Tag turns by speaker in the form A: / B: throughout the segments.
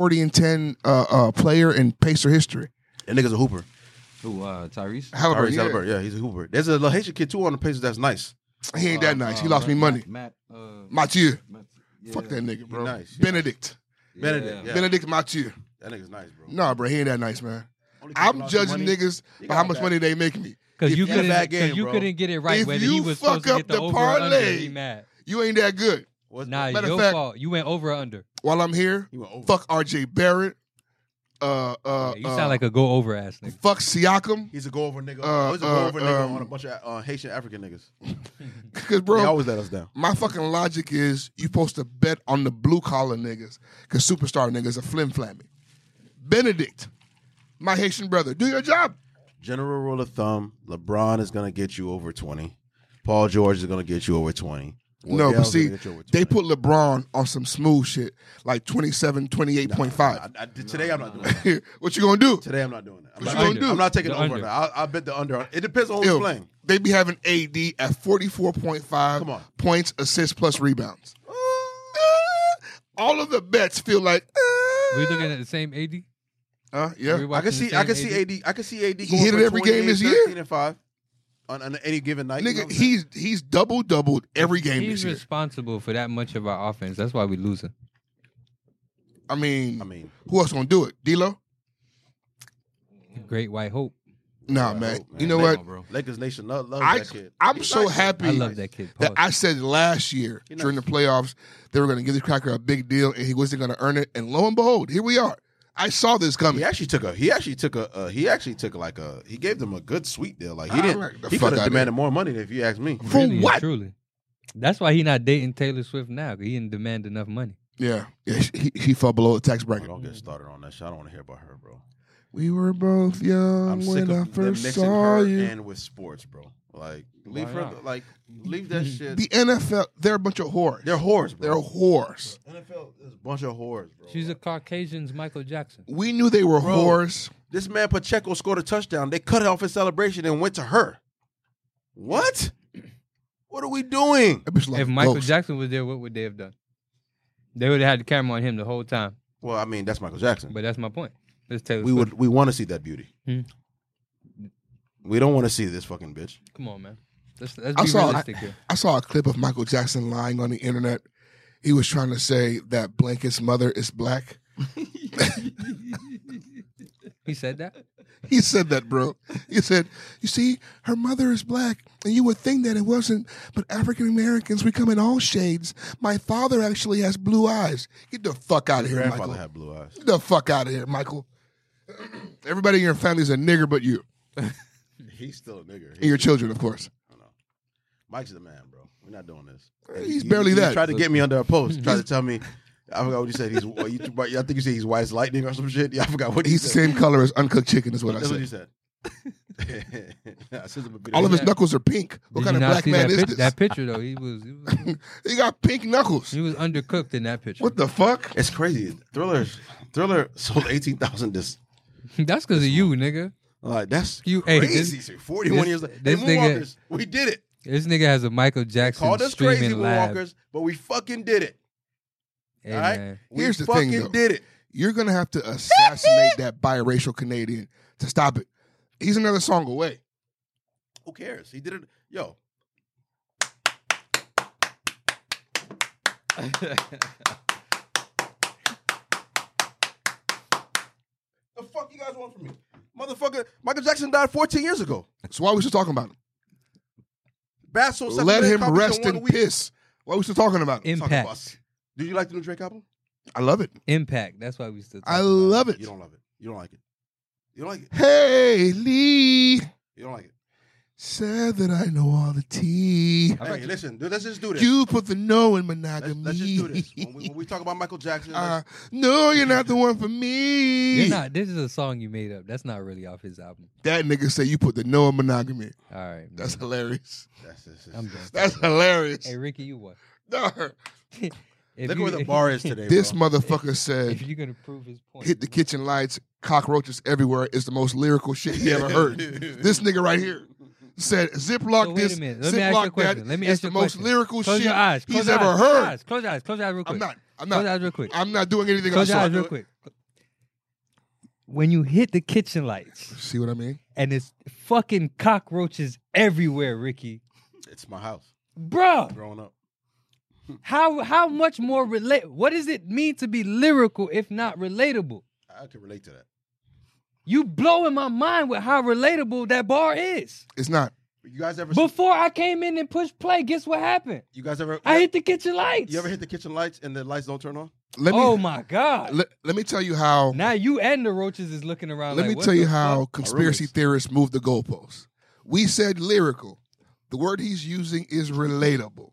A: forty and ten uh, uh, player in Pacer history.
B: That nigga's a hooper.
C: Who, uh, Tyrese?
A: However,
B: Tyrese Halliburton, yeah, he's a hooper. There's a little Haitian kid too on the Pacers that's nice.
A: he ain't
B: Oh,
C: Uh,
A: that nice. He
C: uh,
A: lost me money.
C: Matt, uh,
A: Mathieu,
C: Matt-
A: fuck
C: yeah,
A: that nigga, bro.
B: nice, yeah.
A: Benedict,
C: yeah.
B: Benedict, yeah.
A: Benedict Mathieu.
B: That nigga's nice, bro.
A: Nah, bro, he ain't that nice, man.
B: Only 'cause he
A: I'm
B: lost
A: judging
B: money.
A: niggas
B: He
A: by
B: got
A: how
B: a
A: much
B: bad-
A: money they make me.
D: Because
A: If
D: you
B: he had a
D: couldn't,
B: bad game,
D: cause you
B: bro.
D: couldn't get it right
A: If
D: whether
A: you
D: he was
A: fuck
D: supposed to
A: up
D: get the,
A: the
D: over or under.
A: parlay-
D: He mad.
A: You ain't that good.
B: What's
D: Nah,
A: Matter of
D: your
A: fact-
D: fault. You went over or under.
A: While I'm here,
B: He went over.
A: fuck R.J. Barrett. Uh, uh,
D: Yeah, you
A: uh,
D: sound like a go over ass nigga.
A: fuck Siakam.
B: He's a go over nigga.
A: Uh,
B: oh, he's a go
A: uh,
B: over nigga
A: um,
B: on a bunch of uh, Haitian African niggas.
A: Because
B: Bro,
A: bro,
B: they always let us down.
A: my fucking logic is you supposed to bet on the blue collar niggas because superstar niggas are flim flammy. Benedict, my Haitian brother, do your job.
B: General rule of thumb: LeBron is gonna get you over twenty. Paul George is gonna get you over twenty.
A: no, but
B: Wendell's gonna
A: see,
B: get you over
A: they
B: 20.
A: put LeBron on some smooth shit, like 27, 28.5.
B: I, I, today I'm not doing that.
A: what you gonna do?
B: Today I'm not doing that.
A: What
B: I'm, not,
A: you gonna
B: I'm
A: do?
B: not taking
D: The
B: the over.
D: under.
B: I'll, I'll bet the under. It depends on who's
A: Ew,
B: playing.
A: They be having AD at 44.5
B: Come on.
A: points, assists, plus rebounds. Uh, all of the bets feel like, uh,
D: We looking at the same AD?
A: uh, yeah.
B: I
D: We
B: can
D: watching the
B: see. I
D: same
B: can see AD. I can see AD.
A: He
B: going
A: hit
B: for
A: it every game
B: 28,
A: this year?
B: 13 And five on, on any given night. you know
A: Nigga,
B: what I'm saying?
A: he's he's double doubled every game
D: He's
A: this year.
D: responsible for that much of our offense. That's why we losing.
A: I mean,
B: I mean,
A: who else gonna do it? D'Lo?
D: Great white hope.
A: Nah,
B: Right,
A: man.
B: hope, man.
A: You know
B: They
A: what?
C: Come on, bro.
B: Lakers Nation lo- loves
A: I-
B: that kid.
A: I'm
B: He's
A: so
B: nice, man.
A: happy-
D: I
A: Be
D: love
A: nice.
D: that kid.
A: That
D: Pause.
A: I said last year
B: He
A: during the
B: nice.
A: playoffs they were gonna give this cracker a big deal and he wasn't gonna earn it. And lo and behold, here we are. I saw this coming.
B: He actually took a. He actually took a. Uh, he actually took like a. He gave them a good sweet deal. Like he
A: Ah,
B: didn't.
A: right, the
B: He
A: fuck
B: could have
A: outta
B: demanded more money if you ask me.
A: For
D: Really and
A: what?
D: Truly. That's why he not dating Taylor Swift now. 'cause He didn't demand enough money.
A: Yeah. yeah he, he fell below the tax
B: Oh,
A: bracket.
B: don't get started on that shit. I don't want to hear about her, bro.
A: We were both young
B: I'm sick
A: when
B: of
A: I
B: them
A: first
B: mixing
A: saw
B: her
A: you.
B: and with sports, bro. Like leave
D: Why
B: her.
D: not?
B: Like leave that shit.
A: The NFL, they're a bunch of whores.
B: They're whores,
A: They're
B: bro.
A: whores.
B: NFL is a bunch of whores, bro.
C: uh,
D: She's a Caucasian's Michael Jackson.
A: We knew they were
B: Bro.
A: whores.
B: This man Pacheco scored a touchdown. They cut it off in celebration and went to her. What? What are we doing?
A: That bitch like
D: If
A: a
D: Michael
A: ghost.
D: Jackson was there, what would they have done? They would have had the camera on him the whole time.
B: Well, I mean, that's Michael Jackson.
D: But that's my point. Let's Taylor
B: we
D: Swift.
B: would we want to see that beauty.
D: Hmm.
B: We don't want to see this fucking bitch.
D: Come on, man. Let's, let's
A: I
D: be
A: saw-
D: realistic here.
A: I saw a clip of Michael Jackson lying on the internet. He was trying to say that Blanket's mother is black.
D: He said that.
A: He said that, bro. He said, "You see, her mother is black, and you would think that it wasn't, but African Americans we come in all shades. My father actually has blue eyes. Get the fuck out of
B: Your
A: here,
B: grandfather
A: Michael.
B: had blue eyes.
A: Get the fuck out of here, Michael. Everybody in your family's a nigger, but you
B: He's still a nigger.
A: and your children, of course.
B: Mike's the man, bro. We're not doing this.
A: Hey, he's barely
B: you
A: that.
B: Tried to get me under a
D: Hmm.
B: post. tried to tell me. I forgot what you said. He's. what You, I think you said he's white as lightning or some shit. Yeah, I forgot what you
A: He's the
B: said.
A: same color as uncooked chicken, is what I
B: That's what you
A: said.
B: said. I said some good-
A: All of his
D: Yeah.
A: knuckles are pink. What
D: Did
A: kind
D: you
A: of
D: not
A: black
D: see
A: man
D: that
A: is
D: pic-
A: this?
D: That picture though, he was he was,
A: he got pink knuckles.
D: he was undercooked in that picture.
A: What the fuck?
B: It's crazy. Thriller, Thriller sold eighteen thousand. This
D: That's because of you, nigga.
B: like that's
D: You- hey,
B: crazy.
D: this-
B: Forty-one
D: this-
B: years. Later.
D: this
B: Hey,
D: nigga-
B: moonwalkers, we did it.
D: This nigga has a Michael Jackson
B: Called us
D: streaming
B: crazy
D: live.
B: moonwalkers, but we fucking did it.
D: Hey,
B: all right,
D: man.
B: we
A: Here's the
B: fucking
A: thing, though.
B: did it.
A: You're gonna have to assassinate that biracial Canadian to stop it. He's another song away.
B: Who cares? He did it. Yo, the fuck you guys want from me, motherfucker? Michael Jackson died fourteen years ago.
A: So why are we still talking about him?
B: Bass sold seven
A: Let
B: million
A: him
B: copies
A: rest
B: one
A: in
B: week.
A: peace. Why are we still talking about him?
B: Talk
D: Impact.
B: about- Do you like the new Drake album?
A: I love it.
D: Impact. That's why we still.
A: I
D: talking about
A: love it.
B: You don't love it. You don't like it. You don't like it.
A: Hey Lee
B: You don't like it.
A: said that I know all the tea.
D: I
B: Hey,
D: bet you-
B: listen, dude, let's just do this.
A: You put the no in
B: let's,
A: monogamy.
B: let's just do this. When we, when we talk about Michael Jackson,
A: Uh,
B: let's-
A: no, you're not the one for me.
D: You're not. This is a song you made up. That's not really off his album.
A: That nigga said you put the no in monogamy.
D: All right. man.
A: That's hilarious.
B: that's, that's,
D: I'm done.
A: That's hilarious.
D: Hey Ricky, you what?
A: Dog,
D: If
B: look
D: you-
B: where the bar is today.
A: This
B: bro.
A: motherfucker
D: If
A: said
D: you're gonna prove his point,
A: hit the kitchen lights, cockroaches everywhere is the most lyrical shit he ever heard. this nigga right here said Ziplock
D: So wait
A: this,
D: a minute. Let me ask you a
A: Ziplock that
D: question. Let me
A: is
D: ask you
A: the
D: a
A: most
D: question.
A: lyrical
D: Close
A: shit
D: your eyes. Close
A: he's
D: your
A: ever
D: eyes.
A: heard.
D: Eyes. Close your eyes. Close your eyes real quick.
A: I'm not. I'm
D: Close your
A: not.
D: eyes real quick.
A: I'm not doing anything.
D: Close your
A: I
D: eyes
A: saw.
D: real quick. when you hit the kitchen lights
A: See what I mean?
D: and it's fucking cockroaches everywhere, Ricky.
B: It's my house.
D: Bruh,
B: Growing up,
D: how how much more relate? What does it mean to be lyrical if not relatable?
B: I can relate to that.
D: You blowing my mind with how relatable that bar is.
A: It's not.
B: You guys ever?
D: Before I came in and pushed play, guess what happened?
B: you guys ever?
D: I hit the kitchen lights.
B: You ever hit the kitchen lights and the lights don't turn on?
A: Let me
D: oh my god!
A: let, let me tell you how
D: now you and the roaches is looking around.
A: let
D: like,
A: me
D: what
A: tell you
D: the
A: how
D: fuck?
A: conspiracy
B: roommates.
A: theorists move the goalposts. We said lyrical. The word he's using is relatable.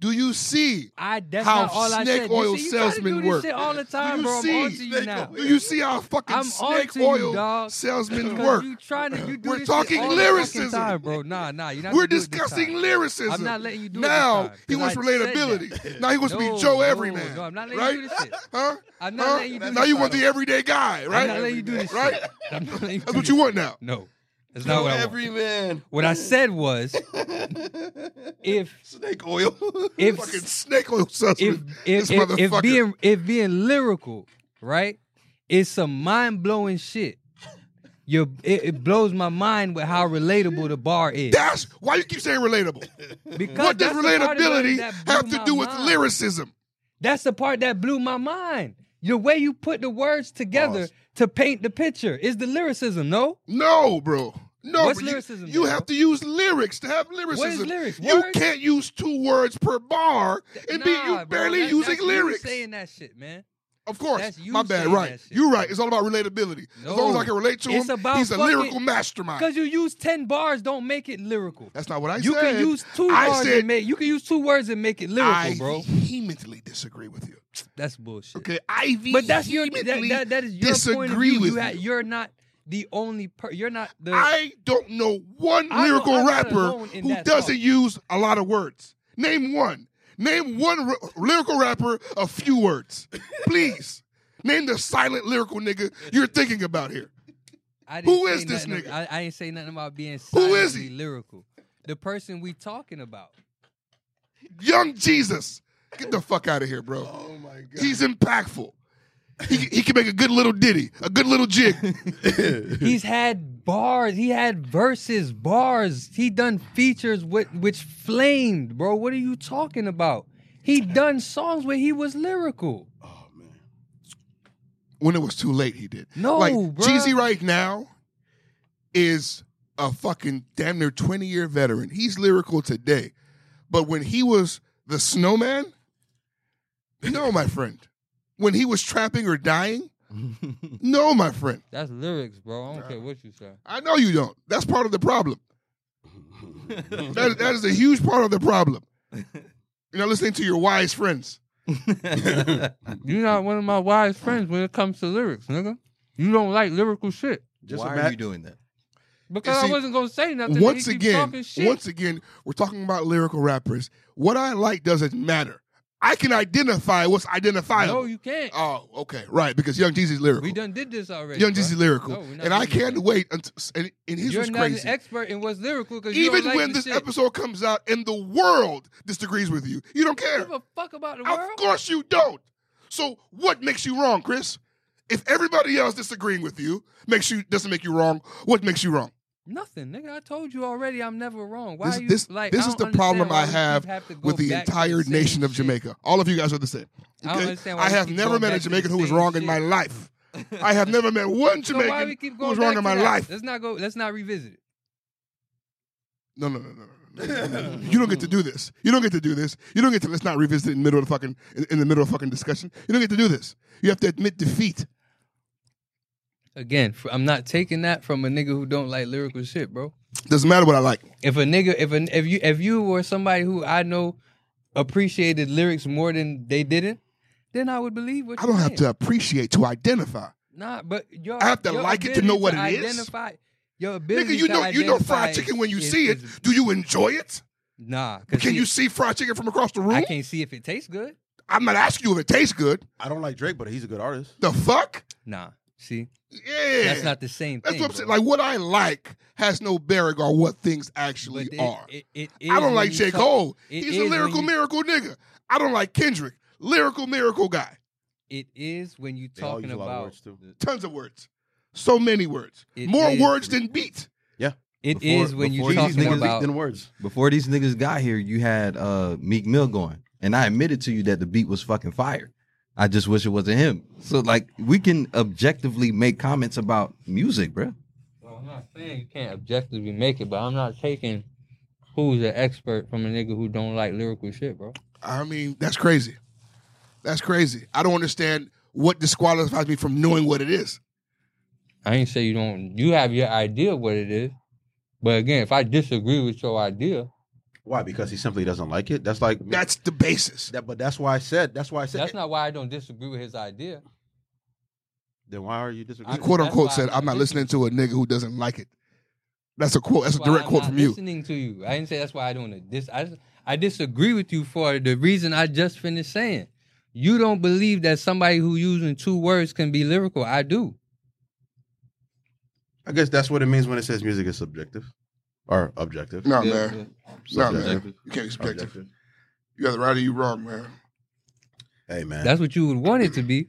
A: Do you see?
D: I that's
A: how
D: not all I
A: snake
D: said.
A: oil
D: you see, you gotta
A: salesmen
D: do this
A: work.
D: shit all the time,
A: you
D: bro.
A: see?
D: I'm onto you
B: Snake
D: now.
A: Do you see how fucking
D: I'm
A: snake
D: onto you,
A: oil
D: dog.
A: salesmen
D: 'Cause
A: work?
D: You trying to, you do
A: We're
D: this shit
A: talking
D: all the fucking
A: lyricism.
D: time, bro. Nah, nah, you're not.
A: We're
D: gonna do it this
A: discussing
D: time.
A: lyricism.
D: I'm not letting you do it this
A: now
D: time,
A: he
D: 'cause
A: wants
D: I said
A: relatability. Now he wants to
D: No,
A: be Joe
D: no,
A: Everyman.
D: no, I'm not letting
A: right?
D: you do this shit.
A: Huh?
D: I'm not
A: Huh?
D: letting you do
A: now
D: this
A: you
D: shit.
A: want the everyday guy,
D: I'm not
A: right?
D: letting you do this
A: Right?
D: shit. I'm not letting you
A: That's
D: do
A: what you
D: this.
A: want now.
D: No, that's not what I want.
B: every man.
D: What I said was, if
B: Snake oil.
D: if
A: Fucking snake oil
D: if
A: salesman.
D: if,
A: this
D: if, if
A: motherfucker.
D: being if being lyrical, right, is some mind blowing shit. Your it, it blows my mind with how relatable the bar is.
A: That's why you keep saying relatable.
D: because
A: What does
D: that's the part about it
A: relatability
D: that blew
A: have to
D: my
A: do with
D: mind.
A: lyricism?
D: That's the part that blew my mind. The way you put the words together
B: Pause.
D: to paint the picture is the lyricism. No,
A: No, bro. No,
D: What's
A: bro. You-
D: lyricism
A: You,
D: then,
A: have
D: bro?
A: to use lyrics to have lyricism.
D: lyrics?
A: You
D: Words?
A: can't use two words per bar and be
D: Nah,
A: you
D: bro,
A: barely
D: that-
A: using
D: that's you
A: lyrics.
D: saying that shit, man.
A: Of course,
D: That's you
A: my bad.
D: saying
A: Right,
D: that shit.
A: you're right. It's all about relatability. as long as
D: No.
A: I can relate to
D: It's
A: him,
D: about
A: he's a
D: fucking-
A: lyrical mastermind.
D: Because you use ten bars, don't make it lyrical.
A: That's not what I
D: you
A: said.
D: can use two
A: I
D: bars
A: said-
D: and make you can use two words and make it lyrical,
A: I
D: bro.
A: vehemently disagree with you.
D: That's bullshit.
A: Okay, I vehemently
D: But that's your that, that, that is your point of
A: disagree
D: view.
A: with
D: you ha-
A: you.
D: you're not the only per- you're not the
A: I don't know one
D: I know
A: lyrical
D: I'm not
A: rapper
D: alone in
A: who
D: that
A: doesn't
D: thought.
A: use a lot of words. Name one. Name one r- lyrical rapper, a few words, please. Name the silent lyrical nigga you're thinking about here.
D: I didn't
A: Who
D: say
A: is this
D: nothing-
A: nigga?
D: I, I ain't say nothing about being
A: Who is
D: silently
A: he?
D: lyrical. The person we talking about.
A: Young Jesus, get the fuck out of here, bro.
B: oh my god.
A: He's impactful. He, he can make a good little ditty, a good little jig.
D: He's had bars. He had verses, bars. He done features with which flamed, bro. What are you talking about? He done songs where he was lyrical.
B: oh man.
A: when it was too late, he did.
D: No,
A: like
D: bruh.
A: Jeezy right now is a fucking damn near twenty year veteran. He's lyrical today, but when he was the Snowman, no, my friend. When he was trapping or dying, no, my friend.
D: That's lyrics, bro. I don't care what you say.
A: I know you don't. That's part of the problem. That, that is a huge part of the problem. You're not listening to your wise friends.
D: You're not one of my wise friends when it comes to lyrics, nigga. You don't like lyrical shit.
B: Just
C: Why
B: ima-
C: are you doing that?
D: Because
A: see,
D: I wasn't gonna say nothing. and
A: once
D: he keep
A: again,
D: talking shit.
A: once again, we're talking about lyrical rappers. What I like doesn't matter. I can identify what's identifiable.
D: no, you can't.
A: oh, okay, right, because Young Jeezy's lyrical.
D: We done did this already.
A: Young
D: bro.
A: Jeezy's lyrical,
D: No, we're not
A: and I
D: doing that.
A: can't wait. Until, and, and his
D: You're
A: was
D: not
A: crazy.
D: an expert in what's lyrical because you
A: Even
D: don't like
A: when
D: the
A: this
D: shit.
A: episode comes out and the world disagrees with you, you don't care.
D: give a fuck about the world.
A: Of course you don't. So what makes you wrong, Chris? If everybody else disagreeing with you makes you doesn't make you wrong, what makes you wrong?
D: Nothing, nigga. I told you already. I'm never wrong. Why
A: this,
D: you
A: this,
D: like?
A: this
D: I
A: is
D: don't
A: the problem
D: understand
A: I
D: why we keep
A: have,
D: have to go
A: with the
D: back to
A: entire
D: same
A: nation of
D: shit.
A: Jamaica. All of you guys are the same.
D: I don't
A: okay?
D: understand why
A: I
D: we
A: have
D: keep
A: never
D: going
A: met a
D: back to the
A: Jamaican who was
D: same
A: wrong in
D: shit.
A: my life. I have never met one
D: So why we
A: Jamaican
D: keep
A: who
D: going
A: was wrong
D: back
A: in
D: to
A: my
D: that?
A: life.
D: Let's not go. Let's not revisit it.
A: No, no, no, no, no, no. no. you don't get to do this. You don't get to do this. You don't get to. Let's not revisit it in the middle of the fucking in, in the middle of fucking discussion. You don't get to do this. You have to admit defeat.
D: Again, f- I'm not taking that from a nigga who don't like lyrical shit, bro.
A: Doesn't matter what I like.
D: If a nigga, if a, if you, if you were somebody who I know appreciated lyrics more than they didn't, then I would believe what
A: I
D: you
A: don't have
D: saying.
A: to appreciate to identify.
D: Nah, but your,
A: I have to
D: your
A: like it to know
D: ability
A: what
D: to
A: it is.
D: identify, Your ability
A: Nigga, you
D: to
A: know you know
D: identify
A: fried chicken when you
D: is-
A: see it.
D: is-
A: Do you enjoy it?
D: Nah,
A: Can
D: 'cause see,
A: you see fried chicken from across the
D: I
A: room?
D: can't see if it tastes good.
A: I'm not asking you if it tastes good.
B: I don't like Drake, but he's a good artist.
A: The fuck?
D: Nah, see,
A: Yeah.
D: that's not the same
A: That's
D: thing.
A: what I'm saying.
D: bro.
A: Like what I like has no bearing on what things actually
D: But it-
A: are.
D: it- it is
A: I don't
D: when
A: like
D: you
A: J.
D: talk-
A: Cole.
D: it
A: He's
D: is
A: a
D: when
A: lyrical
D: you-
A: miracle nigga. I don't like Kendrick. Lyrical miracle guy.
D: It is when you
B: They all
D: talking
B: use a lot of
D: about
B: words, too.
A: Tons of words. so many words,
D: It
A: more
D: is-
A: words than beats.
D: It is
C: Before-
D: when
C: before
D: you're
C: these
D: talking
C: niggas-
D: about
B: than words.
C: Before these niggas got here, you had uh Meek Mill going, and I admitted to you that the beat was fucking fire. I just wish it wasn't him. So like, we can objectively make comments about music, bruh.
D: Well, I'm not saying you can't objectively make it, but I'm not taking who's an expert from a nigga who don't like lyrical shit, bro.
A: I mean, that's crazy. That's crazy. I don't understand what disqualifies me from knowing what it is.
D: I ain't say you don't. You have your idea what it is, but again, if I disagree with your idea,
B: Why? Because he simply doesn't like it. That's like
A: That's the basis.
B: that. But that's why I said. That's why I said.
D: that's not why I don't disagree with his idea.
B: then why are you
A: You
B: disagreeing?
A: quote unquote
D: that's why
A: said,
D: I'm
A: "I'm not
D: not
A: listening to a nigga who doesn't like it." That's a quote. That's a
D: why
A: direct
D: I'm
A: quote
D: not
A: from you.
D: Listening to you, I didn't say that's why I don't. Dis- I just- I disagree with you for the reason I just finished saying. You don't believe that somebody who using two words can be lyrical. I do.
B: I guess that's what it means when it says music is subjective or objective.
A: No,
C: Yeah,
A: man.
C: yeah.
A: No, man.
C: Subjective.
A: You can't be subjective. You either right or you wrong, man.
B: Hey man.
D: That's what you would want it to be.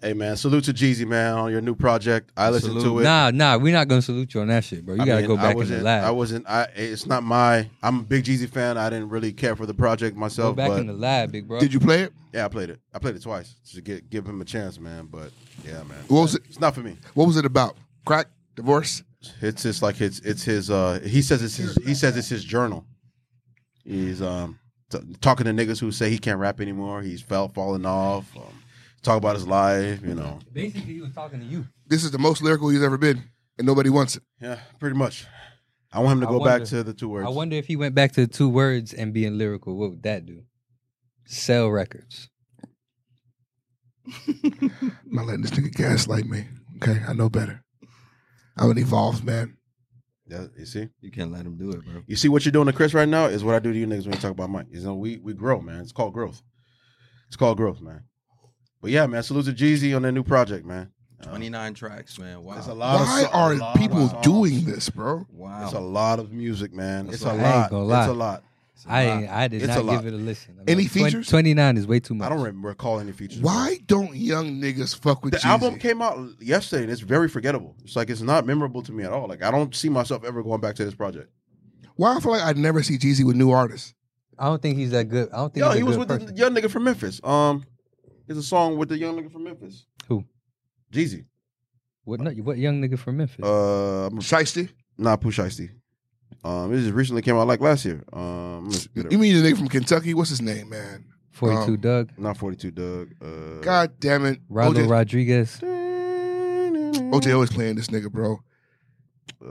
B: hey man. Salute to Jeezy man on your new project. I listened
C: Salute.
B: to it.
D: Nah, nah, we're not gonna salute you on that shit, bro. You
B: I
D: gotta
B: mean,
D: go
B: I
D: back in
B: wasn't,
D: the lab.
B: I wasn't. I. It's not my. I'm a big Jeezy fan. I didn't really care for the project
D: go
B: myself.
D: back
B: but
D: in the lab, big bro.
A: Did you play it?
B: yeah, I played it. I played it twice to get give him a chance, man. But yeah, man.
A: What was it?
B: It's not for me.
A: What was it about? Crack, divorce.
B: It's just like it's it's his. uh He says it's his. He says it's his journal. He's um t- talking to niggas who say he can't rap anymore. He's felt falling off. Um, talk about his life. You know.
D: Basically, he was talking to you.
A: This is the most lyrical he's ever been, and nobody wants it.
B: Yeah, pretty much. I want him to
D: I
B: go
D: wonder-
B: back to the two words.
D: I wonder if he went back to the two words and being lyrical, what would that do? Sell records.
A: I'm not letting this nigga gaslight me. Okay, I know better. I'm an evolved man.
B: Yeah, you see.
C: You can't let him do it, bro.
B: You see what you're doing to Chris right now is what I do to you niggas when you talk about Mike. You know, we we grow, man. It's called growth. It's called growth, man. But yeah, man, salute to Jeezy on their new project, man. Uh,
C: Twenty nine tracks, man. Wow.
B: It's a lot. of
A: Why
B: so- a
A: are
B: lot of
A: people
B: songs.
A: doing this, bro?
C: Wow.
B: It's a lot of music, man.
C: That's
B: It's
C: what-
B: a
C: I
D: ain't
B: lot.
D: gonna lie.
B: It's a lot.
C: It's a
D: I
C: lot.
D: ain't- I did
B: It's a
D: not
B: lot.
D: give it a listen. I'm
A: Any
D: like, twen-
A: features?
D: 29 is way too much.
B: I don't remember recall any features.
A: Why don't young niggas fuck with
B: The
A: Jeezy?
B: album came out yesterday, and it's very forgettable. It's like it's not memorable to me at all. Like I don't see myself ever going back to this project.
A: Why I feel like I never see Jeezy with new artists?
D: I don't think he's that good. I don't think
B: Yo,
D: he's a
B: he was
D: good
B: with
D: person.
B: the young nigga from Memphis. Um, it's a song with the young nigga from Memphis.
D: Who?
B: Jeezy.
D: What, no, what young nigga from Memphis?
B: Uh, I'm a
A: Shiesty?
B: Not Pooh Shiesty. Um, it just recently came out like last year. Um, I'm just good at-
A: You mean the nigga from Kentucky? What's his name, man?
D: 42
A: um,
D: Doug,
B: not 42 Doug. Uh,
A: God damn it.
D: Raldo
A: OJ,
D: Rodriguez,
A: OJ always playing this nigga, bro.
B: Uh,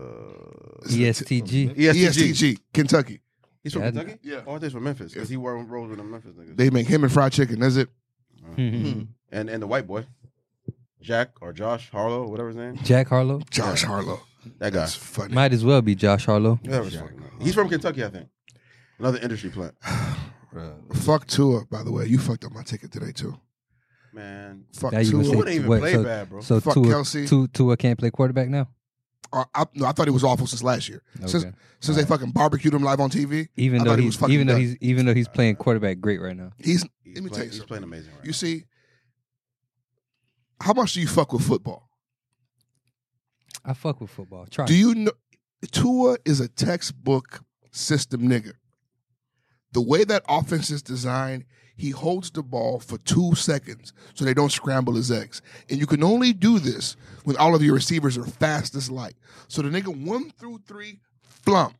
D: E ESTG.
A: E
B: ESTG.
A: ESTG, Kentucky.
B: He's from
D: Yeah.
B: Kentucky.
A: Yeah.
B: Oh, I think he's from Memphis because he wore rolls with them Memphis niggas.
A: They make him and fried chicken. That's it.
C: Mhm.
B: and and the white boy, Jack or Josh Harlow, whatever his name.
D: Jack Harlow.
A: Josh Harlow.
B: That guy.
A: That's funny.
D: Might as well be Josh Harlow.
B: Whatever his
C: Jack
B: fucking name. He's from Kentucky, I think. Another industry plant.
C: Bruh.
A: Fuck Tua, by the way. You fucked up my ticket today too.
B: Man,
A: Fuck
D: Now
A: Tua.
D: you gonna
B: Tua
D: say-
B: didn't even
D: wait,
B: play
D: so-
B: bad, bro.
D: So
A: Fuck
D: Tua,
A: Kelsey.
D: Tua, Tua can't play quarterback now?
A: Uh, I, no, I thought he was awful since last year. Since
D: Okay.
A: since they fucking barbecued him live on TV.
D: Even
A: I
D: though
A: thought he was
D: he's
A: fucking
D: even though
A: done.
D: he's even though he's playing quarterback great right now.
A: He's
B: he's,
A: let me
B: playing,
A: tell you
B: he's
A: something.
B: playing amazing. Right
A: you see, how much do you fuck with football?
D: I fuck with football. Try.
A: Do you know Tua is a textbook system nigga? The way that offense is designed, he holds the ball for two seconds so they don't scramble his eggs. And you can only do this when all of your receivers are fast as light. So the nigga one through three, flump.
B: now.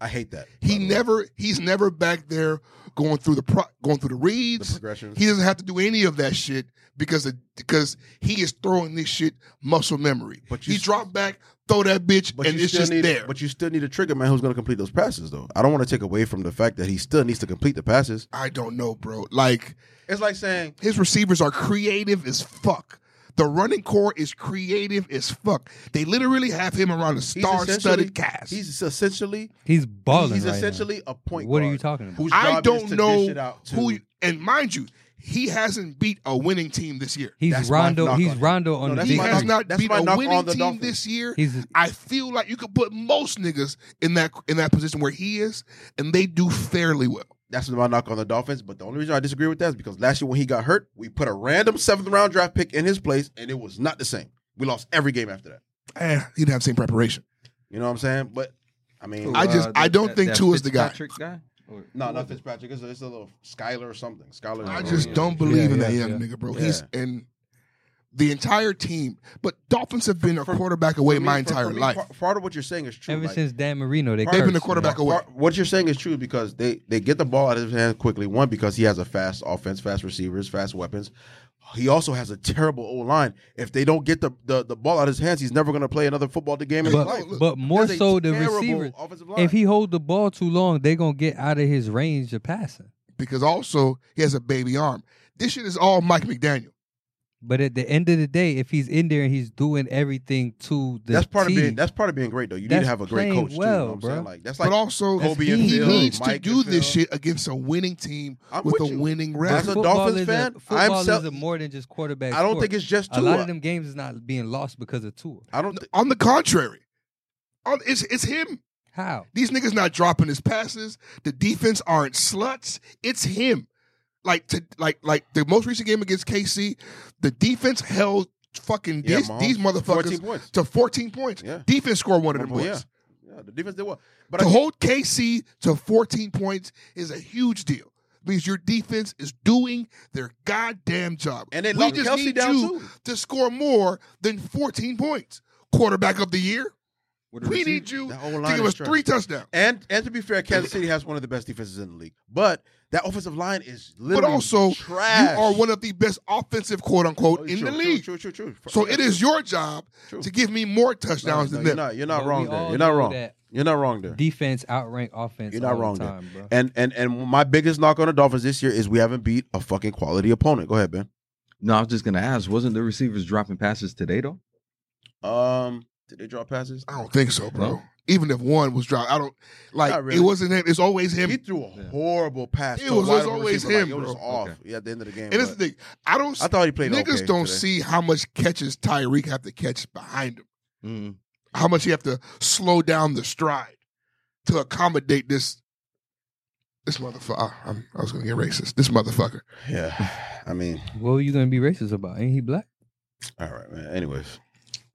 B: I hate that.
A: He
B: by the way.
A: never, he's never back there going through the pro, going through the
B: the
A: reads.
B: progressions.
A: He doesn't have to do any of that shit because the, because he is throwing this shit muscle memory.
B: But you
A: he
B: s-
A: drop back, throw that bitch,
B: But
A: and
B: you
A: it's
B: still
A: just
B: need,
A: there.
B: But you still need a trigger man who's going to complete those passes, though. I don't want to take away from the fact that he still needs to complete the passes.
A: I don't know, bro. Like
B: It's like saying,
A: his receivers are creative as fuck. The running core is creative as fuck. They literally have him around a
B: he's essentially-
A: star-studded cast.
B: He's essentially
D: he's balling.
B: he's
D: right
B: essentially a
D: now.
B: point.
D: What are
B: guard
D: you talking about?
B: Whose
A: I
B: job is
A: don't
B: to dish it
A: know
B: out to-
A: who. you- And mind you, he hasn't beat a winning team this year.
D: He's
B: That's my
D: Rondo.
B: knock
D: He's
B: on him.
D: Rondo
B: No,
D: on the
B: that's
A: He
D: big.
B: my
A: has
D: three.
B: knock.
A: not
B: That's
A: beat
B: my
A: a
B: knock
A: winning
B: on the
A: team
B: Dolphins.
A: this year.
D: He's-
A: I feel like you could put most niggas in that in that position where he is, and they do fairly well.
B: That's my knock on the Dolphins. But the only reason I disagree with that is because last year when he got hurt, we put a random seventh round draft pick in his place, and it was not the same. We lost every game after that.
A: eh, he didn't have the same preparation.
B: You know what I'm saying? But I mean,
C: Who,
A: I just- I don't think Tua's the guy.
C: Fitzpatrick guy? Or-
B: no, not Fitzpatrick. It's a, it's a little Skyler or something. Skyler.
A: I
C: Oh,
A: just
C: yeah.
A: don't believe in
D: Yeah,
A: that
D: yeah,
A: young
D: yeah.
A: nigga, bro. He's in the entire team, but Dolphins have been a
B: For-
A: quarterback away
B: For me-
A: my
B: for-
A: entire
B: for me,
A: life.
B: par- Part of what you're saying is true.
D: Ever
B: like,
D: since Dan Marino, they
A: They've
B: They've
A: been
D: cursed
A: the
D: him.
A: quarterback away.
B: part- what you're saying is true because they they get the ball out of his hand quickly. One because he has a fast offense, fast receivers, fast weapons. He also has a terrible O line. If they don't get the, the the ball out of his hands, he's never going to play another football game in his life.
D: But, but more
B: There's a
D: so the
B: terrible
D: receivers.
B: offensive line.
D: If he hold the ball too long, they gonna get out of his range of passing.
A: because also he has a baby arm. This shit is all Mike McDaniel.
D: But at the end of the day, if he's in there and he's doing everything to the
B: that's part
D: T,
B: of being that's part of being great though. You need to
D: That's
B: have a great
D: playing
B: coach too. You know
D: well,
B: what I'm saying?
D: bruh.
B: Like that's
A: But
B: like
A: also,
B: Kobe
A: he
B: and Phil,
A: needs
B: Mike
A: to do
B: and
A: this
B: Phil.
A: shit against a winning team
B: I'm
A: with,
B: with
A: a
B: you.
A: winning
B: But as a
A: record.
D: football
B: Dolphins
D: is
B: fan, I'm
D: a, football
B: sell-
D: is a more than just quarterback.
B: I don't
D: sport.
B: think it's just
D: a
B: Tua.
D: lot of them games is not being lost because of Tua.
B: I don't. thi-
A: On the contrary, on, it's it's him.
D: How?
A: These niggas not dropping his passes. The defense aren't sluts. It's him. Like to like like the most recent game against KC, the defense held fucking
B: yeah,
A: these,
B: Mahomes,
A: these
B: 14
A: motherfuckers
B: points.
A: to 14 points.
B: Yeah.
A: Defense scored one of them
B: Well,
A: points.
B: yeah. yeah, the defense did well. But
A: to
B: I,
A: hold KC to 14 points is a huge deal because your defense is doing their goddamn job.
B: And they
A: we
B: locked
A: just
B: Kelsey
A: need
B: down,
A: you
B: too.
A: to score more than 14 points. Quarterback of the year,
C: What a
A: we
C: receiver.
A: need you
B: that whole
A: to
B: line
A: give
B: is
A: us
B: trash.
A: three touchdowns.
B: and and to be fair, Kansas City has one of the best defenses in the league. But that offensive line is
A: But
B: literally
A: also,
B: trash.
A: you are one of the best offensive quote unquote
B: Oh,
A: in
B: true,
A: the
B: true,
A: league.
B: True, true, true.
A: So it is your job
B: True.
A: to give me more
B: No,
A: touchdowns
B: no,
A: than
B: you're
A: them.
B: not. You're not
D: But we
B: wrong there.
D: all
B: You're not
D: know
B: wrong.
D: that
B: You're not wrong there.
D: Defense outrank offense.
B: You're not
D: all
B: wrong
D: the
B: there.
D: time, bro.
B: And and and my biggest knock on the Dolphins this year is we haven't beat a fucking quality opponent. Go ahead, Ben.
C: No, I was just gonna ask. Wasn't the receivers dropping passes today though?
B: Um, did they draw passes?
A: I don't think so, bro. Even if one was dropped, I don't like.
B: Not really.
A: It wasn't him. It's always him.
B: He threw a
C: Yeah.
B: horrible pass.
A: It
B: to a
A: was- it
B: wide
A: was always
B: receiver. Like,
A: him,
B: it was
A: bro.
B: off.
C: Okay.
B: Yeah, at the end of the game.
A: and that's the
B: but
A: thing. I don't.
B: I thought he played.
A: Niggas
B: okay
A: don't
B: today.
A: see how much catches Tyreek have to catch behind him.
C: Mm.
A: How much he have to slow down the stride to accommodate this this motherfucker. I, I'm- I was gonna get racist. This motherfucker.
B: Yeah, I mean,
D: What are you gonna be racist about? Ain't he black?
B: all right, man. Anyways,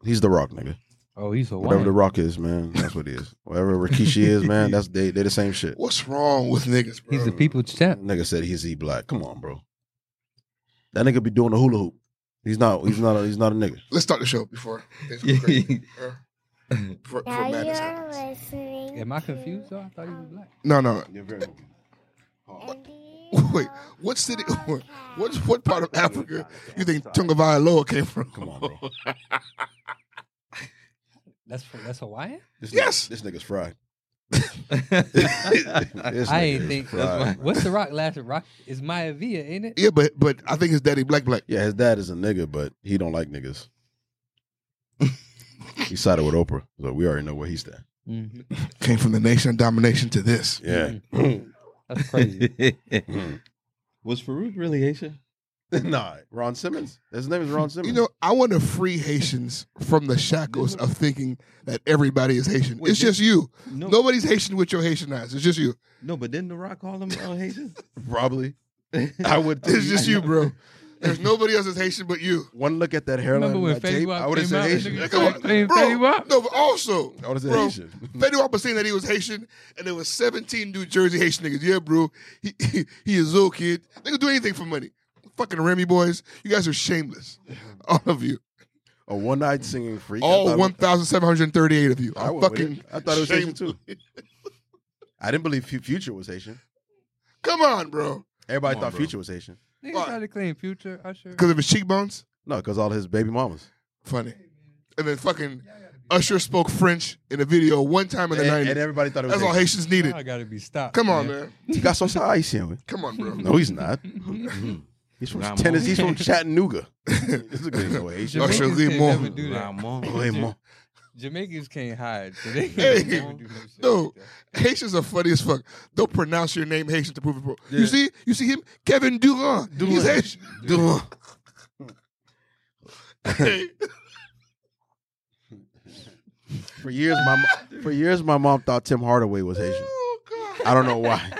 B: he's the Rock, nigga.
D: Oh, he's a
B: Whatever the
D: white.
B: Rock is, man, that's what he is. Whatever Rikishi is, man, that's they they the same shit.
A: What's wrong with niggas, bro?
D: He's a people's champ.
B: Nigga said he's he black. Come on, bro. That nigga be doing a hula hoop. He's not. He's not. A, he's not a nigga.
A: Let's start the show before things go crazy. Uh, before, before
E: Now
A: madness
E: you're
A: happens.
E: listening.
D: Am I
E: to
D: confused? Though? I thought he was black.
A: No, no.
E: NBA
A: Wait, what city?
E: podcast.
A: What what part of Africa you think Tunga Vailoa came from?
B: Come on, bro.
D: That's that's Hawaiian.
B: This
A: Yes.
B: nigga, this nigga's fried.
C: That's
B: This nigga
D: I ain't
B: is
D: think-
B: fried.
C: why-
D: What's the Rock last? Rock is Maya Villa, ain't it?
A: Yeah, but but I think his daddy black black.
B: Yeah, his dad is a nigga, but he don't like niggas. he sided with Oprah, so we already know where he stand.
D: Mhm.
A: Came from the nation of domination to this.
B: Yeah.
D: Mm. That's crazy.
A: Mm.
C: Was Farouk really Haitian?
B: nah, Ron Simmons. His name is Ron Simmons.
A: You know, I want to free Haitians from the shackles of thinking that everybody is Haitian.
C: Wait,
A: it's
C: did-
A: just you.
C: No, no,
A: Nobody's Haitian with your Haitian eyes. It's just you.
C: but didn't The Rock call him uh, Haitian?
B: probably. Oh, I would.
A: It's just you, bro. There's nobody else that's Haitian but you.
B: One look at that hairline.
D: Remember
B: and
D: when
B: that
D: Fetty
B: tape, I
D: Wap
B: would have
D: came out?
B: said
D: and
B: Haitian.
D: niggas
A: Come
D: started
A: on,
D: playing
A: bro.
D: Fetty Wap?
A: No, but also,
B: I would have said
A: Bro.
B: Oh, Haitian.
A: Fetty Wap was saying that he was Haitian, and there was 17 New Jersey Haitian niggas. Yeah, bro. He, he, he is old kid. They can do anything for money. Fucking Remy boys, you guys are shameless. All of you.
B: A one-eyed singing freak. I
A: All
B: thought-
A: 1,738 of you.
B: I,
A: I'm
B: went with it.
A: fucking
B: I thought it was Haitian
A: shameless.
B: too. I didn't believe Fu- Future was Haitian.
A: Come on, bro.
B: Everybody
C: Come on,
B: thought
C: bro.
B: Future was Haitian.
D: Niggas
A: Why?
D: try to claim Future, Usher.
A: Because of his cheekbones?
B: No, because all his baby mamas.
A: Funny. And then fucking Usher spoke French in a video one time in the
B: and,
A: 90s.
B: and everybody thought it was
A: That's all
B: Haitian.
A: Haitians needed.
D: I gotta be stopped.
A: Come on, man.
B: He got so Haitian.
A: Come on, bro.
B: No, he's not. He's from
C: Ramon.
B: Tennessee. He's from Chattanooga. This is good. No, Haitian.
A: Usher
D: Jamaicans
A: Lee
D: can't
A: Moore.
D: never do that.
C: Ramon.
B: Ramon.
D: Jamaicans can't hide, so they
A: Hey,
D: can't never do no shit
A: no.
D: like that.
A: Haitians are funny as fuck. They'll pronounce your name Haitian to prove it. Bro. You
B: Yeah.
A: see, you see him, Kevin Durant. He's
B: Durant.
A: Haitian. Durant. hey,
B: For years, my mo- for years my mom thought Tim Hardaway was Haitian.
A: oh god,
B: I don't know why.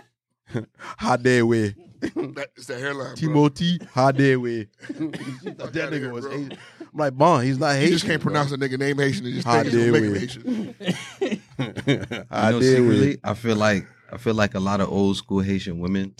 B: Hardaway,
A: that is the hairline. Bro.
B: Timothy Hardaway. that
A: outta
B: nigga
A: here,
B: was
A: bro.
B: Haitian. I'm like, Bond, he's not
A: You
B: Haitian.
A: just can't pronounce a nigga name Haitian and just
B: How
A: think it's gonna
B: dare
A: make him
B: we.
A: Haitian.
B: it.
C: I
B: I
C: know,
B: did
C: secretly,
B: really.
C: I feel like I feel like a lot of old school Haitian women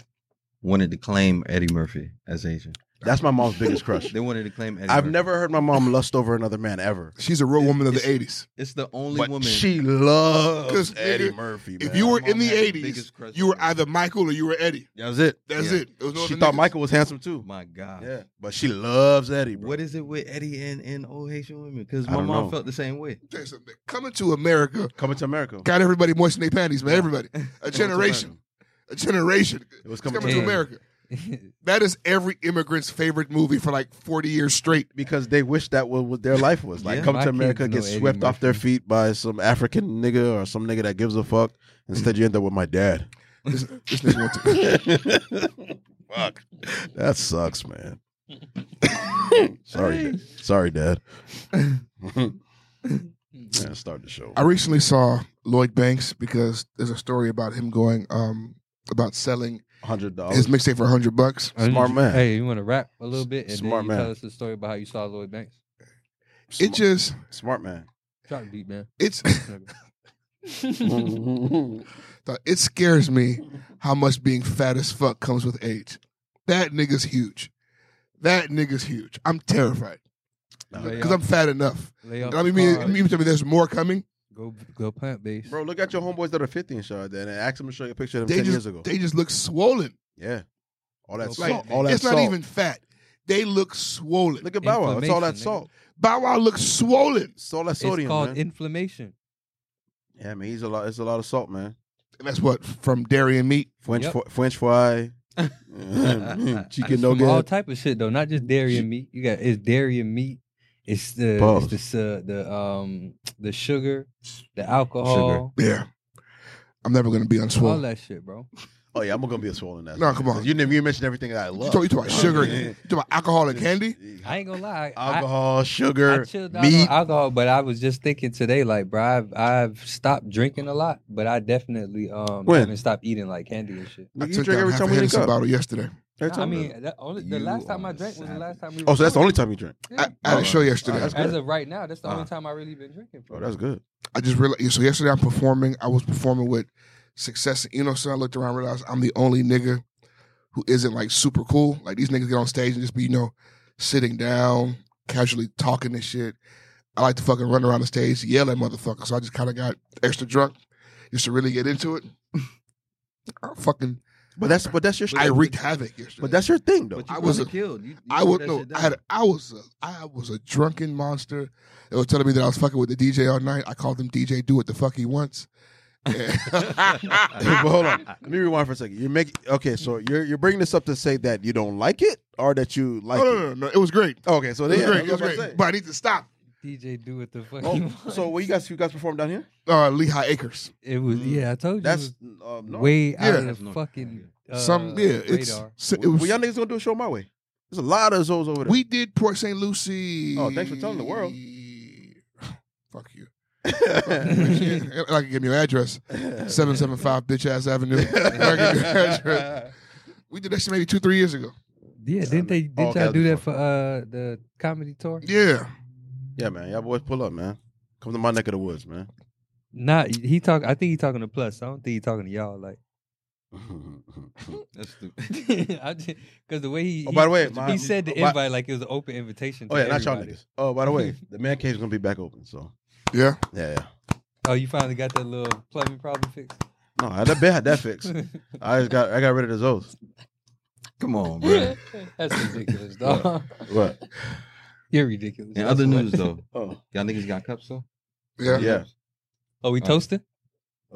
C: wanted to claim Eddie Murphy as Haitian.
B: That's my mom's biggest crush.
C: They wanted to claim Eddie.
B: I've
C: Murphy.
B: never heard my mom lust over another man ever.
A: She's a real woman of the '80s.
C: It's the only
B: But
C: woman.
B: she
A: 'Cause,
B: loves
A: nigga,
B: Eddie Murphy.
A: If
B: man.
A: you were
C: my
A: in the
C: mom had the
A: '80s,
C: biggest crush
A: you
C: on
A: were
C: me.
A: either Michael or you were Eddie.
B: that was it.
A: That's
C: Yeah. Oh
A: it. There was no
B: she
A: other
B: thought
A: niggas.
B: Michael was handsome too.
C: my God.
B: Yeah, but she loves Eddie. Bro.
C: What is it with Eddie and, and old Haitian women? Because
B: I
C: my
B: don't
C: mom
B: know.
C: felt the same way.
A: Tell you something. Coming to America
B: coming to America?
A: got everybody moistening their panties, man.
C: Yeah.
A: Everybody, a generation, a generation.
B: It
A: It's
B: was coming,
A: coming
B: to
A: to
D: Damn.
A: America. That is every immigrant's favorite movie for like 40 years straight.
B: because they wish that was what their life was. Like,
C: Yeah,
B: come
D: my
B: to America,
D: kids know
B: get
D: Eddie
B: swept off their
D: Murphy.
B: feet by some African nigga or some nigga that gives a fuck. Instead, you end up with my dad.
A: This, this nigga went to,
B: fuck, that sucks, man. sorry, sorry, dad. man, start the show.
A: I recently saw Lloyd Banks because there's a story about him going um, about selling
B: Hundred
A: his
B: dollars.
A: mixtape for 100 bucks.
B: Smart man.
D: Hey, you want to rap a little bit and
B: Smart
D: then you
B: man.
D: tell us the story about how you saw Lloyd Banks?
A: It just
B: smart man.
D: Drop the beat, man.
A: it's
B: That's
A: it scares me how much being fat as fuck comes with age. That nigga's huge. That nigga's huge. I'm terrified because I'm fat enough.
D: Lay off
A: And I mean,
D: the
B: Uh,
A: mean,
D: carbs.
A: mean, tell me there's more coming.
D: go go plant based.
B: Bro, look at your homeboys that are 50 and shit like that and ask them to show you a picture of them
A: They
B: 10
A: just
B: years ago.
A: they just look swollen.
B: yeah. All that
D: Like,
B: salt. All that
A: it's
B: salt.
A: not even fat. They look swollen.
B: Look at Bow Wow. It's all that
D: Inflammation, nigga.
B: salt.
A: Bow Wow looks swollen.
B: It's all that
D: It's
B: sodium,
D: called
B: man.
D: inflammation.
B: yeah, man. He's a lot. It's a lot of salt, man.
A: And that's what from dairy and meat.
B: French
D: Yep.
B: fr- French fry, chicken
D: It's from all
B: nugget.
D: type of shit though, not just dairy and meat. You got it's dairy and meat. It's the
B: Pause.
D: it's the uh, the um the sugar, the alcohol,
A: Yeah, I'm never gonna be
D: all
A: unswollen.
D: that shit, bro.
B: Oh yeah, I'm gonna be a swollen ass.
A: No, come on.
B: You didn't. You mentioned everything that I
A: You
B: love.
A: talk, you talk about sugar. You talk about alcohol and candy.
D: I ain't gonna lie. I,
B: Alcohol,
D: I
B: sugar,
D: chilled out
B: meat.
D: on alcohol, but I was just thinking today, like, bro, I've, I've stopped drinking a lot, but I definitely um
B: When?
D: haven't stopped eating like candy and shit.
A: I
B: Nigga, you
A: took
B: drink
A: down
B: every
A: half
B: time
A: a
B: we wake
A: Henderson
B: up.
A: bottle yesterday.
B: Every
D: I
B: time.
D: mean, that only, the
C: You
D: last time
C: are
D: I
C: a
D: drank was the
C: savage.
D: last time we.
B: oh, so that's the only
D: recorded.
B: time you drink.
A: I, I had a show yesterday.
B: That's
D: As
B: good.
D: of right now, that's the
C: Uh.
D: only time I really been drinking. For
B: Uh-huh. Oh, that's good.
A: I just realized. So yesterday I'm performing. I was performing with Success and Eno. So I looked around, and realized I'm the only nigga who isn't like super cool. Like these niggas get on stage and just be you know sitting down, casually talking and shit. I like to fucking run around the stage, yell at motherfuckers. So I just kind of got extra drunk just to really get into it. I fucking
B: But that's but that's your.
A: I wreaked havoc yesterday.
B: But that's your thing though.
C: But you
A: I was
C: wasn't
A: a-
C: killed. You, you
A: I
C: put
A: would
C: that
A: no.
C: shit
A: I
C: down.
A: had. I was. A, I was a drunken monster. They were telling me that I was fucking with the DJ all night. I called him DJ. Do what the fuck he wants.
B: but hold on. Let me rewind for a second. You're making okay. So you're you're bringing this up to say that you don't like it or that you like
A: no,
B: it.
A: no, no, no. It was great.
B: Okay, so
A: It was
B: yeah,
A: great. It was
B: that's what I'm
A: great.
B: saying.
A: But I need to stop.
D: DJ, do what the fuck.
B: Oh,
D: you want.
B: so what you guys you guys performed down here?
A: Uh, Lehigh Acres.
D: it was. Yeah, I told you.
B: Mm, That's
D: it
B: uh,
D: was
B: no.
D: way
A: Yeah.
D: out
C: That's
D: of the
C: not-
D: fucking uh,
A: Some yeah. It's
D: radar.
A: so it
B: Well,
A: was.
B: y'all niggas gonna do a show my way. There's a lot of those over there.
A: we did Port St. Lucie.
B: Oh, thanks for telling the world.
A: Fuck you. I can give you your address. Seven seven five bitch ass avenue. I can give you your address. We did that shit maybe two three years ago.
D: Yeah, didn't they? Didn't
B: Oh, okay,
D: y'all do that
B: that's
D: for uh the comedy tour?
A: Yeah.
B: yeah, man. Y'all boys pull up, man. Come to my neck of the woods, man.
D: Nah, he talk. I think he talking to Plus. I don't think he talking to y'all. Like,
C: That's the,
D: because the way he.
B: Oh, by the way,
D: he,
B: my-
D: he said the
B: oh, by-
D: invite like it was an open invitation.
B: oh
D: to
B: yeah, not y'all
D: everybody.
B: niggas. Oh, by the way, the man cave's gonna be back open. So
A: Yeah.
B: yeah, yeah.
D: Oh, you finally got that little plumbing problem fixed.
B: No, I that bit had that fixed. I just got I got rid of those. oaths.
C: come on, bro.
D: That's ridiculous, dog.
B: What?
D: You're ridiculous.
C: In
D: That's
C: other
D: what-
C: news, though,
B: Oh,
C: y'all niggas got cups though.
A: Yeah.
B: Yeah.
D: Are we
B: Uh,
C: Oh.
D: toasting?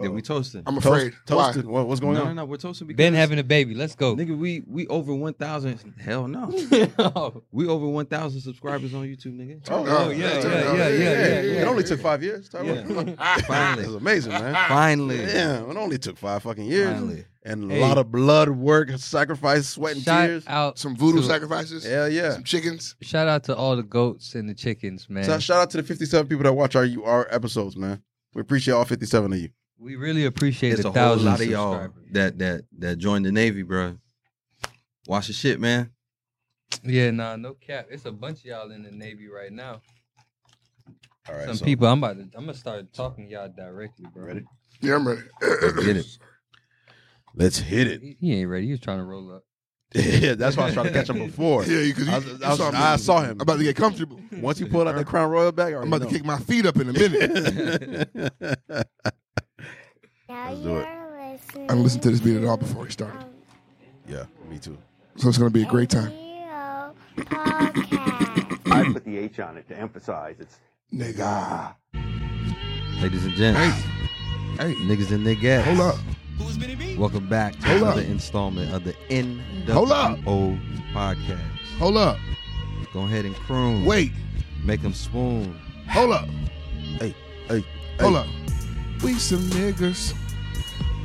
C: Yeah, we toasting.
A: I'm
B: Toast-
A: afraid. Why?
B: toasted. What, what's going
C: no, no,
B: on?
C: no, we're toasting because
D: Ben having a baby. Let's go.
C: nigga. We we over one thousand. Hell no.
D: oh,
C: We over one thousand subscribers on YouTube, nigga.
D: Oh, yeah,
B: turn
D: yeah,
B: it up.
D: yeah, yeah, yeah,
B: It
D: yeah.
B: only took five years. Talk
C: Yeah.
B: about-
C: Finally.
B: It's amazing, man.
C: Finally,
B: Yeah, it only took five fucking years.
C: finally.
B: And a
D: Hey.
B: lot of blood, work, sacrifice, sweat, and
D: shout
B: tears.
D: out,
A: Some voodoo
D: to,
A: sacrifices.
B: Hell yeah.
A: Some chickens.
D: shout out to all the goats and the chickens, man.
B: So shout out to the 57 people that watch our our episodes, man. We appreciate all 57 of you.
D: we really appreciate
C: It's
D: the
C: a whole
D: thousand
C: lot of y'all
D: subscribers.
C: that that that joined the Navy, bro. Watch the shit, man.
D: Yeah, nah, no cap. It's a bunch of y'all in the Navy right now.
B: All right.
D: Some
B: so-
D: people, I'm about to, I'm gonna start talking to y'all directly, bro.
B: Ready?
A: Yeah, I'm ready.
C: Get it.
B: Let's hit it.
D: He, he ain't ready. He was trying to roll up.
B: yeah, that's why I was trying to catch him before.
A: Yeah, because
B: I, was- I was- I
A: saw me
B: saw him.
A: about to get comfortable.
B: Once he pulled out that Crown Royal bag, I
A: I'm
B: already
A: about to kick my feet up in a minute.
B: know.
E: Now
B: Let's
E: you
B: do it.
E: are listening.
A: I listened to this beat at all before we started,
E: um,
B: yeah, me too.
A: so it's gonna be a great time.
E: NGO podcast.
F: I put the H on it to emphasize it's
A: Nigga,
C: Ladies and gents,
A: hey,
C: niggas and niggas.
A: hold up.
C: Welcome back to
A: Hold up.
C: another installment of the
A: Hold up.
C: NWO podcast.
A: Hold up.
C: Go ahead and croon.
A: Wait.
C: Make them swoon.
A: Hold up.
B: Hey, hey,
A: Hold up. We some niggas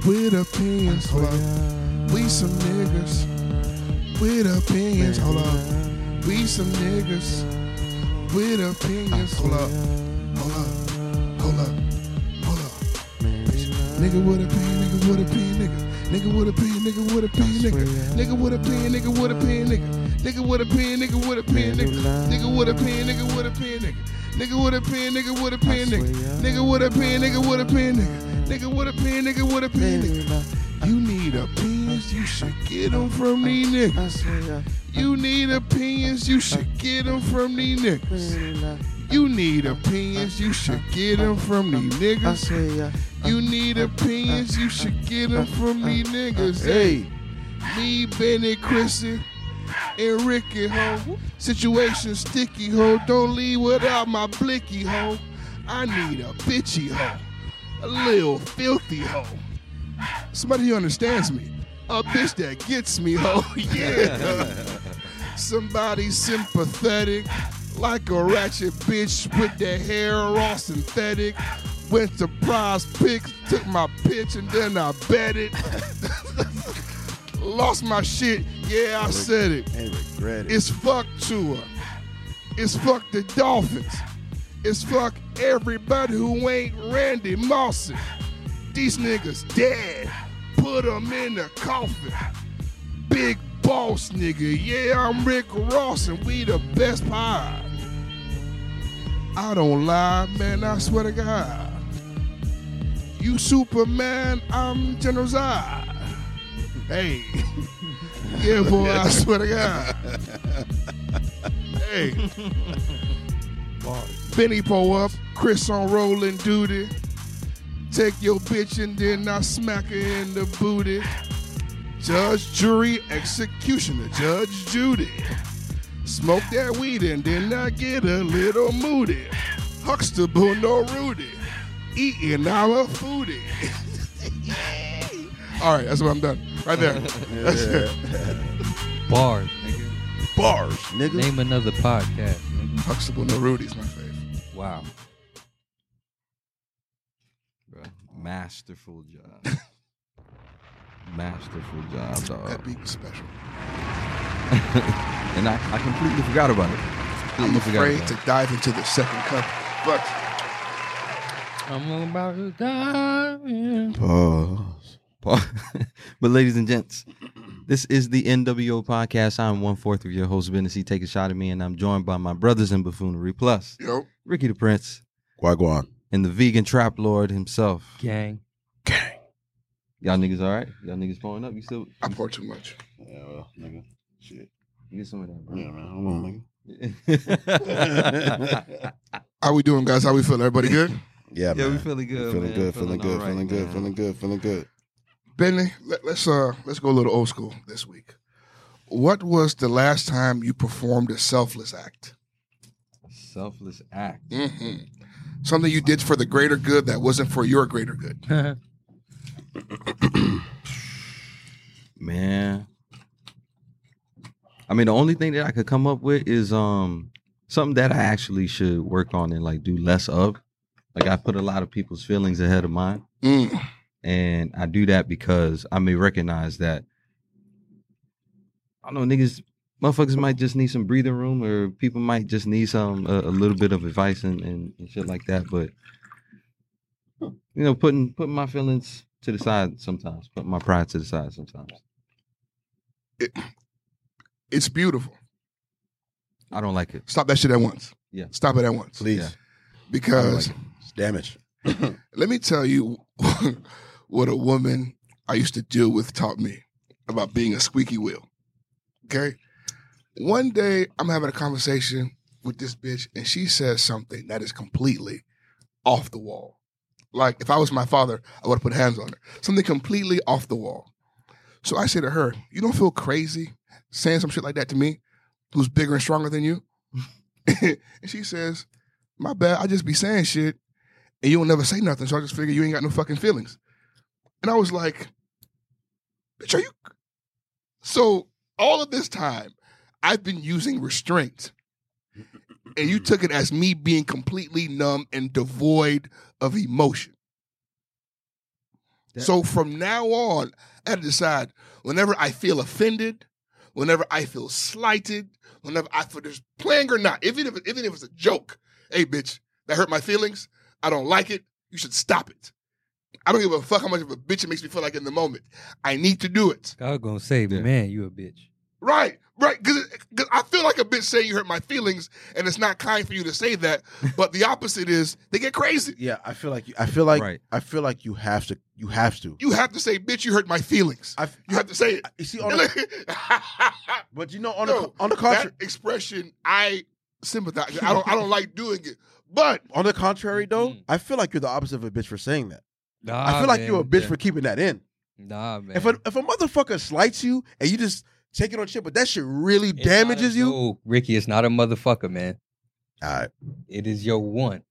A: with opinions. Hold up. We some niggas with opinions. Hold up. We some niggas with opinions. Hold up. Hold up. Hold up. Hold up. We some- Nigga with a pen, nigga with a pen, nigga. Nigga with a pen, nigga with a pen, nigga. Nigga with a pen, nigga with a pen, nigga. Nigga with a pen, nigga with a pen, nigga. Nigga with a pen, nigga with a pen, nigga. Nigga with a pen, nigga with a pen, nigga. Nigga with a pen, nigga with a pen, nigga. Nigga with a pen, nigga with a pen, nigga. You need opinions, you should get them from these niggas. You need opinions, you should get them from these niggas. You need opinions, you should get them from these niggas. You need opinions, you should get them from these niggas. Hey, me, Benny, Chrissy, and Ricky, ho. Situation sticky, ho. Don't leave without my blicky, ho. I need a bitchy, ho. A little filthy, ho. Somebody who understands me. A bitch that gets me, ho. Yeah. Somebody sympathetic, like a ratchet bitch with their hair all synthetic. Went to prize picks, took my pitch, and then I bet it. Lost my shit, yeah, I said it.
B: And regret it.
A: It's fuck Tua. It's fuck the Dolphins. It's fuck everybody who ain't Randy Moss. These niggas dead. Put 'em in the coffin. Big boss nigga. Yeah, I'm Rick Ross and we the best pie. I don't lie, man. I swear to God. You Superman, I'm General Zod. Hey. yeah, boy, I swear to God. hey. Benny pull up, Chris on rolling duty. Take your bitch and then I smack her in the booty. Judge, jury, executioner, Judge Judy. Smoke that weed and then I get a little moody. Huxtable, no Rudy. Eating our foodie. All right, that's what I'm done. Right there. That's it.
D: Bars, nigga.
B: bars, nigga.
D: Name another podcast. Nigga.
A: Huxtable, no Rudy's my favorite.
D: Wow.
C: Bro, masterful job. masterful job,
A: That
C: dog.
A: beat was special.
C: And I, I completely forgot about it.
A: I'm
C: Completely forgot
A: afraid
C: about
A: to dive into the second cup, but
D: I'm about to die. yeah.
B: Pause.
C: it. but ladies and gents, this is the NWO podcast. I'm one fourth of your host, Hennessy. Take a shot at me, and I'm joined by my brothers in buffoonery. Plus,
A: yo,
C: Ricky the Prince
B: Guaguan.
C: and the vegan trap lord himself.
D: Gang.
C: Y'all niggas, all right? Y'all niggas pulling up? You still
A: I pour too much.
B: Yeah, well, nigga. Shit.
C: you get some of that, bro.
B: Yeah, man. Hold on, nigga.
A: How we doing, guys? How we feel? Everybody good?
B: Yeah,
C: yeah,
B: man.
C: we feeling good.
B: feeling
C: man.
B: good, feeling good,
C: all
B: feeling
C: right,
B: good,
C: man.
B: feeling good, feeling good.
A: Benny, let, us uh let's go a little old school this week. What was the last time you performed a selfless act?
C: Selfless act.
A: hmm Something you did for the greater good that wasn't for your greater good.
C: Man. I mean, the only thing that I could come up with is um something that I actually should work on and like do less of. Like I put a lot of people's feelings ahead of mine.
A: Mm.
C: And I do that because I may recognize that I don't know niggas motherfuckers might just need some breathing room or people might just need some a, a little bit of advice and, and, and shit like that. But you know, putting putting my feelings to the side sometimes, putting my pride to the side sometimes.
A: It's beautiful.
C: I don't like it.
A: Stop that shit at once.
C: Yeah.
A: Stop it at once.
B: Please.
C: Yeah.
A: Because
B: It's damage.
A: let me tell you what a woman I used to deal with taught me about being a squeaky wheel. Okay. One day I'm having a conversation with this bitch and she says something that is completely off the wall. Like if I was my father, I would have put hands on her. Something completely off the wall. So I say to her, You don't feel crazy saying some shit like that to me, who's bigger and stronger than you? and she says, My bad, I just be saying shit and you don't never say nothing. So I just figure you ain't got no fucking feelings. And I was like, bitch, are you? So all of this time, I've been using restraint. And you took it as me being completely numb and devoid of emotion.
C: That-
A: so from now on, I had to decide whenever I feel offended, whenever I feel slighted, whenever I feel just playing or not, even if even if it's a joke, hey bitch, that hurt my feelings. I don't like it. You should stop it. I don't give a fuck how much of a bitch it makes me feel like in the moment. I need to do it.
D: God gonna say,
C: Yeah.
D: man, you a bitch.
A: Right, right. Because I feel like a bitch saying you hurt my feelings, and it's not kind for you to say that. But the opposite is they get crazy.
B: Yeah, I feel like you, I feel like
C: Right.
B: I feel like you have to you have to.
A: You have to say, bitch, you hurt my feelings.
B: I, f-
A: You have to say it.
B: you see on the, but you know on the
A: No,
B: on the
A: that
B: contrary
A: expression, I sympathize. I don't. I don't like doing it. But
B: on the contrary though,
C: Mm-hmm.
D: Mm.
B: I feel like you're the opposite of a bitch for saying that.
D: Nah,
C: Ah,
B: I feel like
D: man.
B: you're a bitch for keeping that in.
D: Nah, man.
B: If a if a motherfucker slights you and you just take it on shit, but that shit really damages you. All
D: No, Ricky, it's not a motherfucker, man.
B: right.
D: It is your one.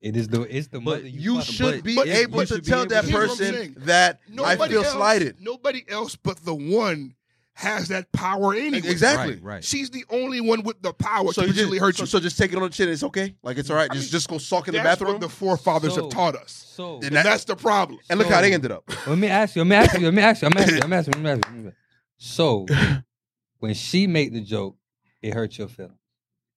D: It is the it's the mother you,
C: you
D: fucking-
C: should
D: but-
C: be
B: But
C: Yeah,
B: able
C: you
B: to
C: should be
B: tell
C: able
B: that
A: to- Here's what I'm saying.
B: person that I
A: nobody
B: feel
A: else,
B: slighted.
A: Nobody else but the one has that power anyway.
B: Exactly.
C: Right, right.
A: She's the only one with the power
B: So
A: to
B: you just
A: really hurt
B: so,
A: you.
B: so just take it on the chin. It's okay. Like it's all right.
A: I
B: Just
A: mean,
B: just go sulk in the
A: that's
B: bathroom.
A: what the forefathers
D: So-
A: have taught us.
D: So
B: And
A: And
B: that-
A: that's the problem.
B: and look how
D: so-
B: they ended up.
D: let me ask you. Let me ask you. Let me ask you. I'm asking. you, I'm asking. you, I'm asking. you. So when she made the joke, it hurt your feelings.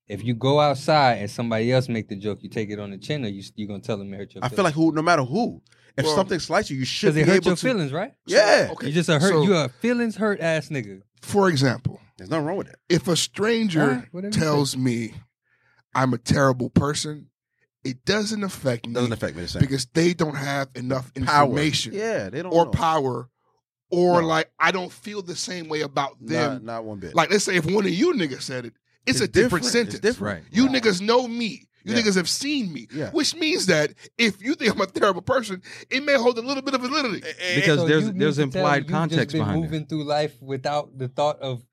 D: If you go outside and somebody else make the joke, you take it on the chin, or you you gonna tell them it hurt your.
B: I
D: feelings?
B: feel like who, no matter who, if
A: Well,
B: something slights you, you should
D: because
B: be
D: it hurt
B: able
D: your
B: to.
D: feelings, right?
B: Yeah,
A: Okay.
D: You just a hurt.
A: so-
D: you a feelings hurt ass nigga.
A: For example,
B: there's nothing wrong with it.
A: if a
D: All
A: stranger
D: right, whatever you
A: tells me I'm a terrible person, it doesn't affect me
B: Doesn't affect me the same.
A: because they don't have enough
B: Power.
A: information
B: Yeah, they don't.
A: or
B: know.
A: power, or
B: No.
A: like I don't feel the same way about
B: Not,
A: them.
B: not one bit.
A: Like let's say if one of you niggas said it, it's, a different, sentence.
B: It's different.
C: Right.
A: You
B: Right.
A: niggas know me. You
B: Yeah.
A: niggas have seen me,
B: Yeah.
A: which means that if you think I'm a terrible person, it may hold a little bit of validity.
C: Because
D: So
C: there's-
D: you mean
C: there's
D: to tell me
C: implied
D: you've
C: context
D: just been
C: behind it.
D: moving through life without the thought of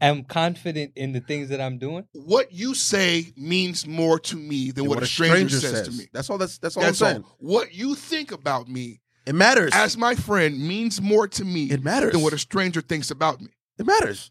D: I'm confident in the things that I'm doing.
A: what you say means more to me than
B: And
A: what, a stranger, says, to me.
B: That's all. That's that's all
A: That's
B: I'm saying.
A: all. What you think about me
B: It matters.
A: as my friend means more to me
B: it matters.
A: than what a stranger thinks about me.
B: It matters.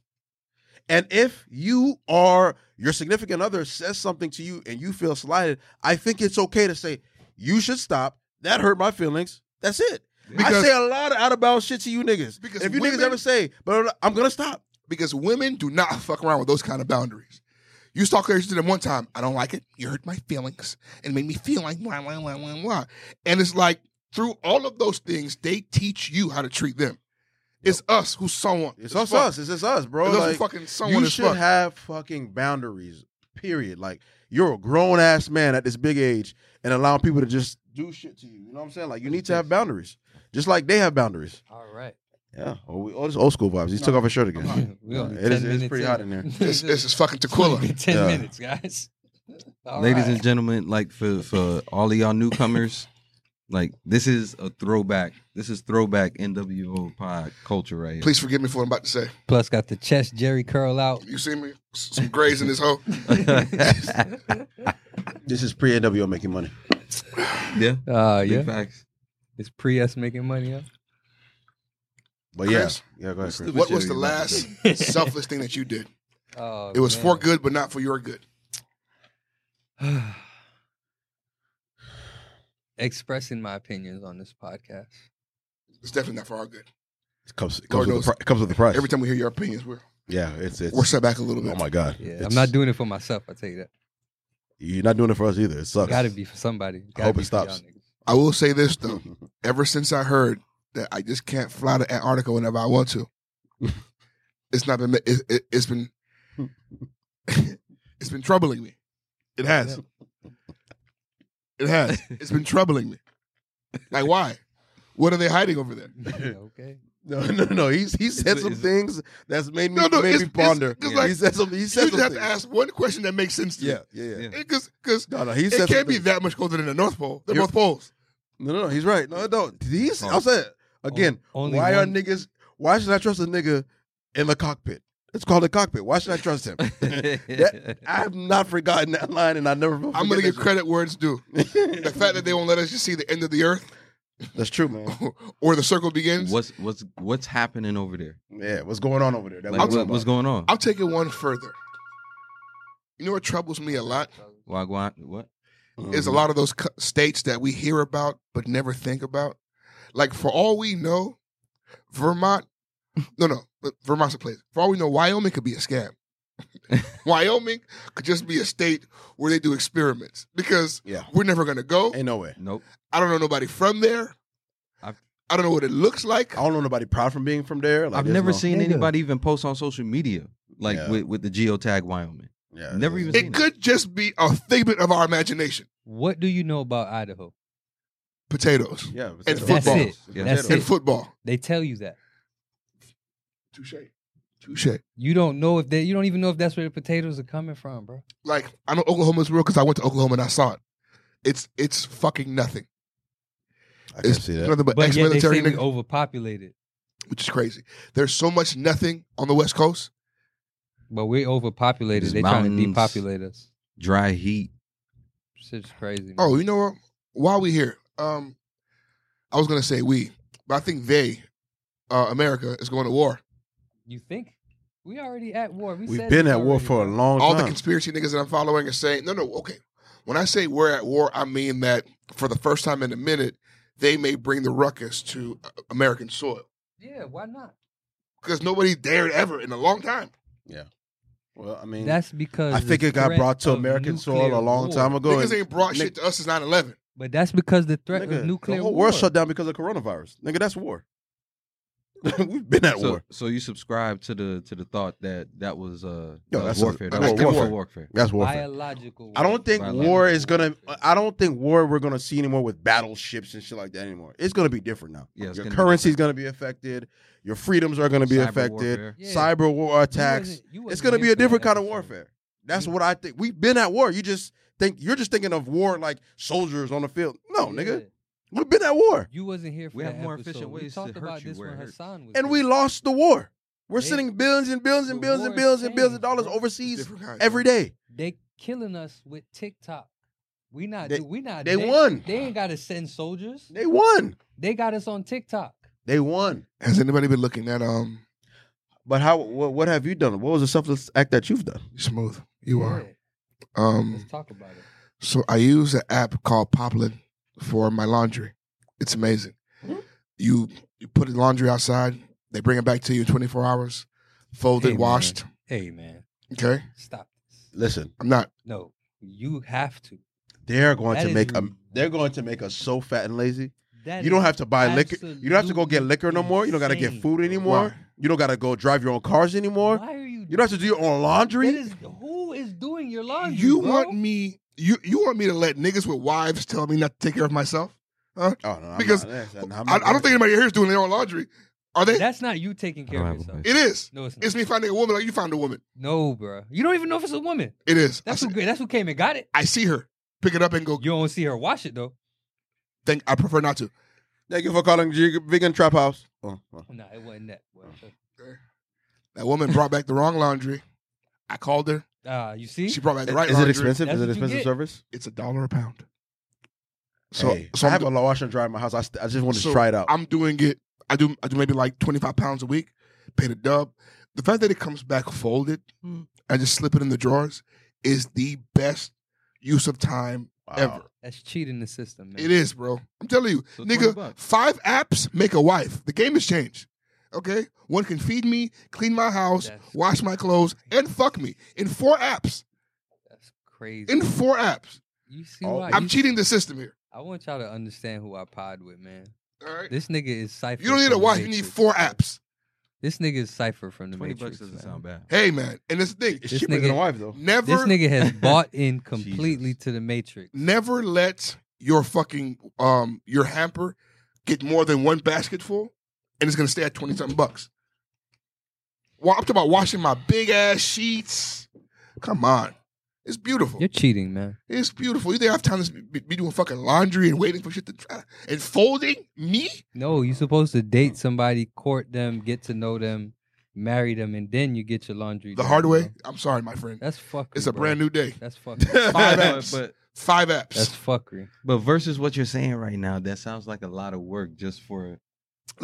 B: And if you or your significant other says something to you and you feel slighted, I think it's okay to say, you should stop. That hurt my feelings. That's it. I
A: Because-
B: say a lot of out of bounds shit to you niggas.
A: Because
B: if you niggas
A: women-
B: ever say, but I'm gonna stop.
A: Because women do not fuck around with those kind of boundaries. You talk crazy to them one time, I don't like it. You hurt my feelings and made me feel like blah, blah, blah, blah, blah. And it's like through all of those things, they teach you how to treat them. It's us who's someone.
B: It's
A: as
B: us,
A: fuck.
B: us. It's just us, bro.
A: It's us
B: Like,
A: who's fucking someone
B: you
A: as
B: should
A: fuck.
B: have fucking boundaries. Period. Like you're a grown ass man at this big age and allowing people to just do shit to you. You know what I'm saying? Like you need to have boundaries, just like they have boundaries.
D: All right.
B: Yeah. Oh, we, oh this old school vibes. He took off his shirt again.
D: We only
B: It is-
D: 10
B: it's
D: minutes
B: pretty hot in there.
A: This, this is fucking
D: only
A: Tequila.
D: been ten
B: Yeah.
D: minutes, guys. All
C: Ladies
D: right.
C: and gentlemen, like for for all of y'all newcomers, like this is a throwback. This is throwback NWO pod culture right here.
A: Please forgive me for what I'm about to say.
D: plus got the chest Jerry curl out.
A: You see me? S- Some grays in this hoe.
B: This is pre NWO making money. Oh,
C: yeah.
D: Uh
C: Big
D: yeah.
C: facts.
D: It's pre us making money, huh?
B: But yeah,
A: Chris,
B: yeah. Go ahead, Chris.
A: What was
C: Jerry
A: the
C: about to
A: last selfless thing that you did?
D: Oh,
A: It was
D: man.
A: for good, but not for your good.
D: Expressing my opinions on this podcast.
A: It's definitely not for our good.
B: It comes, it
A: Lord
B: comes, with
A: knows.
B: the, pri- it comes with the price.
A: Every time we hear your opinions, we're
B: yeah, it's it's.
A: we're set back a little bit.
B: oh my god.
D: Yeah, I'm
B: It's-
D: not doing it for myself. I tell you that.
B: You're not doing it for us either. It sucks.
D: Got to be for somebody. Gotta
B: hope
D: be
B: it
D: for y'all
B: stops.
D: niggas.
A: I will say this though. Ever since I heard that I just can't fly to Antarctica whenever I want to, it's not been. It, it, it's been. It's been troubling me. It has. It has. It's been troubling me. Like why? What are they hiding over there?
D: okay.
B: No, no, no. He's he said
C: it-
B: some
C: is it-
B: things that's made me
A: No, no,
B: made
A: it's-
B: me
A: it's-
B: ponder.
A: 'cause
B: Yeah.
A: like,
B: he said some. He
A: You
B: said
A: just have
B: something.
A: to ask one question that makes sense to
B: Yeah, yeah, yeah.
C: Yeah.
A: Because because
B: No, no. He said
A: it can't
B: some
A: be
B: things.
A: that much colder than the North Pole. They're
B: You're-
A: both poles.
B: No, no, no. He's right. No, no. He's. I said again.
D: only
B: why
D: one-
B: are niggas? Why should I trust a nigga in the cockpit? It's called a cockpit. Why should I trust him? That- I have not forgotten that line, and I never. will
A: I'm gonna
B: forget
A: give credit where it's due.
B: that shit.
A: The fact that they won't let us just see the end of the Earth
B: That's true, man.
A: or the circle begins.
C: what's what's what's happening over there?
B: Yeah, what's going on over there? That
C: Like
B: we
C: what, what's
B: talking
C: going on?
A: I'll take it one further. You know what troubles me a lot
C: Wagwan, what?
B: about.
A: is a
C: Mm-hmm.
A: lot of those cu- states that we hear about but never think about. Like for all we know, Vermont. No, no, but Vermont's a place. For all we know, Wyoming could be a scam. Wyoming could just be a state where they do experiments because
B: Yeah,
A: we're never gonna go.
B: ain't no way.
C: Nope.
A: I don't know nobody from there. I've,
C: I've-
A: I do not know what it looks like.
B: I don't know nobody proud from being from there. Like,
C: I've
B: there's
C: never
B: no-
C: seen
D: Nigga.
C: anybody even post on social media like
B: Yeah.
C: with, with the geotag Wyoming.
B: Yeah,
C: never even
A: It could just be a figment of our imagination.
D: What do you know about Idaho?
A: Potatoes
B: Yeah,
A: And
B: potatoes.
A: football.
D: That's it.
C: Yeah.
D: That's
A: and
D: it.
A: football.
D: They tell you that.
A: Touche. Touche.
D: You don't know if they. You don't even know if that's where the potatoes are coming from, bro.
A: Like I know Oklahoma's real because I went to Oklahoma and I saw it. It's it's fucking nothing.
B: I can
A: It's
B: see that.
A: nothing but,
D: But yet they
A: ex-military
D: say we
A: niggas,
D: overpopulated,
A: which is crazy. There's so much nothing on the West Coast.
D: but we're overpopulated.
C: These
D: They trying to
C: mountains.
D: depopulate us.
C: Dry heat.
D: Shit's crazy.
B: Mm.
D: man.
A: Oh, you know what? While we here, um, I was gonna say we, but I think they, uh, America, is going to war.
D: you think we already at war? We
B: We've
D: said
B: been
D: this
B: at war
D: already,
B: for a
D: bro.
B: long
A: all the
B: time.
A: conspiracy niggas that I'm following are saying, no, no, okay. When I say we're at war, I mean that for the first time in a minute, they may bring the ruckus to uh, American soil
D: Yeah, why not?
A: because nobody dared ever in a long time.
B: well, I mean,
D: That's because
B: I think
D: the
B: it got
D: threat
B: brought to
D: of
B: American soil
D: nuclear
B: a long
D: war.
B: time ago.
A: niggas
B: and-
A: ain't brought
B: Nick-
A: shit to us since 9 11.
D: But that's because the threat
B: Nigga,
D: of nuclear
B: the whole
D: war.
B: world shut down because of coronavirus. Nigga, that's war. We've been at
C: so,
B: war.
C: so you subscribe to the to the thought that that was uh
B: No,
C: that was
B: that's a-
C: warfare. that
A: that's
C: was
A: war-
C: warfare. Warfare.
B: That's warfare.
D: Biological.
B: I don't think
C: Biological
B: war is gonna.
D: warfare.
B: I don't think war we're gonna see anymore with battleships and shit like that anymore. It's gonna be different now.
C: Yeah, it's
B: your
C: gonna be
B: currency's gonna be affected. Your freedoms are gonna be
C: Cyber
B: affected.
C: warfare.
D: Yeah.
B: Cyber war
D: You
B: attacks.
D: wasn't- you
B: It's
D: wasn't
B: gonna be
D: here
B: a
D: for that
B: different kind of
D: episode.
B: warfare. That's what I think. We've been at war. You just think you're just thinking of war like soldiers on the field. No, nigga,
D: Yeah.
B: we've been at war
D: You wasn't here for
C: We
D: that
C: have more
D: episode.
C: efficient
D: We
C: ways
D: talked
C: to hurt
D: about
C: you
D: this
C: where it
D: when
C: hurts.
D: Hassan was
B: and we
D: here.
B: lost the war. We're
D: They-
B: sending billions and billions and
D: The
B: billions and
D: war
B: billions and billions of
D: changed,
B: dollars
D: bro.
B: overseas
A: Different kind.
B: every day.
D: they killing us with TikTok. We not
B: They-
D: do- we not
B: they won.
D: They ain't gotta send soldiers.
B: They won.
D: They got us on TikTok.
B: They won.
A: Has anybody been looking at um
B: But how? What, what have you done? What was the selfless act that you've done?
A: Smooth? You are.
D: Yeah,
A: Um,
D: Let's talk about it.
A: So I use an app called Poplin for my laundry. It's amazing.
D: Mm-hmm.
A: You you put the laundry outside, they bring it back to you in 24 hours, folded,
D: Hey, man.
A: washed.
D: Hey man,
A: Okay,
D: stop this.
B: Listen,
A: I'm not.
D: No, you have to.
B: they're going
D: That
B: to
D: is
B: make a.
D: re-
B: They're going to make us so fat and lazy.
D: That
B: you don't
D: is
B: have to buy liquor. You don't have to go get
D: absolutely
B: liquor no more. You don't got to get
D: insane.
B: food anymore.
A: Why?
B: You don't got to go drive your own cars anymore.
D: Why are you?
B: You don't have to do your own
D: That
B: laundry.
D: is, who is doing your laundry?
A: You
D: bro?
A: want me? You you want me to let niggas with wives tell me not to take care of myself?
B: Oh no! I'm
A: Because
B: not- that's- I'm not
A: I, I don't think
B: doing
A: anybody here is doing their own laundry. Are they?
D: That's not you taking care
C: I
D: of
C: don't have
D: yourself.
C: a
A: it is.
D: No, it's not.
A: It's me finding a woman like you found a woman.
D: no, bro. You don't even know if it's a woman.
A: It is.
D: That's
A: I,
D: who.
A: see,
D: That's who came and got it.
A: I see her. Pick it up and go.
D: You don't see her wash it though.
A: Think I prefer not to.
B: that. Thank you for calling G- Vegan Trap House. Oh, oh.
D: Nah, it wasn't that.
A: Oh.
D: Wasn't
A: That woman brought back the wrong laundry. I called her.
D: that. Ah, you see,
A: She brought back the
B: Is-
A: right
B: is it
A: laundry.
B: expensive?
D: That's
B: Is it
D: what you
B: expensive
D: get.
B: service?
A: It's a dollar a pound.
B: So,
A: So, so
B: I
A: I'm
B: have
A: do-
B: a wash and dry in my house. I, st- I just wanted
A: So
B: to try it out.
A: I'm doing it. I do. I do maybe like 25 pounds a week. Pay the dub. The fact that it comes back folded,
C: Mm.
A: I just slip it in the drawers, is the best use of time
B: Wow.
A: ever.
D: that's cheating the system, man.
A: It is, bro. I'm telling you,
C: So 20
A: nigga.
C: bucks.
A: Five apps make a wife. The game has changed. Okay, one can feed me, clean my house,
D: That's-
A: wash my clothes, and fuck me in four apps.
D: That's crazy.
A: In four apps,
D: you see
B: Oh,
D: why?
A: I'm
D: you-
A: cheating the system here.
D: I want y'all to understand who I pod with, man.
A: All right,
D: This nigga is cipher.
A: you don't need a
D: from the
A: wife. You need
D: Matrix,
A: four
D: bro.
A: apps.
D: This nigga is Cypher from the
C: 20
D: Matrix.
C: bucks doesn't
D: man.
C: sound bad.
A: Hey man, and this thing,
B: It's
D: This
B: cheaper than
D: nigga-
B: a wife though.
A: never,
D: This nigga has bought in completely to the Matrix.
A: never let your fucking um your hamper get more than one basket full, and it's gonna stay at twenty something bucks. Well, I'm talking about washing my big ass sheets. Come on, it's beautiful.
D: You're cheating, man.
A: It's beautiful. You think I have time to be, be doing fucking laundry and waiting for shit to dry and folding me?
D: No, you're supposed to date somebody, court them, get to know them, marry them, and then you get your laundry.
A: The
D: done,
A: hard way.
D: bro.
A: I'm sorry, my friend.
D: That's fuckery.
A: It's a
D: bro.
A: brand new day.
D: That's fuckery.
A: Five
C: But-
A: apps.
C: but
A: Five apps.
D: That's fuckery.
C: but versus what you're saying right now, that sounds like a lot of work just for one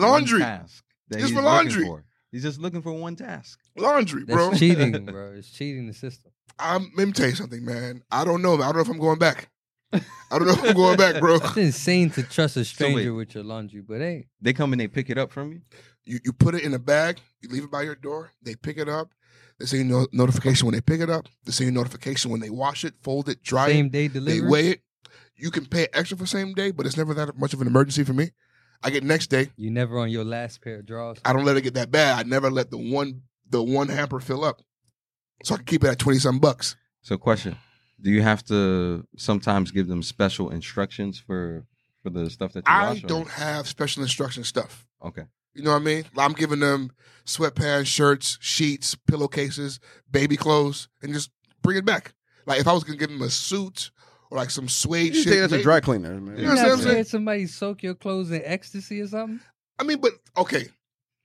A: laundry,
C: task that
A: Just
C: he's
A: for
C: looking
A: laundry.
C: for. He's just looking for one task.
A: laundry,
D: That's
A: bro.
D: cheating, bro. It's cheating the system.
A: I'm, let me tell you something, man. I don't know. I don't know if I'm going back. I don't know if I'm going back, bro.
D: It's insane to trust a
C: So wait.
D: stranger with your laundry, but hey,
C: They come and they pick it up from you.
A: You you put it in a bag. You leave it by your door. They pick it up. They send you no, notification when they pick it up. They send you notification when they wash it, fold it, dry it.
D: same day
A: They
D: delivery.
A: weigh it. You can pay extra for same day, but it's never that much of an emergency for me. I get next day.
D: You never on your last pair of drawers.
A: I don't let it get that bad. I never let the one the one hamper fill up, so I can keep it at twenty some bucks.
C: So, question: Do you have to sometimes give them special instructions for for the stuff that you
A: I
C: wash? or-
A: don't have special instruction stuff.
C: Okay.
A: You know what I mean? I'm giving them sweatpants, shirts, sheets, pillowcases, baby clothes, and just bring it back. Like if I was gonna give them a suit or like some suede
B: You
A: shit,
B: take that to
A: maybe-
B: dry cleaner, man.
A: You
D: You
A: know what I'm
D: not
A: saying?
D: scared somebody soak your clothes in ecstasy or something?
A: I mean, but okay,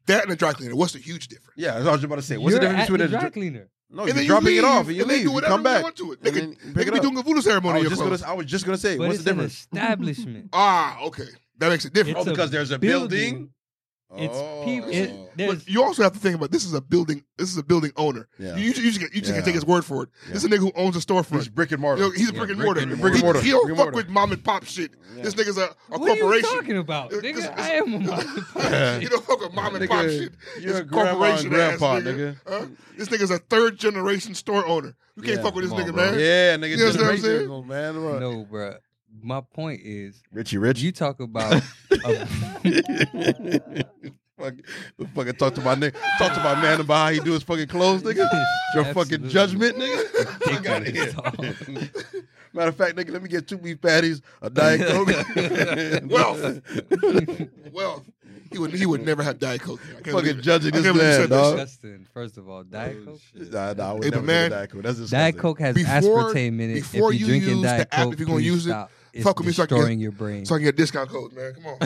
A: that and a dry cleaner. What's the huge difference?
B: Yeah, that's what I was about to say. What's
D: You're
B: the difference
D: at
B: between
D: the
B: a
D: dry
B: dry
D: cleaner?
B: No, Oh, you're dropping
A: they
B: it off and
A: leave,
B: you
A: they
B: leave.
A: do
B: You
A: whatever
B: come
A: they
B: back.
A: want to it. They
B: and
A: could-
B: then you
A: They
B: pick
A: could
B: it
A: be
B: up.
A: doing a voodoo ceremony. in
B: I was
A: your
B: just gonna.
A: clothes.
B: I was just gonna say.
D: But
B: What's
D: it's
B: the
D: an
B: difference?
D: establishment.
A: Ah, okay, that makes it different.
B: Oh,
D: It's a
B: because there's a
D: building.
B: building.
D: It's
B: oh.
D: people.
A: it-
D: there's
A: But you also have to think about this is a building. This is a building owner.
B: yeah.
A: You, you just, you just
B: Yeah.
A: can take his word for it. This is a nigga who owns a
B: He's
A: storefront.
B: brick and
A: You
B: mortar.
A: know, he's a
B: Yeah,
A: brick and mortar.
B: Brick and mortar.
A: He, he don't
B: Brick and
A: fuck
B: mortar.
A: with mom and pop shit.
B: Yeah.
A: This nigga's a, a
D: what are you
A: corporation.
D: talking about,
A: This-
D: nigga?
A: this-
D: I am a motherfucker.
A: you don't fuck with mom and pop
B: Nigga,
A: shit.
B: You're
A: This
B: a grandma and
A: corporation ass
B: grandpa,
A: nigga.
B: nigga.
A: Huh? This nigga's a third generation store owner. You can't
B: Yeah,
A: fuck with this
C: come on,
A: nigga,
C: bro.
A: man.
B: Yeah, nigga.
A: You know what I'm saying?
B: generational, man. What?
D: no, bro. My point is,
B: Richie Rich.
D: you talk about
B: Fuck, fucking talk to my nigga. Talk to my man about how he do his fucking clothes, nigga. Your fucking
D: Absolutely.
B: judgment, nigga. Fuck outta here. Matter of fact, nigga, let me get two beef patties, a diet coke.
A: Wealth. Well, he would he would never have Diet Coke. I can't believe
B: fucking
A: it.
B: judging
A: I
B: this
A: can't believe you
B: man,
A: said that
B: dog.
D: disgusting. First of all, Diet Coke.
B: Nah, nah, I would
A: Hey, but
B: never
A: man,
B: man, Diet Coke. That's disgusting.
D: Diet Coke has
A: Before-
D: aspartame in it.
A: before
D: if
A: you
D: you're drinking
A: use the
D: Diet
A: app,
D: Coke,
A: if you're gonna
D: please
A: use it,
D: stop. It's
A: fuck with me so I can get-
D: destroying your brain.
A: So I can get discount codes, man. Come on.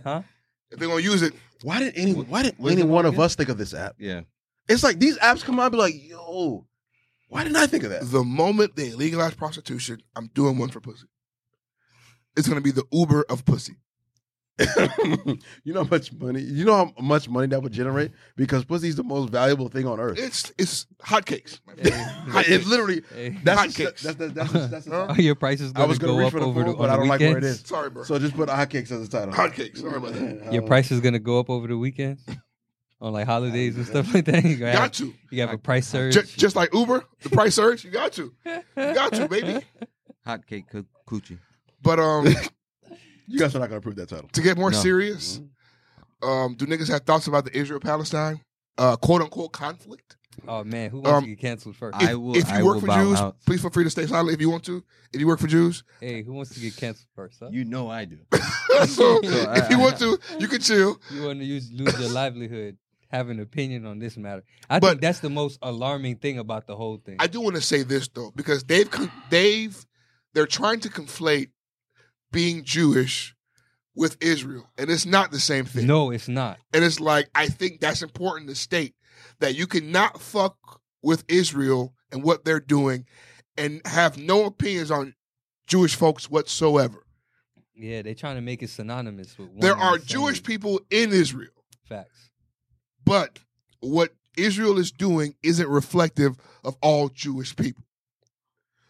D: Huh?
A: if they're gonna use it,
B: Why did any why did
C: Where's
B: any
C: the
B: one of
C: market?
B: us think of this app?
C: Yeah.
B: It's like these apps come out and be like, yo, why didn't I think of that?
A: the moment they legalize prostitution, I'm doing one for pussy. It's gonna be the Uber of pussy.
B: you know how much money you know how much money that would generate? Because pussy's the most valuable thing on earth.
A: It's it's hotcakes.
B: I- It's literally
D: Hey.
B: that's
A: Hotcakes.
B: that's that's that's, that's, that's, the
D: Oh,
B: title.
D: your price is
B: I
D: going
B: was
D: to
B: gonna
D: go
B: reach
D: up
B: for the
D: over the
B: phone,
D: over
B: but I
D: the
B: don't like where it
D: weekends?
B: is.
A: Sorry, bro.
B: So just put hotcakes as a title.
A: Hotcakes. Sorry about that.
D: Your price is gonna go up over the weekend on like holidays and stuff like that. You gonna have,
A: Got you.
D: you have a price surge.
A: Just, just like Uber, the price surge. You got you. You got you, baby.
C: Hot cake coo- coochie.
A: But um,
B: You guys are not gonna approve that title.
A: to get more
C: No.
A: serious, um, do niggas have thoughts about the Israel Palestine uh, quote unquote conflict?
D: Oh man, who wants
A: Um,
D: to get canceled first?
C: I will.
A: if you
C: I
A: work
C: will
A: for
C: bow
A: Jews,
C: out.
A: please feel free to stay silent if you want to. If you work for Jews,
D: hey, who wants to get canceled first? Huh? You,
C: You know I do.
A: so
C: I-
A: if you want to, you can chill.
D: want to use, lose your livelihood? Have an opinion on this matter. I
A: But-
D: think that's the most alarming thing about the whole thing.
A: I do want to say this though, because they've con- they've they're trying to conflate being Jewish with Israel, and it's not the same thing.
D: no, it's not.
A: And it's like I think that's important to state that you cannot fuck with Israel and what they're doing, and have no opinions on Jewish folks whatsoever.
D: Yeah, they're trying to make it synonymous with. One
A: there
D: and
A: are
D: the same
A: Jewish people in Israel.
D: Facts.
A: But what Israel is doing isn't reflective of all Jewish people.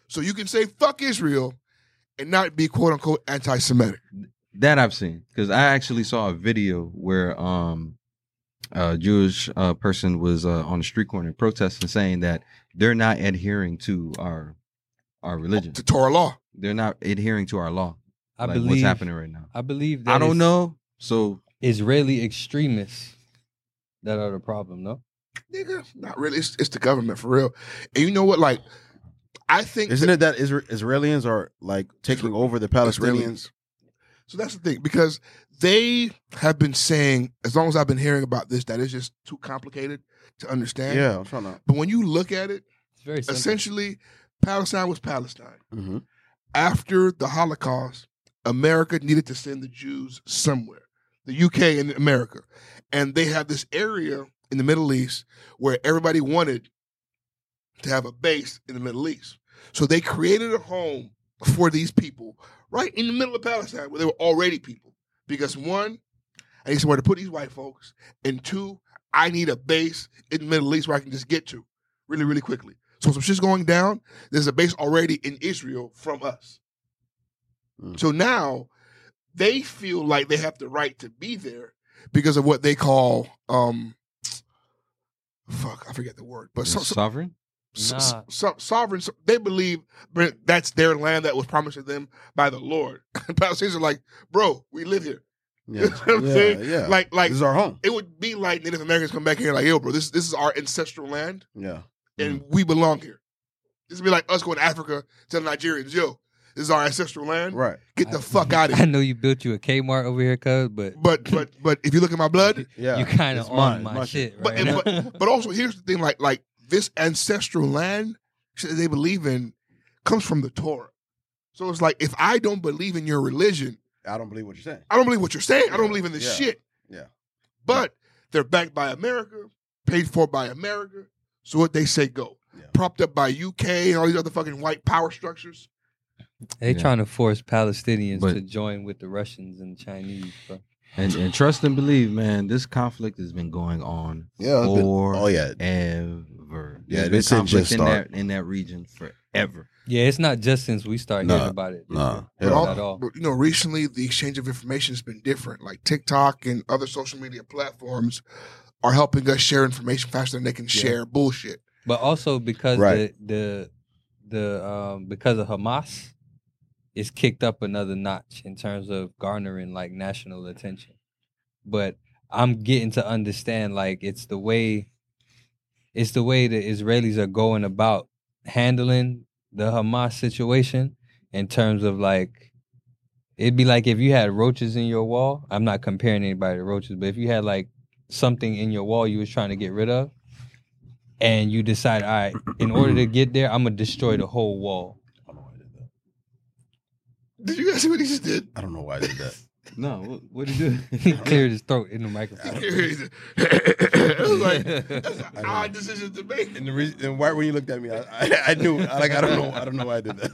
A: So you can say fuck Israel and not be quote unquote anti Semitic.
C: That I've seen because I actually saw a video where um a Jewish uh, person was uh, on the street corner protesting, saying that they're not adhering to our our religion.
A: To Torah law.
C: They're not adhering to our law.
D: I
C: like
D: believe.
C: what's happening right now.
D: I believe. That
C: I don't
D: it's
C: know. So
D: Israeli extremists that are the problem, no?
A: Nigga, not really. It's, it's the government for real. And you know what? Like, I think
B: Isn't it that Isra- Israelis are like taking over the Palestinians?
A: Palestinians. So that's the thing because they have been saying, as long as I've been hearing about this, that it's just too complicated to understand.
B: Yeah, I'm trying to.
A: But when you look at it,
D: It's very simple.
A: essentially, Palestine was Palestine.
B: hmm
A: after the Holocaust, America needed to send the Jews somewhere, the UK and America. And they had this area in the Middle East where everybody wanted to have a base in the Middle East. So they created a home for these people right in the middle of Palestine where they were already people. Because one, I need somewhere to put these white folks, and two, I need a base in the Middle East where I can just get to really, really quickly. So some shit's going down there's a base already in Israel from us.
B: Mm.
A: So now they feel like they have the right to be there because of what they call um fuck, I forget the word, but so, so,
C: sovereign.
A: so-
D: Nah.
A: so- sovereign so- they believe that's their land that was promised to them by the Lord. And Palestinians are like, "Bro, we live here."
B: Yeah,
A: You know what I'm
B: yeah,
A: saying?
B: yeah.
A: Like like
B: this is our home.
A: it would be like Native Americans come back here like, "Yo, bro, this this is our ancestral land."
B: Yeah, Mm.
A: and we belong here. This would be like us going to Africa telling Nigerians, yo, this is our ancestral land.
B: right.
A: Get the fuck out of
D: I
A: here.
D: know you built you a Kmart over here, cuz, but
A: But but but if you look at my blood,
B: Yeah,
D: you kind
B: It's
D: of
B: mine,
D: on my,
B: my shit.
D: shit.
A: But-
D: right
A: and-
D: now.
A: but also here's the thing, like like this ancestral land shit that they believe in comes from the Torah. So it's like if I don't believe in your religion,
B: I don't believe what you're saying.
A: I don't believe what you're saying. I don't believe in this
B: Yeah.
A: shit.
B: Yeah.
A: But they're backed by America, paid for by America. So what they say go.
B: Yeah.
A: Propped up by UK and all these other fucking white power structures.
D: they
C: Yeah.
D: trying to force Palestinians
C: But-
D: to join with the Russians and Chinese, bro.
C: And, and trust and believe, man. This conflict has been going on
B: Yeah, it's been-
C: forever.
B: oh yeah, Yeah,
C: There's been
B: this didn't just
C: conflict in
B: start.
C: that in that region forever.
D: Yeah, it's not just since we started
B: Nah,
D: hearing about it.
B: nah.
A: But,
B: Yeah.
A: all,
D: Not at all.
A: but, you know, recently the exchange of information has been different. Like TikTok and other social media platforms are helping us share information faster than they can
D: Yeah.
A: share bullshit.
D: But also because
B: Right.
D: the the the um because of Hamas it's kicked up another notch in terms of garnering like national attention. But I'm getting to understand like it's the way it's the way the Israelis are going about handling the Hamas situation in terms of like it'd be like if you had roaches in your wall. I'm not comparing anybody to roaches, but if you had like something in your wall you was trying to get rid of and you decide, all right, in order to get there, I'm gonna destroy the whole wall.
B: I don't know why I did that.
A: Did you guys see what he just did?
B: I don't know why I did that.
C: No, what, what do you
D: He
C: do?
D: cleared his throat in the
A: I
D: microphone.
A: was like, that's an odd decision to make.
B: and the reason, and why when you looked at me, I, I, I knew. I, like I don't know. I don't know why I did that.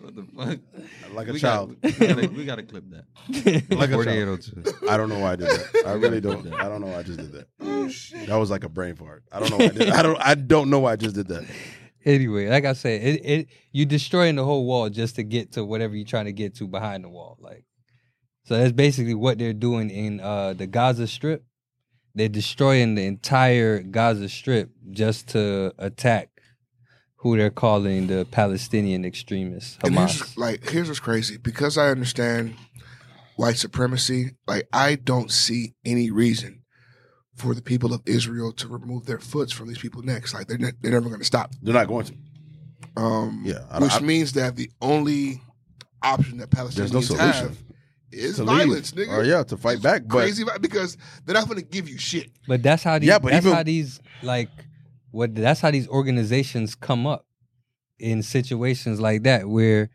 C: what the fuck?
B: Like a
C: We
B: child.
C: gotta- we, gotta, we gotta clip that.
B: Like a child.
C: 4802.
B: I don't know why I did that. I really don't. I don't know. Why I just did that.
A: Oh,
B: That was like a brain fart. I don't know. Why I, did, I don't. I don't know why I just did that.
D: anyway, like I said, it, it you destroying the whole wall just to get to whatever you're trying to get to behind the wall. Like, so that's basically what they're doing in uh, the Gaza Strip. They're destroying the entire Gaza Strip just to attack who they're calling the Palestinian extremists,
A: And here's,
D: Hamas.
A: like, here's what's crazy. Because I understand white supremacy, like, I don't see any reason for the people of Israel to remove their foots from these people next. Like, they're, ne- they're never going to stop.
B: They're not going to.
A: Um,
B: Yeah, I-
A: which
B: I-
A: means that the only option that Palestinians
B: There's no
A: have
B: solution.
A: is
B: To leave.
A: violence, nigga.
B: Or Oh, yeah, to fight back. But
A: Crazy vi- because they're not going to give you shit.
D: But that's how these.
B: Yeah, but
D: that's
B: even-
D: how these like what. That's how these organizations come up in situations like that where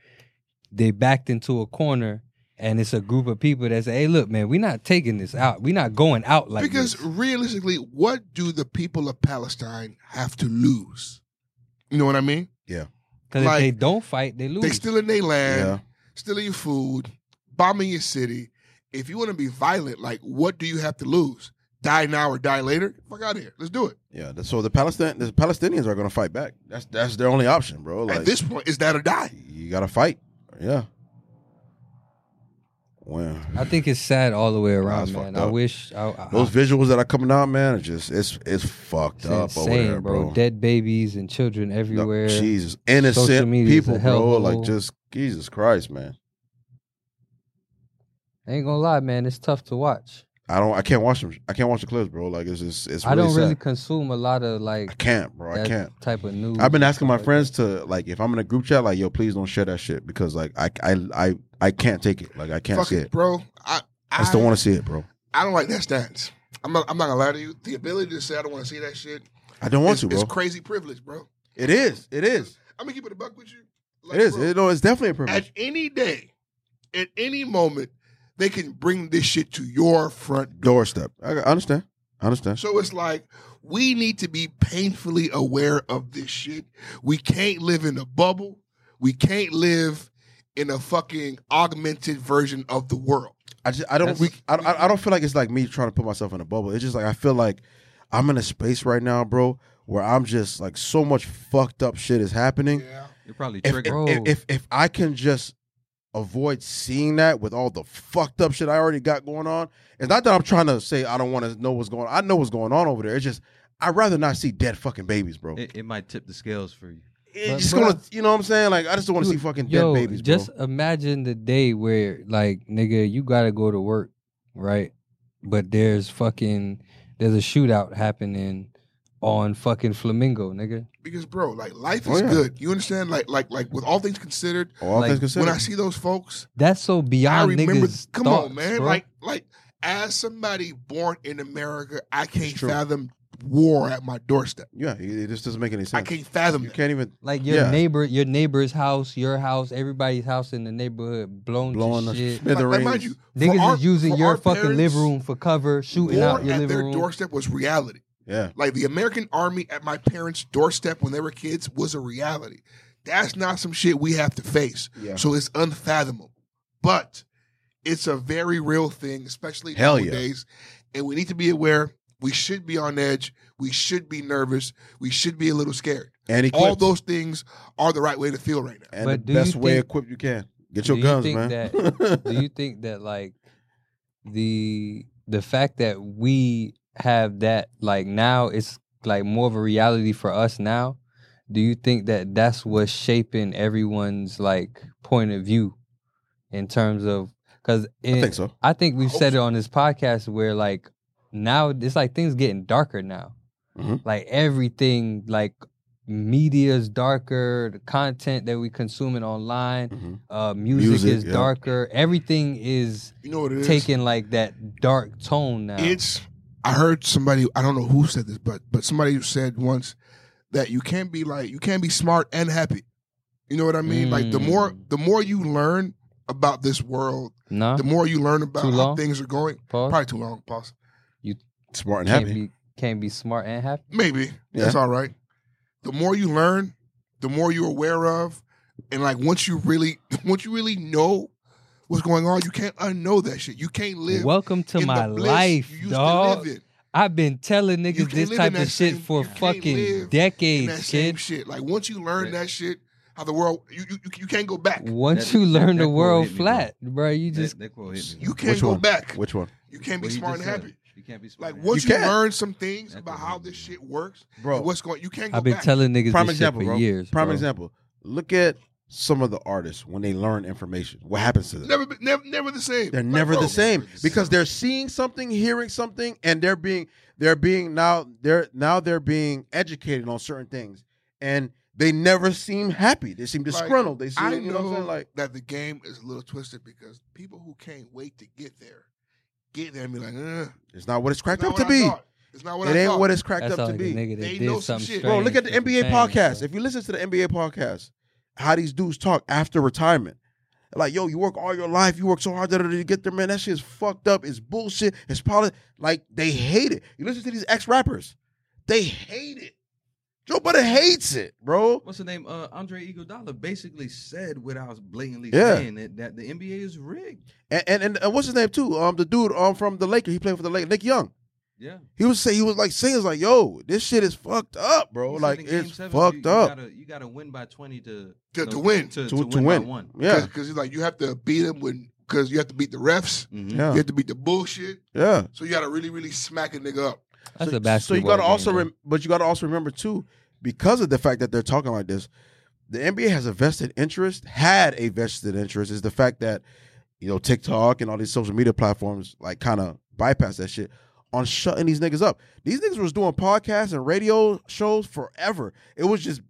D: they backed into a corner and it's a group of people that say, "Hey, look, man, we're not taking this out. We're not going out like
A: because
D: this."
A: realistically, what do the people of Palestine have to lose? You know what I mean?
D: Because
A: like,
D: if they don't fight, they lose.
A: They still in their land,
B: yeah,
A: stealing your food, bombing your city. If you want to be violent, like what do you have to lose? Die now or die later? Fuck out of here. Let's do it.
B: yeah. So the Palestine, the Palestinians are going to fight back. That's that's their only option, bro. Like
A: At this point, it's that or die.
B: you got to fight. Yeah. Well,
D: I think it's sad all the way
B: it's
D: around,
B: fucked
D: man. I
B: up.
D: wish I, I,
B: those visuals that are coming out, man, are just it's it's fucked
D: it's
B: up over
D: insane,
B: there,
D: bro.
B: bro.
D: Dead babies and children
B: No,
D: everywhere.
B: Jesus,
D: Social
B: innocent
D: media is a
B: people, bro.
D: hellhole.
B: Like just Jesus Christ, man.
D: I ain't gonna lie, man. It's tough to watch.
B: I don't. I can't watch them. I can't watch the clips, bro. Like it's just, it's
D: I
B: really
D: don't
B: sad.
D: really consume a lot of like
B: I can't, bro. I
D: that
B: can't.
D: type of news.
B: I've been asking my friends to like if I'm in a group chat, like yo, please don't share that shit because like I I I, I can't take it. Like I can't
A: Fuck
B: see
A: it,
B: it.
A: bro. I I,
B: I just don't want to see it, bro.
A: I don't like that stance. I'm not, I'm not gonna lie to you. The ability to say I don't want to see that shit
B: I don't want
A: is,
B: to, bro.
A: is crazy privilege, bro.
B: it is. It is.
A: I'm gonna keep it a buck with you. Like,
B: It is.
A: bro,
B: It, no, it's definitely a
A: at
B: privilege.
A: any day, at any moment, they can bring this shit to your front.
B: Doorstep. I I understand. I understand.
A: So it's like we need to be painfully aware of this shit. We can't live in a bubble. We can't live in a fucking augmented version of the world.
B: I just I don't
D: That's-
B: we, I, I I don't feel like it's like me trying to put myself in a bubble. It's just like I feel like I'm in a space right now, bro, where I'm just like so much fucked up shit is happening.
A: Yeah.
C: You're probably
B: If, if,
C: triggered.
D: Bro.
B: if if if I can just avoid seeing that with all the fucked up shit I already got going on, it's not that I'm trying to say I don't want to know what's going. on. I know what's going on over there. It's just I'd rather not see dead fucking babies, bro.
C: It, it might tip the scales for you.
D: but-
B: it's just
D: but
B: gonna,
D: I-
B: you know what I'm saying? Like I just don't want to
D: Dude,
B: see fucking
D: Yo,
B: dead babies, bro.
D: just imagine the day where like nigga, you gotta go to work, right? But there's fucking there's a shootout happening on fucking Flamingo, nigga.
A: Because bro, like life
B: Oh,
A: is
B: yeah.
A: good. You understand? Like like like with all things considered,
B: all
D: like,
B: things considered,
A: when I see those folks,
D: That's so
A: I
D: beyond
A: remember
D: niggas.
A: come
D: thoughts,
A: on, man.
D: bro.
A: Like like as somebody born in America, I can't
B: It's true.
A: fathom war at my doorstep.
B: yeah, it, it just doesn't make any sense.
A: I can't fathom
B: you
A: that.
B: can't even
D: Like your
B: Yeah.
D: neighbor, your neighbor's house, your house, everybody's house in the neighborhood blown
B: blowing
D: to
B: the
D: shit.
A: Like,
B: smithereens.
A: like, mind you, for
D: Niggas
A: our-
D: is using
A: for
D: your
A: our
D: fucking
A: parents,
D: living room for cover, shooting
A: war
D: out your
A: at
D: living
A: their
D: room.
A: doorstep was reality.
B: yeah.
A: Like the American Army at my parents' doorstep when they were kids was a reality. That's not some shit we have to face.
B: Yeah.
A: So it's unfathomable. But it's a very real thing, especially
B: Hell yeah.
A: nowadays. And we need to be aware. We should be on edge. We should be nervous. We should be a little scared.
B: And equipped.
A: All those things are the right way to feel right now.
B: and
D: But
B: the
D: do you
B: best way
D: think-
B: equipped you can. Get your
D: do you
B: guns,
D: think
B: man.
D: that- do you think that like the the fact that we have that like now it's like more of a reality for us now do you think that that's what's shaping everyone's like point of view in terms of because
B: I think so.
D: I think we've
A: Hope
D: said it on this podcast where like now it's like things getting darker now.
B: Mhm.
D: Like everything, like media's darker, the content that we consuming online,
B: Mhm.
D: uh, music,
B: Music,
D: is
B: yeah.
D: darker. Everything is
A: You know what it is?
D: taking like that dark tone now.
A: It's I heard somebody I don't know who said this, but but somebody said once that you can't be like you can't be smart and happy. You know what I mean? Like the more
D: Mm.
A: the more you learn about this world,
D: nah,
A: the more you learn about
D: Too
A: how
D: long?
A: things are going.
D: pause.
A: Probably too long, pause.
B: Smart and
D: can't
B: happy.
D: be can't be smart and happy.
A: Maybe.
B: Yeah.
A: That's all right. The more you learn, the more you're aware of, and like once you really once you really know what's going on, you can't unknow that shit. You can't live
D: Welcome to
A: in
D: my
A: the bliss
D: life,
A: you used to
D: dog.
A: live in.
D: I've been telling
A: You
D: niggas
A: can't
D: this
A: live in
D: type
A: that
D: of shit
A: same-
D: for
A: you can't live in
D: fucking
A: in that
D: decades,
A: same
D: kid.
A: shit. Like once you learn
C: Right.
A: that shit, how the world you you, you can't go back.
D: Once
C: That-
D: you learn
C: that
D: the
C: quote
D: world
C: hit me, bro.
D: flat, bro, you
C: That-
D: just
C: that quote hit me.
A: You
B: Which
A: can't go
B: one?
A: back.
B: Which one,
A: You can't be
C: What he
A: smart and
C: just said.
A: happy.
C: You can't be smart.
A: Like
C: and
A: once
B: You
A: you,
B: can't.
A: learn some things
C: That
A: about
C: quote
A: how
C: hit me,
A: this
C: bro.
A: shit works,
B: bro?
A: and what's going, you can't go
D: I've been
A: back.
D: telling niggas
B: prime
D: this
B: example,
D: shit for
B: bro.
D: years.
B: prime
D: bro.
B: example. Look at some of the artists when they learn information. What happens to them?
A: never, been- never, never the same.
B: They're
A: Like,
B: never
A: bro,
B: the same because they're seeing something, hearing something, and they're being they're being now they're now they're being educated on certain things, and they never seem happy. They seem disgruntled. they seem
A: I
B: you know what I'm
A: know
B: saying? like
A: that the game is a little twisted because people who can't wait to get there get there and be like, uh,
B: it's not what it's
A: it's
B: cracked
A: not
B: up
A: what
B: to
A: I
B: be.
A: thought. It's not what
B: It
A: I
B: ain't
A: thought.
B: what it's cracked
D: That's
B: up
D: all
B: to
D: like
B: be.
D: a nigga that
A: They
D: did
A: know some
D: something
A: shit.
B: Bro,
A: Bro,
B: look at the
D: strange,
B: NBA
D: that's the
B: podcast.
D: thing,
B: If you listen to the NBA podcast, how these dudes talk after retirement. Like, yo, you work all your life, you work so hard da, da, da, to get there, man. That shit's fucked up. It's bullshit. It's politics. Like, they hate it. You listen to these ex rappers, they hate it. Joe Budden hates it, bro.
C: What's the name? Uh, Andre Iguodala basically said without blatantly
B: Yeah.
C: saying that, that the NBA is rigged.
B: And, and and and what's his name too? Um, the dude um from the Lakers, he played for the Lakers, Nick Young.
C: Yeah,
B: He was say he was like saying, it's like, yo, this shit is fucked up, bro.
C: He said
B: Like
C: in Game
B: it's
C: Seven,
B: fucked
C: you,
B: up.
C: You gotta, you gotta win by twenty to
A: To-
C: no,
A: to win.
C: to,
B: to,
C: to win, by one.
B: yeah,
A: because it's like you have to beat them when because you have to beat the refs,
C: Mhm.
A: you
B: yeah,
A: have to beat the bullshit,
B: yeah.
A: so you got to really, really smack a nigga up.
D: That's
B: so,
D: a basketball.
B: So you got to
D: game,
B: also,
D: bro.
B: rem- but you got to also remember too, because of the fact that they're talking like this, the NBA has a vested interest. Had a vested interest is the fact that you know TikTok and all these social media platforms like kind of bypass that shit on shutting these niggas up. These niggas was doing podcasts and radio shows forever. It was just,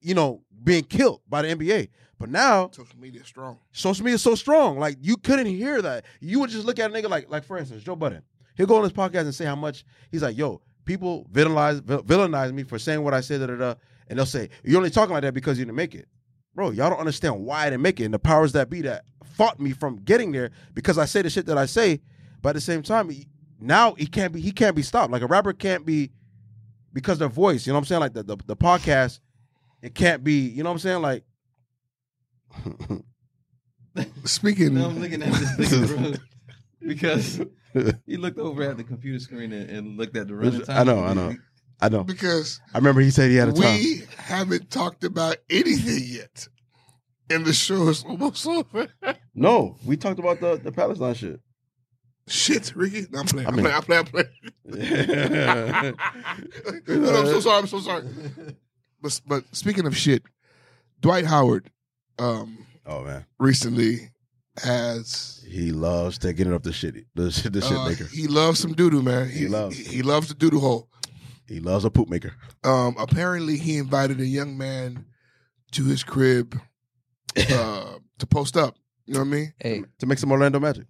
B: you know, being killed by the NBA. But now
A: Social media is strong.
B: social media is so strong. Like you couldn't hear that. You would just look at a nigga like, like for instance, Joe Budden. He'll go on his podcast and say how much he's like, yo, people villainize vil- villainize me for saying what I said, da, da, da. and they'll say you're only talking like that because you didn't make it, bro. Y'all don't understand why I didn't make it, and the powers that be that fought me from getting there because I say the shit that I say. But at the same time, he- now he can't be he can't be stopped. Like a rapper can't be because their voice, you know what I'm saying? Like the the, the podcast, it can't be, you know what I'm saying? Like
A: Speaking,
C: No, I'm looking at this nigga, bro. Because he looked over at the computer screen and, and looked at the running time.
B: I know, I know, I know.
A: because
B: I remember he said he had a time.
A: we haven't talked about anything yet, and the show is almost over.
B: No, we talked about the, the Palestine shit.
A: Shit, Ricky, no, I'm playing.
B: I
A: I
B: mean-
A: am playing. I'm playing. I'm playing. No, I'm so sorry. I'm so sorry. But but speaking of shit, Dwight Howard, um,
B: oh man,
A: recently has
B: he loves taking it up the shit the shit the shit
A: uh,
B: maker.
A: he loves some doo doo, man.
B: He loves
A: he, he loves the doo doo hole.
B: He loves a poop maker.
A: um, apparently he invited a young man to his crib uh, to post up. You know what I mean?
D: Hey,
B: To make some Orlando magic.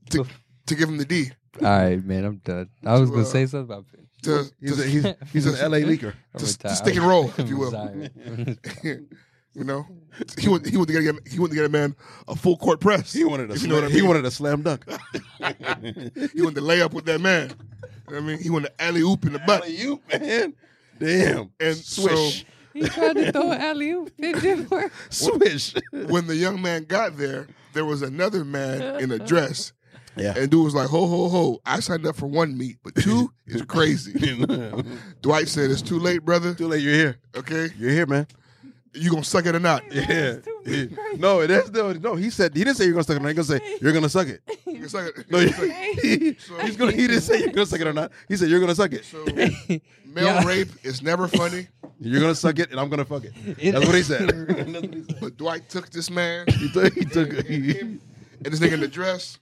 A: To give him the D.
D: all right, man, I'm done. I was
A: To,
D: gonna
A: uh,
D: say something about Pitch.
A: To,
B: He's,
A: to-
B: a, he's, he's an LA leaker.
D: I'm
A: to- to
D: retired.
A: stick and roll, if you will.
D: I'm retired.
A: you know, he went. He went to get. He went to get a man a full court press.
B: He wanted a
A: If you
B: slam,
A: know what I
B: he
A: mean.
B: wanted a slam dunk.
A: He went to lay up with that man. You know what I mean, he went to alley oop in the butt.
B: you man, damn
A: And
B: swish
D: he tried to throw an alley oop. It didn't work.
B: swish.
A: When the young man got there, there was another man in a dress.
B: Yeah.
A: And dude was like, ho, ho, ho. I signed up for one meet, but two is crazy.
B: uh,
A: Dwight said, it's too late, brother.
B: Too late. You're here.
A: Okay.
B: You're here, man.
A: You gonna suck it or not?
B: Yeah.
D: too
B: Yeah.
D: crazy.
B: No, it is. No, no. He said he didn't say you're gonna suck it. Or not. He gonna say you're gonna suck it.
A: You can suck it.
B: No,
A: You
B: he,
A: can suck it.
B: he- he's gonna, he didn't say you're gonna suck it or not. He said you're gonna suck it.
A: So
D: it
A: male
D: Yeah.
A: rape is never funny,
B: You're gonna suck it, and I'm gonna fuck it.
D: It-
B: That's what he said. That's what he said.
A: but Dwight took this man
B: He took. He took he,
A: and this nigga in the dress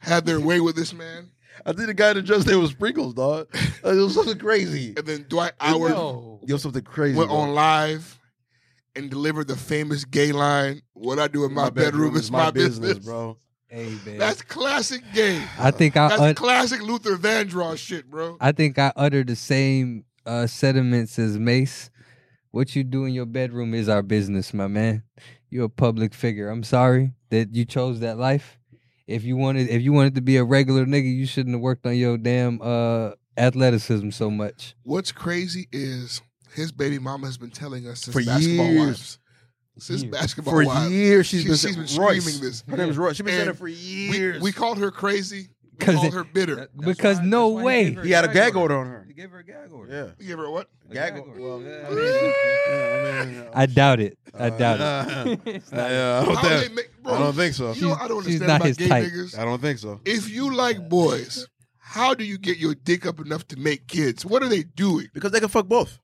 A: had their way with this man,
B: I think the guy that dressed there was sprinkles, dog. It was something crazy.
A: and then Dwight Howard
D: No.
B: Yo, something crazy.
A: went
B: bro.
A: on live and delivered the famous gay line, "What I do in my, bedroom, is my business."
B: bro.
D: Hey, man.
A: That's classic gay.
D: I think I
A: That's
D: un-
A: classic Luther Vandross shit, bro.
D: I think I utter the same uh, sentiments as Mace. What you do in your bedroom is our business, my man. You're a public figure. I'm sorry that you chose that life. If you wanted, if you wanted to be a regular nigga, you shouldn't have worked on your damn uh, athleticism so much.
A: What's crazy is his baby mama has been telling us since
B: For
A: basketball
B: years.
A: wives. Since
D: Years.
A: basketball
B: For
A: wives.
B: years, she's
A: She-
B: been,
A: she's been
B: Royce.
A: screaming this.
B: Her name is Royce. She's been saying
A: And
B: it for
A: We,
B: years.
A: we called her crazy. We
D: 'Cause
A: called
D: it-
A: her bitter.
D: Because no way.
B: he had a gag order on her.
C: He gave her a gag order.
B: Yeah.
A: you give her a what?
C: A
B: Gag
C: gag
B: order.
C: order.
B: Well,
C: Yeah,
B: yeah,
C: I mean,
B: I mean,
D: I doubt it. I
B: uh,
D: doubt
B: uh,
D: it. It's
B: uh,
D: not-
B: yeah, I don't
A: How they
B: think-
A: make- bro,
B: I don't think so.
A: You know what I don't
D: She's- she's
A: understand
D: not
A: about
D: his
A: gay
D: type.
A: niggas.
B: I don't think so.
A: If you like boys, how do you get your dick up enough to make kids? What are they doing?
B: Because they can fuck both.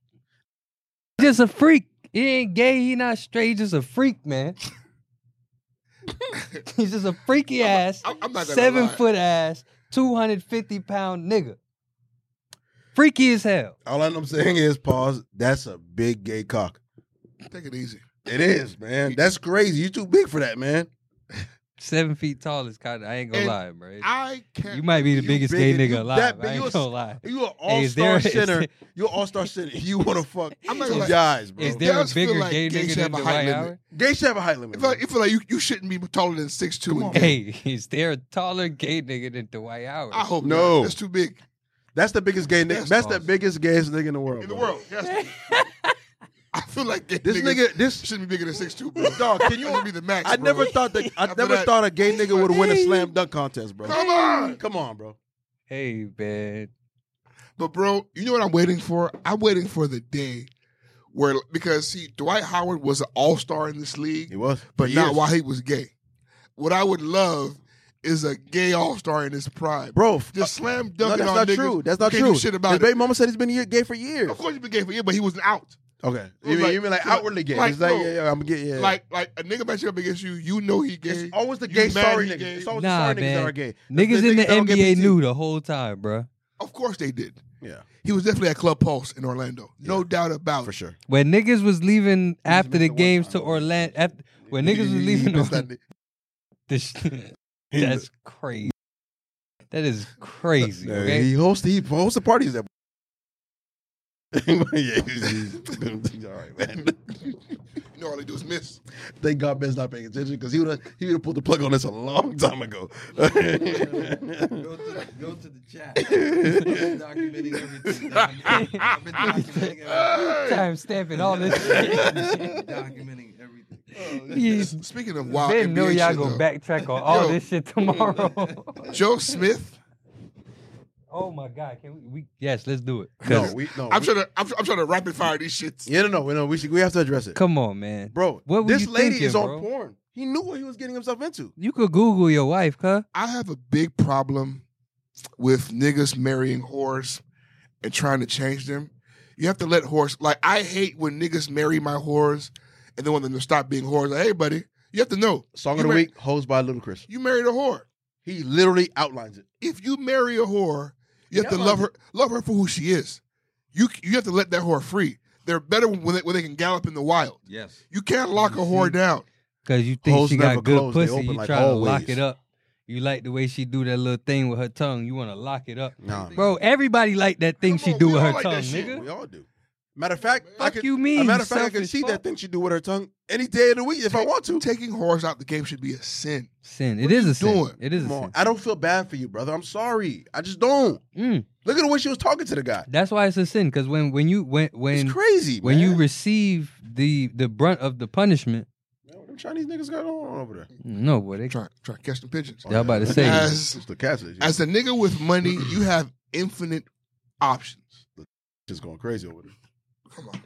D: just a freak. He ain't gay. He not straight. He just a freak, man. He's just a freaky ass,
A: I'm- I'm not gonna
D: seven
A: lie.
D: foot ass, two hundred fifty pound nigga. Freaky as hell.
B: All I'm saying is, pause. That's a big gay cock.
A: Take it easy.
B: It is, man. That's crazy. You too big for that, man.
D: Seven feet tall is kind of. I ain't gonna
A: And
D: lie, bro.
A: I can't.
D: You might be the
B: you
D: biggest
B: big
D: gay
B: and
D: nigga
B: you
D: alive.
B: that big,
D: I
B: you a
D: ain't
B: s-
D: gonna lie.
B: You an
D: Hey,
B: all
D: is there-
B: star
D: is
B: center.
D: there-
B: You an all star center. You want to fuck
A: I'm not gonna lie.
B: guys, bro.
D: Is there a
A: Guys feel
D: bigger
A: like
D: gay
A: gays
D: nigga
A: have
D: than
A: a height
D: Dwight
A: limit.
D: Howard?
B: Gay should have a height
A: I
B: limit.
A: feel
B: bro.
A: like, I feel like you, you shouldn't be taller than six two.
B: on,
D: Hey, is there a taller gay nigga than Dwight Howard?
A: I hope
B: No.
A: not. That's too big
B: that's the biggest gay nigga.
A: That's
B: That's the
D: awesome.
B: biggest gayest nigga in the world.
A: in the
B: bro.
A: world. Yes. I feel like gay
B: This
A: niggas
B: nigga, this
A: shouldn't be bigger than six two, bro.
B: dog. Can you?
A: That should be the max.
B: I
A: bro.
B: never thought that. I
A: After
B: never
A: that-
B: thought a gay nigga would win a slam dunk contest, bro.
A: Come on.
B: Come on, bro.
D: Hey, man.
A: But bro, you know what I'm waiting for? I'm waiting for the day where because see, Dwight Howard was an all star in this
B: He
A: league,
B: was,
A: but
B: He
A: not
B: is.
A: while he was gay. What I would love is a gay all star in his prime,
B: bro. f-
A: Just slam
B: Uh, no,
A: dunking
B: that's
A: on
B: not
A: niggas
B: true. That's
A: who
B: not
A: can't
B: true.
A: Do shit
B: His
A: about
B: baby
A: it.
B: mama said he's been a year- gay for years.
A: Of course, you've been gay for years, but he wasn't out.
B: Okay.
A: Well,
B: You mean,
A: like-
B: you mean like
A: so like-
B: outwardly gay?
A: like,
B: it's like,
A: bro,
B: yeah, yeah, I'm gay. Yeah.
A: Like, like a nigga match up against you, you know he gay.
B: it's always the
A: you
B: gay
A: mad
B: sorry
A: he
B: niggas.
A: gay.
B: It's always
D: Nah,
B: the sorry niggas that
D: man.
B: are gay.
D: Niggas in the
B: that don't get
D: NBA
B: PT.
D: knew the whole time, bruh.
A: of course they did.
B: Yeah,
A: He was definitely at Club Pulse in Orlando, no doubt about.
B: for sure.
D: When niggas was leaving after
B: missed
D: the
B: the one
D: games
B: time.
D: to Orlando, after, when niggas was
A: He- he
D: leaving,
A: missed
D: Orlando-
A: that
D: this, that's crazy. That is crazy.
B: Yeah,
D: Okay?
B: He hosts he hosts the parties that. yeah, all right, man.
A: nigga. You know all they do is miss.
B: Thank God Ben's not paying attention because he would have he would have pulled the plug on this a long time ago.
C: Go to, go to the chat. documenting everything. I've been documenting everything.
D: Time stamping all this shit.
C: documenting everything.
B: Oh.
D: He's-
A: Speaking of wild
D: they
A: NBA
D: know y'all
A: shit,
D: gonna
A: though,
D: backtrack on all
A: Yo.
D: this shit tomorrow.
A: Joe Smith.
D: oh my god, can we, we? Yes, let's do it.
B: no,
D: 'Cause-
B: we no.
A: I'm
B: Oh, we-
A: trying to I'm, I'm trying to rapid fire these shits.
B: Yeah, no, no, no. We should we have to address it,
D: come on, man,
B: bro.
D: What were
B: this
D: you
B: lady
D: thinking,
B: is on
D: bro?
B: porn. He knew what he was getting himself into.
D: You could Google your wife, huh?
A: I have a big problem with niggas marrying whores and trying to change them. You have to let whores like I hate when niggas marry my whores and then want them to stop being whores. Like, hey, buddy, you have to know
B: Song
A: You
B: of the
A: mar-
B: week, hosed by Little Chris.
A: you married a whore.
B: He literally outlines it.
A: If you marry a whore, you have
B: Yeah,
A: to
B: I
A: love her
B: love
A: love her for who she is. You you have to let that whore free. They're better when they, when they can gallop in the wild.
C: Yes.
A: You can't lock a whore down.
D: Cause you think
B: Hoes
D: she got
B: never
D: good
B: close, they
D: pussy,
B: open
D: you
B: like
D: try to lock
B: always.
D: it up. You like the way she do that little thing with her tongue. You want to lock it up,
B: Nah,
D: bro. Everybody like that thing
A: Come
D: she
A: on,
D: do
A: we
D: with
A: all
D: her
A: like that
D: tongue,
A: shit.
D: nigga.
B: We all do. Matter of fact, I
D: Fuck
B: could,
D: you mean,
B: A matter of fact, I can
D: selfish
B: see
D: fuck.
B: that thing she do with her tongue any day of the week if I want to.
A: Taking whores out the game should be a sin.
D: Sin.
A: What
D: It is
A: you
D: a sin.
A: doing?
D: It is a
B: Come
D: sin.
B: on. I don't feel bad for you, brother. I'm sorry. I just don't.
D: Mm.
B: Look at the way she was talking to the guy.
D: That's why it's a sin. Cause when when you when when
B: it's crazy.
D: when you
B: man.
D: receive the the brunt of the punishment,
B: Man, what them Chinese niggas got going on over there?
D: no, boy, they
A: Try try to catch them pigeons.
D: Y'all about to say
A: As-
B: it's the cats. It's
A: As a nigga with money, you have infinite options.
B: just going crazy over there.
A: Come on.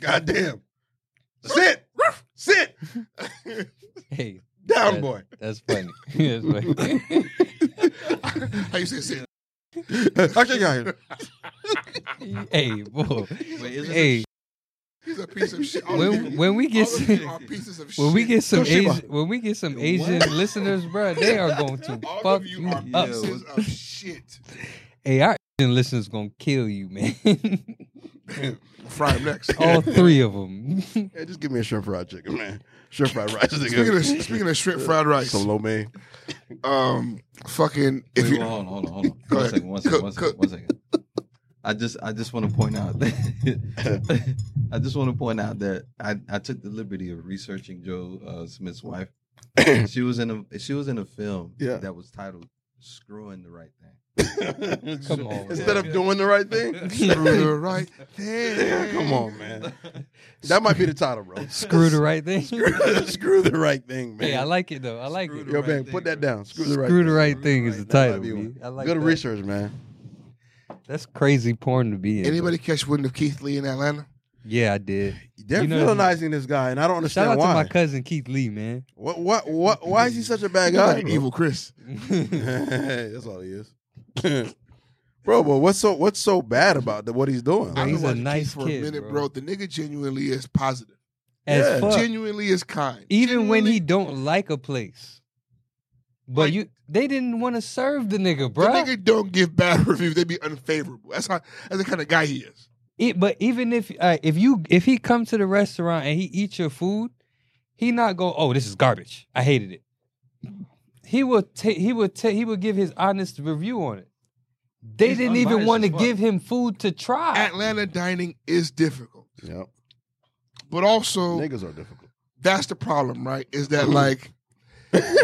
B: Goddamn. Sit, sit
D: hey,
B: down,
D: Yes.
B: boy.
D: that's funny. That's funny.
A: How you say sit?
B: Actually, got here.
D: hey, boy.
C: is
D: hey,
A: He's a piece of shit. All of
D: when
A: you-
D: when we
A: all of
D: get some,
A: you are pieces of shit.
D: when we get some
B: Toshiba.
D: Asian when we get some Asian listeners, bro, they are going to
A: all
D: fuck
A: of
D: you,
A: you, are
D: up.
A: pieces of shit.
D: Hey, our Asian listeners gonna kill you, man.
A: Fry him next.
D: All three of them.
B: Yeah, just give me a shrimp fried chicken, man. Shrimp fried rice.
A: Speaking of, speaking of shrimp fried rice,
B: some lo mein.
A: um, fucking if
C: Wait,
A: you,
C: well, hold on, hold on, hold on.
A: Go
C: One
A: ahead.
C: second, one second, one
A: Cook,
C: second, one second. I just, I just want to point out that, I just want to point out that I, I took the liberty of researching Joe uh, Smith's wife. she was in a, she was in a film
B: Yeah.
C: that was titled "Screwing the Right Thing."
D: Come on.
B: Instead of doing the right thing,
A: through the right thing.
B: come on, man. That might be the title, bro.
D: Screw the right thing.
B: Screw the right thing, man.
D: Hey, I like it though. I like it.
B: Yo, man, put that down. Screw the right.
D: Screw
B: thing.
D: the right thing is the title.
B: be
D: B. I like
B: Good
D: that.
B: research, man.
D: That's crazy porn to be in.
A: Anybody catch wind of Keith Lee in Atlanta?
D: Yeah, I did.
B: They're
D: You know-
B: villainizing this guy, and I don't
D: Shout out
B: understand
D: to
B: why.
D: my cousin Keith Lee, man.
B: What? What? What? Why is he such a bad guy? bro?
A: Evil Chris.
B: That's all he is, bro. But what's so what's so bad about the, what he's doing?
D: Nah,
A: I've been
D: he's a
A: watching Keith
D: nice
A: for
D: kid,
A: a minute,
D: bro.
A: bro. The nigga genuinely is positive.
D: As
B: Yeah.
D: fuck.
A: Genuinely is kind.
D: Even when he
A: Genuinely-
D: don't like a place. But
A: Like-
D: you they didn't want to serve the nigga,
A: the
D: bro.
A: nigga don't give bad reviews, they be unfavorable. That's how that's the kind of guy he is.
D: E, but even if uh, if you if he come to the restaurant and he eat your food, he not go, "Oh, this is garbage. I hated it." He will take he will take he will give his honest review on it. They
C: He's
D: didn't even
C: unbiased
D: want to
C: as fuck.
D: give him food to try.
A: Atlanta dining is difficult,
B: Yep.
A: but also
B: Niggas are difficult.
A: that's the problem, right? Is
D: Mm-hmm.
A: that like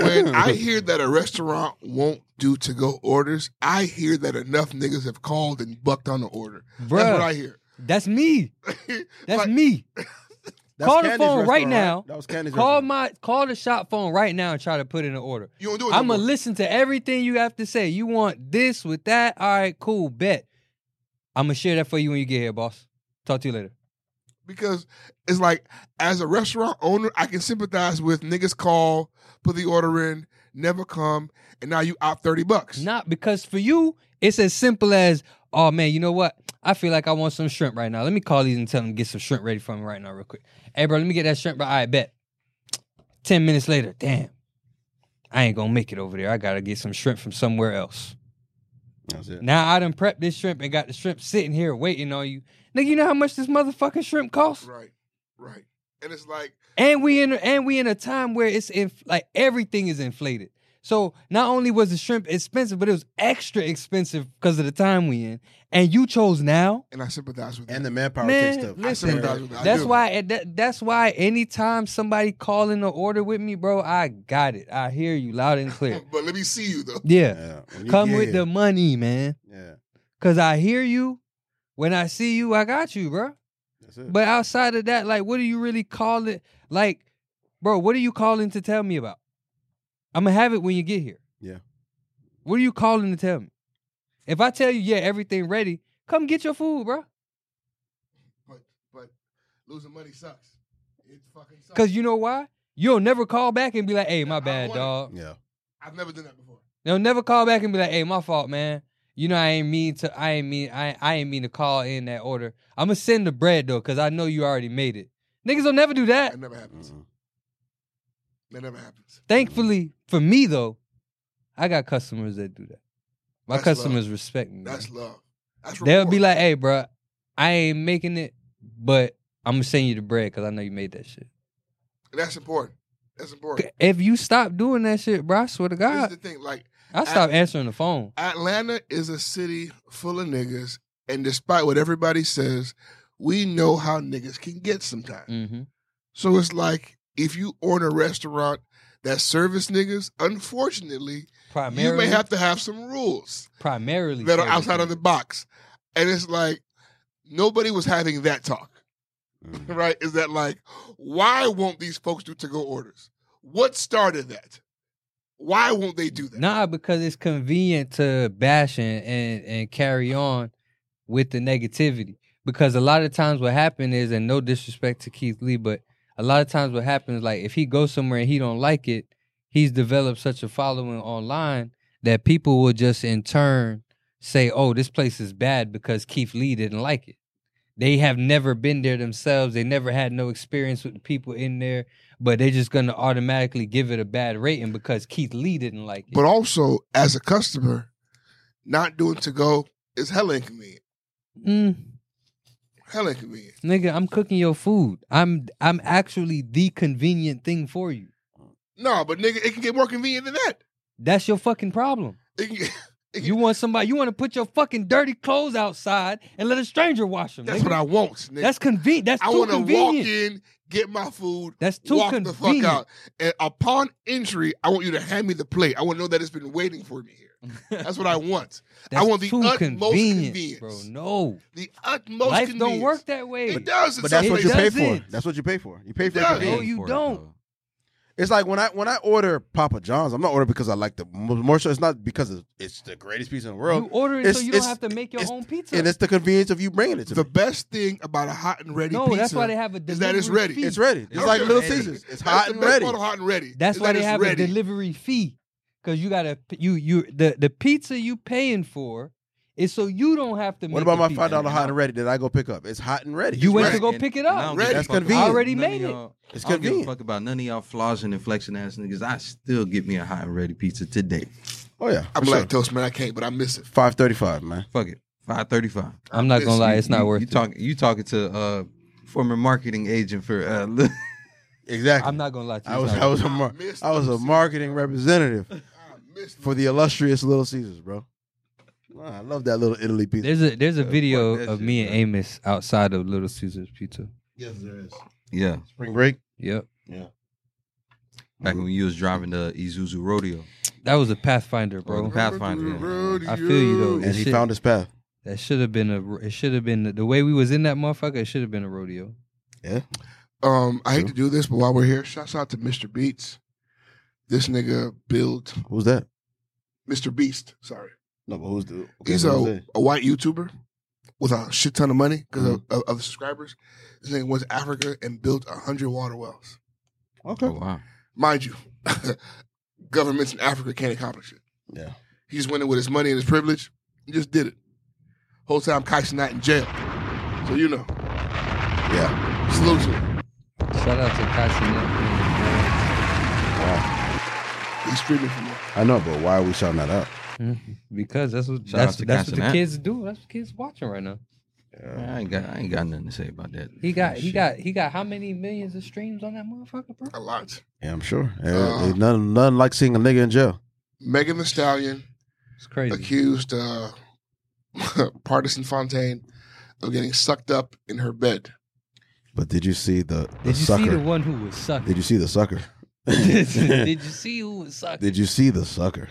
A: when I hear that a restaurant won't do to go orders, I hear that enough niggas have called and bucked on the order. That's
D: Bruh.
A: what I hear.
D: That's me. That's
A: Like,
D: me. Call the
B: Candy's
D: phone right
B: restaurant,
D: now.
B: That was Candy's
D: Call
B: restaurant.
D: my call the shop phone right now and try to put in an order.
A: You don't do it. no
D: I'm
A: more.
D: gonna listen to everything you have to say. You want this with that? All right, cool, bet. I'm gonna share that for you when you get here, boss. Talk to you later.
A: because it's like as a restaurant owner, I can sympathize with niggas call, put the order in, never come, and now you out thirty bucks.
D: Not because for you, it's as simple as oh man, you know what? I feel like I want some shrimp right now. Let me call these and tell them to get some shrimp ready for me right now, real quick. Hey, bro, let me get that shrimp. Bro. I bet. Ten minutes later, damn, I ain't gonna make it over there. I gotta get some shrimp from somewhere else.
B: That's it.
D: Now I done prepped this shrimp and got the shrimp sitting here waiting on you. Nigga, you know how much this motherfucking shrimp costs?
A: Right, right. And it's like,
D: and we in and we in a time where it's in like everything is inflated. So not only was the shrimp expensive, but it was extra expensive because of the time we in. And you chose now.
A: and I sympathize with
B: And
A: that.
B: the manpower
D: Man,
B: takes stuff.
D: listen,
A: I sympathize with that. I
D: That's
A: do.
D: why and that, that's why anytime somebody calling an order with me, bro, I got it. I hear you loud and clear.
A: But let me see you though.
D: Yeah.
B: Yeah. When you
D: Come
B: get
D: with
B: here,
D: the money, man.
B: Yeah,
D: Cause I hear you. When I see you, I got you, bro.
B: that's it.
D: But outside of that, like, what do you really call it? Like, bro, what are you calling to tell me about? I'm gonna have it when you get here.
B: Yeah.
D: What are you calling to tell me? If I tell you, yeah, everything ready, come get your food, bro.
A: But but losing money sucks. It fucking sucks.
D: Cause you know why? You'll never call back and be like, hey,
A: I
D: my
A: don't
D: bad,
A: want it.
D: dog.
B: yeah,
A: I've never done that before.
D: They'll never call back and be like, hey, my fault, man. You know, I ain't mean to, I ain't mean, I, I ain't mean to call in that order. I'm gonna send the bread though, cause I know you already made it. Niggas will never do that.
A: That never happens.
D: Mm-hmm.
B: Mhm.
A: That never happens.
D: Thankfully for me though, I got customers that do that. My
A: That's
D: customers respect me. man.
A: That's love. That's
D: They'll be
A: rapport.
D: like, "Hey, bro, I ain't making it, but I'm gonna send you the bread because I know you made that shit."
A: that's important. That's important.
D: If you stop doing that shit, bro, I swear to
A: This is
D: God,
A: the thing. Like
D: I stop answering the phone.
A: Atlanta is a city full of niggas, and despite what everybody says, we know how niggas can get sometimes.
D: hmm
A: So it's like if you own a restaurant that service niggas, unfortunately,
D: Primarily,
A: you may have to have some rules
D: primarily
A: that are
D: service
A: outside of the
D: niggas.
A: box. And it's like nobody was having that talk,
B: Mhm.
A: right? Is that like why won't these folks do to go orders? What started that? Why won't they do that?
D: Nah, because it's convenient to bash and, and and carry on with the negativity. Because a lot of times what happens is, and no disrespect to Keith Lee, but a lot of times what happens is like if he goes somewhere and he don't like it, he's developed such a following online that people will just in turn say, "Oh, this place is bad because Keith Lee didn't like it." They have never been there themselves. They never had no experience with the people in there, but they're just gonna automatically give it a bad rating because Keith Lee didn't like it.
A: But also as a customer, not doing to go is hella inconvenient.
D: Mm,
A: Hella inconvenient.
D: nigga, I'm cooking your food. I'm I'm actually the convenient thing for you.
A: No, but nigga, it can get more convenient than that.
D: That's your fucking problem.
A: It can get,
D: You want somebody? You want to put your fucking dirty clothes outside and let a stranger wash them?
A: that's what I want, nigga.
D: That's convenient. That's
A: I
D: too
A: want to walk
D: convenient.
A: in, get my food,
D: That's too
A: walk
D: convenient.
A: the fuck out. And upon entry, I want you to hand me the plate. I want to know that it's been waiting for me here. That's what I want.
D: That's
A: want the
D: too
A: utmost
D: convenient,
A: convenience.
D: bro. No,
A: The utmost
D: life don't
A: convenience.
D: work that way.
A: It does. in
B: But that's
A: some
B: what
D: It
B: you
A: places.
B: pay
D: doesn't.
B: for. That's what you pay for. You pay for
A: It
B: that
A: does.
D: no,
B: convenience.
D: you
C: for it,
D: don't.
C: though.
B: It's like when I when I order Papa John's, I'm not ordering because I like the more so it's not because of, it's the greatest pizza in the world.
D: You order it so
B: It's-
D: you don't
B: it's-
D: have to make your
B: it's-
D: own pizza.
B: and it's the convenience of you bringing it to
A: The
B: me.
A: best thing about a hot and ready
D: no,
A: pizza.
D: that's why they have a delivery
A: is that it's ready.
D: fee.
B: It's ready. It's
A: Okay.
B: like Little
A: Ready.
B: Caesars. It's
A: That's
B: hot
A: the
B: and
A: best
B: ready.
A: part of hot and ready.
D: That's
A: is
D: why
A: that
D: they
A: it's
D: have
A: ready.
D: a delivery fee because you gotta you you the the pizza you paying for is so you don't have to.
B: What
D: make
B: about
D: the
B: my
D: pizza.
B: five dollar hot and ready that I go pick up? It's hot and ready.
D: You
B: It's
D: went
B: ready.
D: to go pick it
C: And I
D: up.
C: don't give a
B: That's
C: fuck about
B: convenient.
D: Already
C: none of
D: made it.
C: y'all-
B: It's
C: I don't give a
B: convenient.
C: fuck about none of y'all flaws and inflection ass niggas. I still get me a hot and ready pizza today.
B: Oh yeah,
A: I'm
B: for sure.
A: lactose, man. I can't, but I miss it.
B: Five thirty five, man.
C: Fuck it, five thirty-five.
D: I'm not gonna lie, it's not
C: you,
D: worth
C: you
D: it.
C: Talk, you talking to uh former marketing agent for uh,
B: Exactly.
D: I'm not gonna lie to you.
B: I
D: it's
B: was
D: not
B: I
D: worth
B: was a mar-
A: I missed
B: I was a
A: Little
B: marketing representative
A: I miss
B: for the illustrious Little Caesars, bro. Wow, I love that little Italy
D: it.
B: pizza.
D: There's a there's a
C: fuck
D: video
C: that
D: of
C: shit,
D: me and
C: bro.
D: Amos outside of Little Caesars Pizza.
B: yes, there is.
C: yeah,
B: Spring break.
D: Yep,
C: back when you was driving the Isuzu rodeo.
D: that was a Pathfinder, bro.
C: the Path- Pathfinder,
D: I feel you, though.
B: And he
D: Shit.
B: found his path.
D: that should have been a. It should have been the way we was in that motherfucker. It should have been a rodeo.
A: Um, I hate
B: True.
A: to do this, but while we're here, shouts out to Mr. Beats. This nigga built
B: Who's that?
A: Mr. Beast. Sorry,
B: No, but who's the? okay,
A: he's
B: so who's
A: a,
B: that?
A: a white YouTuber with a shit ton of money because of, of the subscribers. This nigga went to Africa and built a hundred water wells.
B: okay.
C: Oh wow,
A: Mind you, governments in Africa can't accomplish it.
B: Yeah.
A: He just went in with his money and his privilege and just did it. Whole time Kai's not in jail. So you know. Yeah. Salute to him.
D: Shout out to Kashi.
A: He's streaming from there.
B: I know, but why are we shouting that out?
D: Because that's what
C: Mm-hmm. Shout
D: that's,
C: out to
D: that's what the
C: Kashi, man.
D: kids do. That's what kids watching right now.
C: I ain't got I ain't got nothing to say about that.
D: He got he
C: Shit.
D: got he got how many millions of streams on that motherfucker, bro?
A: A lot.
B: Yeah, I'm sure. Yeah,
A: Uh.
B: ain't nothing, nothing like seeing a nigga in jail.
A: Megan Thee Stallion
D: It's crazy.
A: accused uh, Partisan Fontaine of getting sucked up in her bed.
B: But did you see the, the
D: Did you
B: sucker?
D: see the one who was sucking?
B: Did you see the sucker?
D: Did you see who was sucking?
B: Did you see the sucker?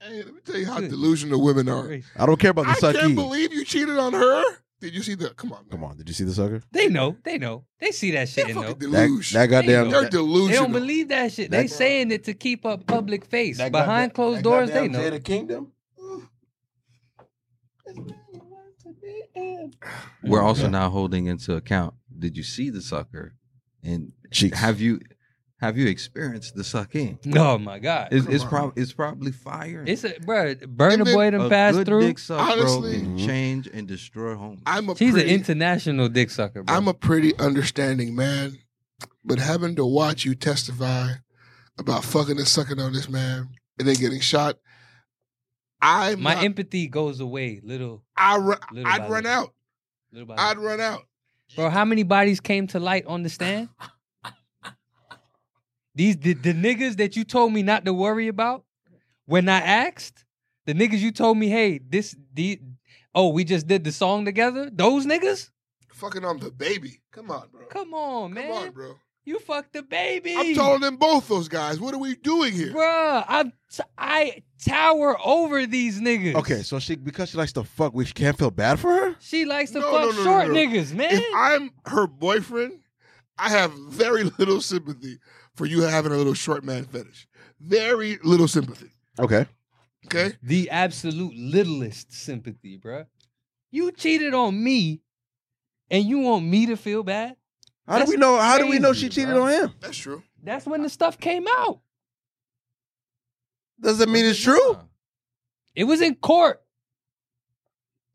A: Hey, let me tell you how delusional women are.
B: I don't care about the
A: I can't
B: sucky.
A: believe you cheated on her. Did you see the? Come on,
B: Come on, did you see the sucker?
D: They know. They know. They see that shit
A: They're
D: and know.
A: fucking
B: That,
A: delusional.
B: that goddamn.
D: There
A: They're
D: you
B: That,
D: They
A: delusional.
D: don't believe that shit.
B: That-
D: they saying it to keep up public face. Behind closed doors, they know.
B: Kingdom.
C: We're also
B: Yeah.
C: now holding into account. Did you see the sucker? And
B: Cheeks.
C: have you have you experienced the sucking?
D: Oh my god. It's,
C: It's it's, prob- it's probably fire.
D: a bro. Burner
A: And then-
D: boy done
C: a
D: passed
C: good
D: through.
C: dick suck,
A: Honestly.
C: bro, can
B: Mm-hmm.
C: change and destroy homes.
A: I'm a
D: She's an
A: pretty,
D: international dick sucker, bro.
A: I'm a pretty understanding man, but having to watch you testify about fucking and sucking on this man and then getting shot, I'm
D: my
A: not-
D: empathy goes away little
A: I ru-
D: Little
A: I'd
D: by
A: run
D: little.
A: out.
D: little by
A: I'd
D: little.
A: run out.
D: Bro, how many bodies came to light on the stand? These the, the niggas that you told me not to worry about when I asked, the niggas you told me, hey, this the oh, we just did the song together? Those niggas?
A: Fucking on the baby. Come on, bro.
D: Come on,
A: Come
D: man.
A: on, bro.
D: You fucked the baby.
A: I'm taller than both those guys. What are we doing here?
D: Bruh, I'm t- I tower over these niggas.
B: Okay, so she because she likes to fuck, we can't feel bad for her.
D: She likes to
A: No,
D: fuck
A: no, no, no,
D: short
A: no.
D: niggas, man.
A: If I'm her boyfriend, I have very little sympathy for you having a little short man fetish. Very little sympathy.
B: Okay,
A: Okay?
D: the absolute littlest sympathy, bruh. You cheated on me, and you want me to feel bad?
B: how
D: That's
B: do we know? How do we know
D: crazy,
B: she cheated
D: bro.
B: on him?
A: That's true.
D: That's when the stuff came out.
B: Doesn't mean it's true.
D: It was in court.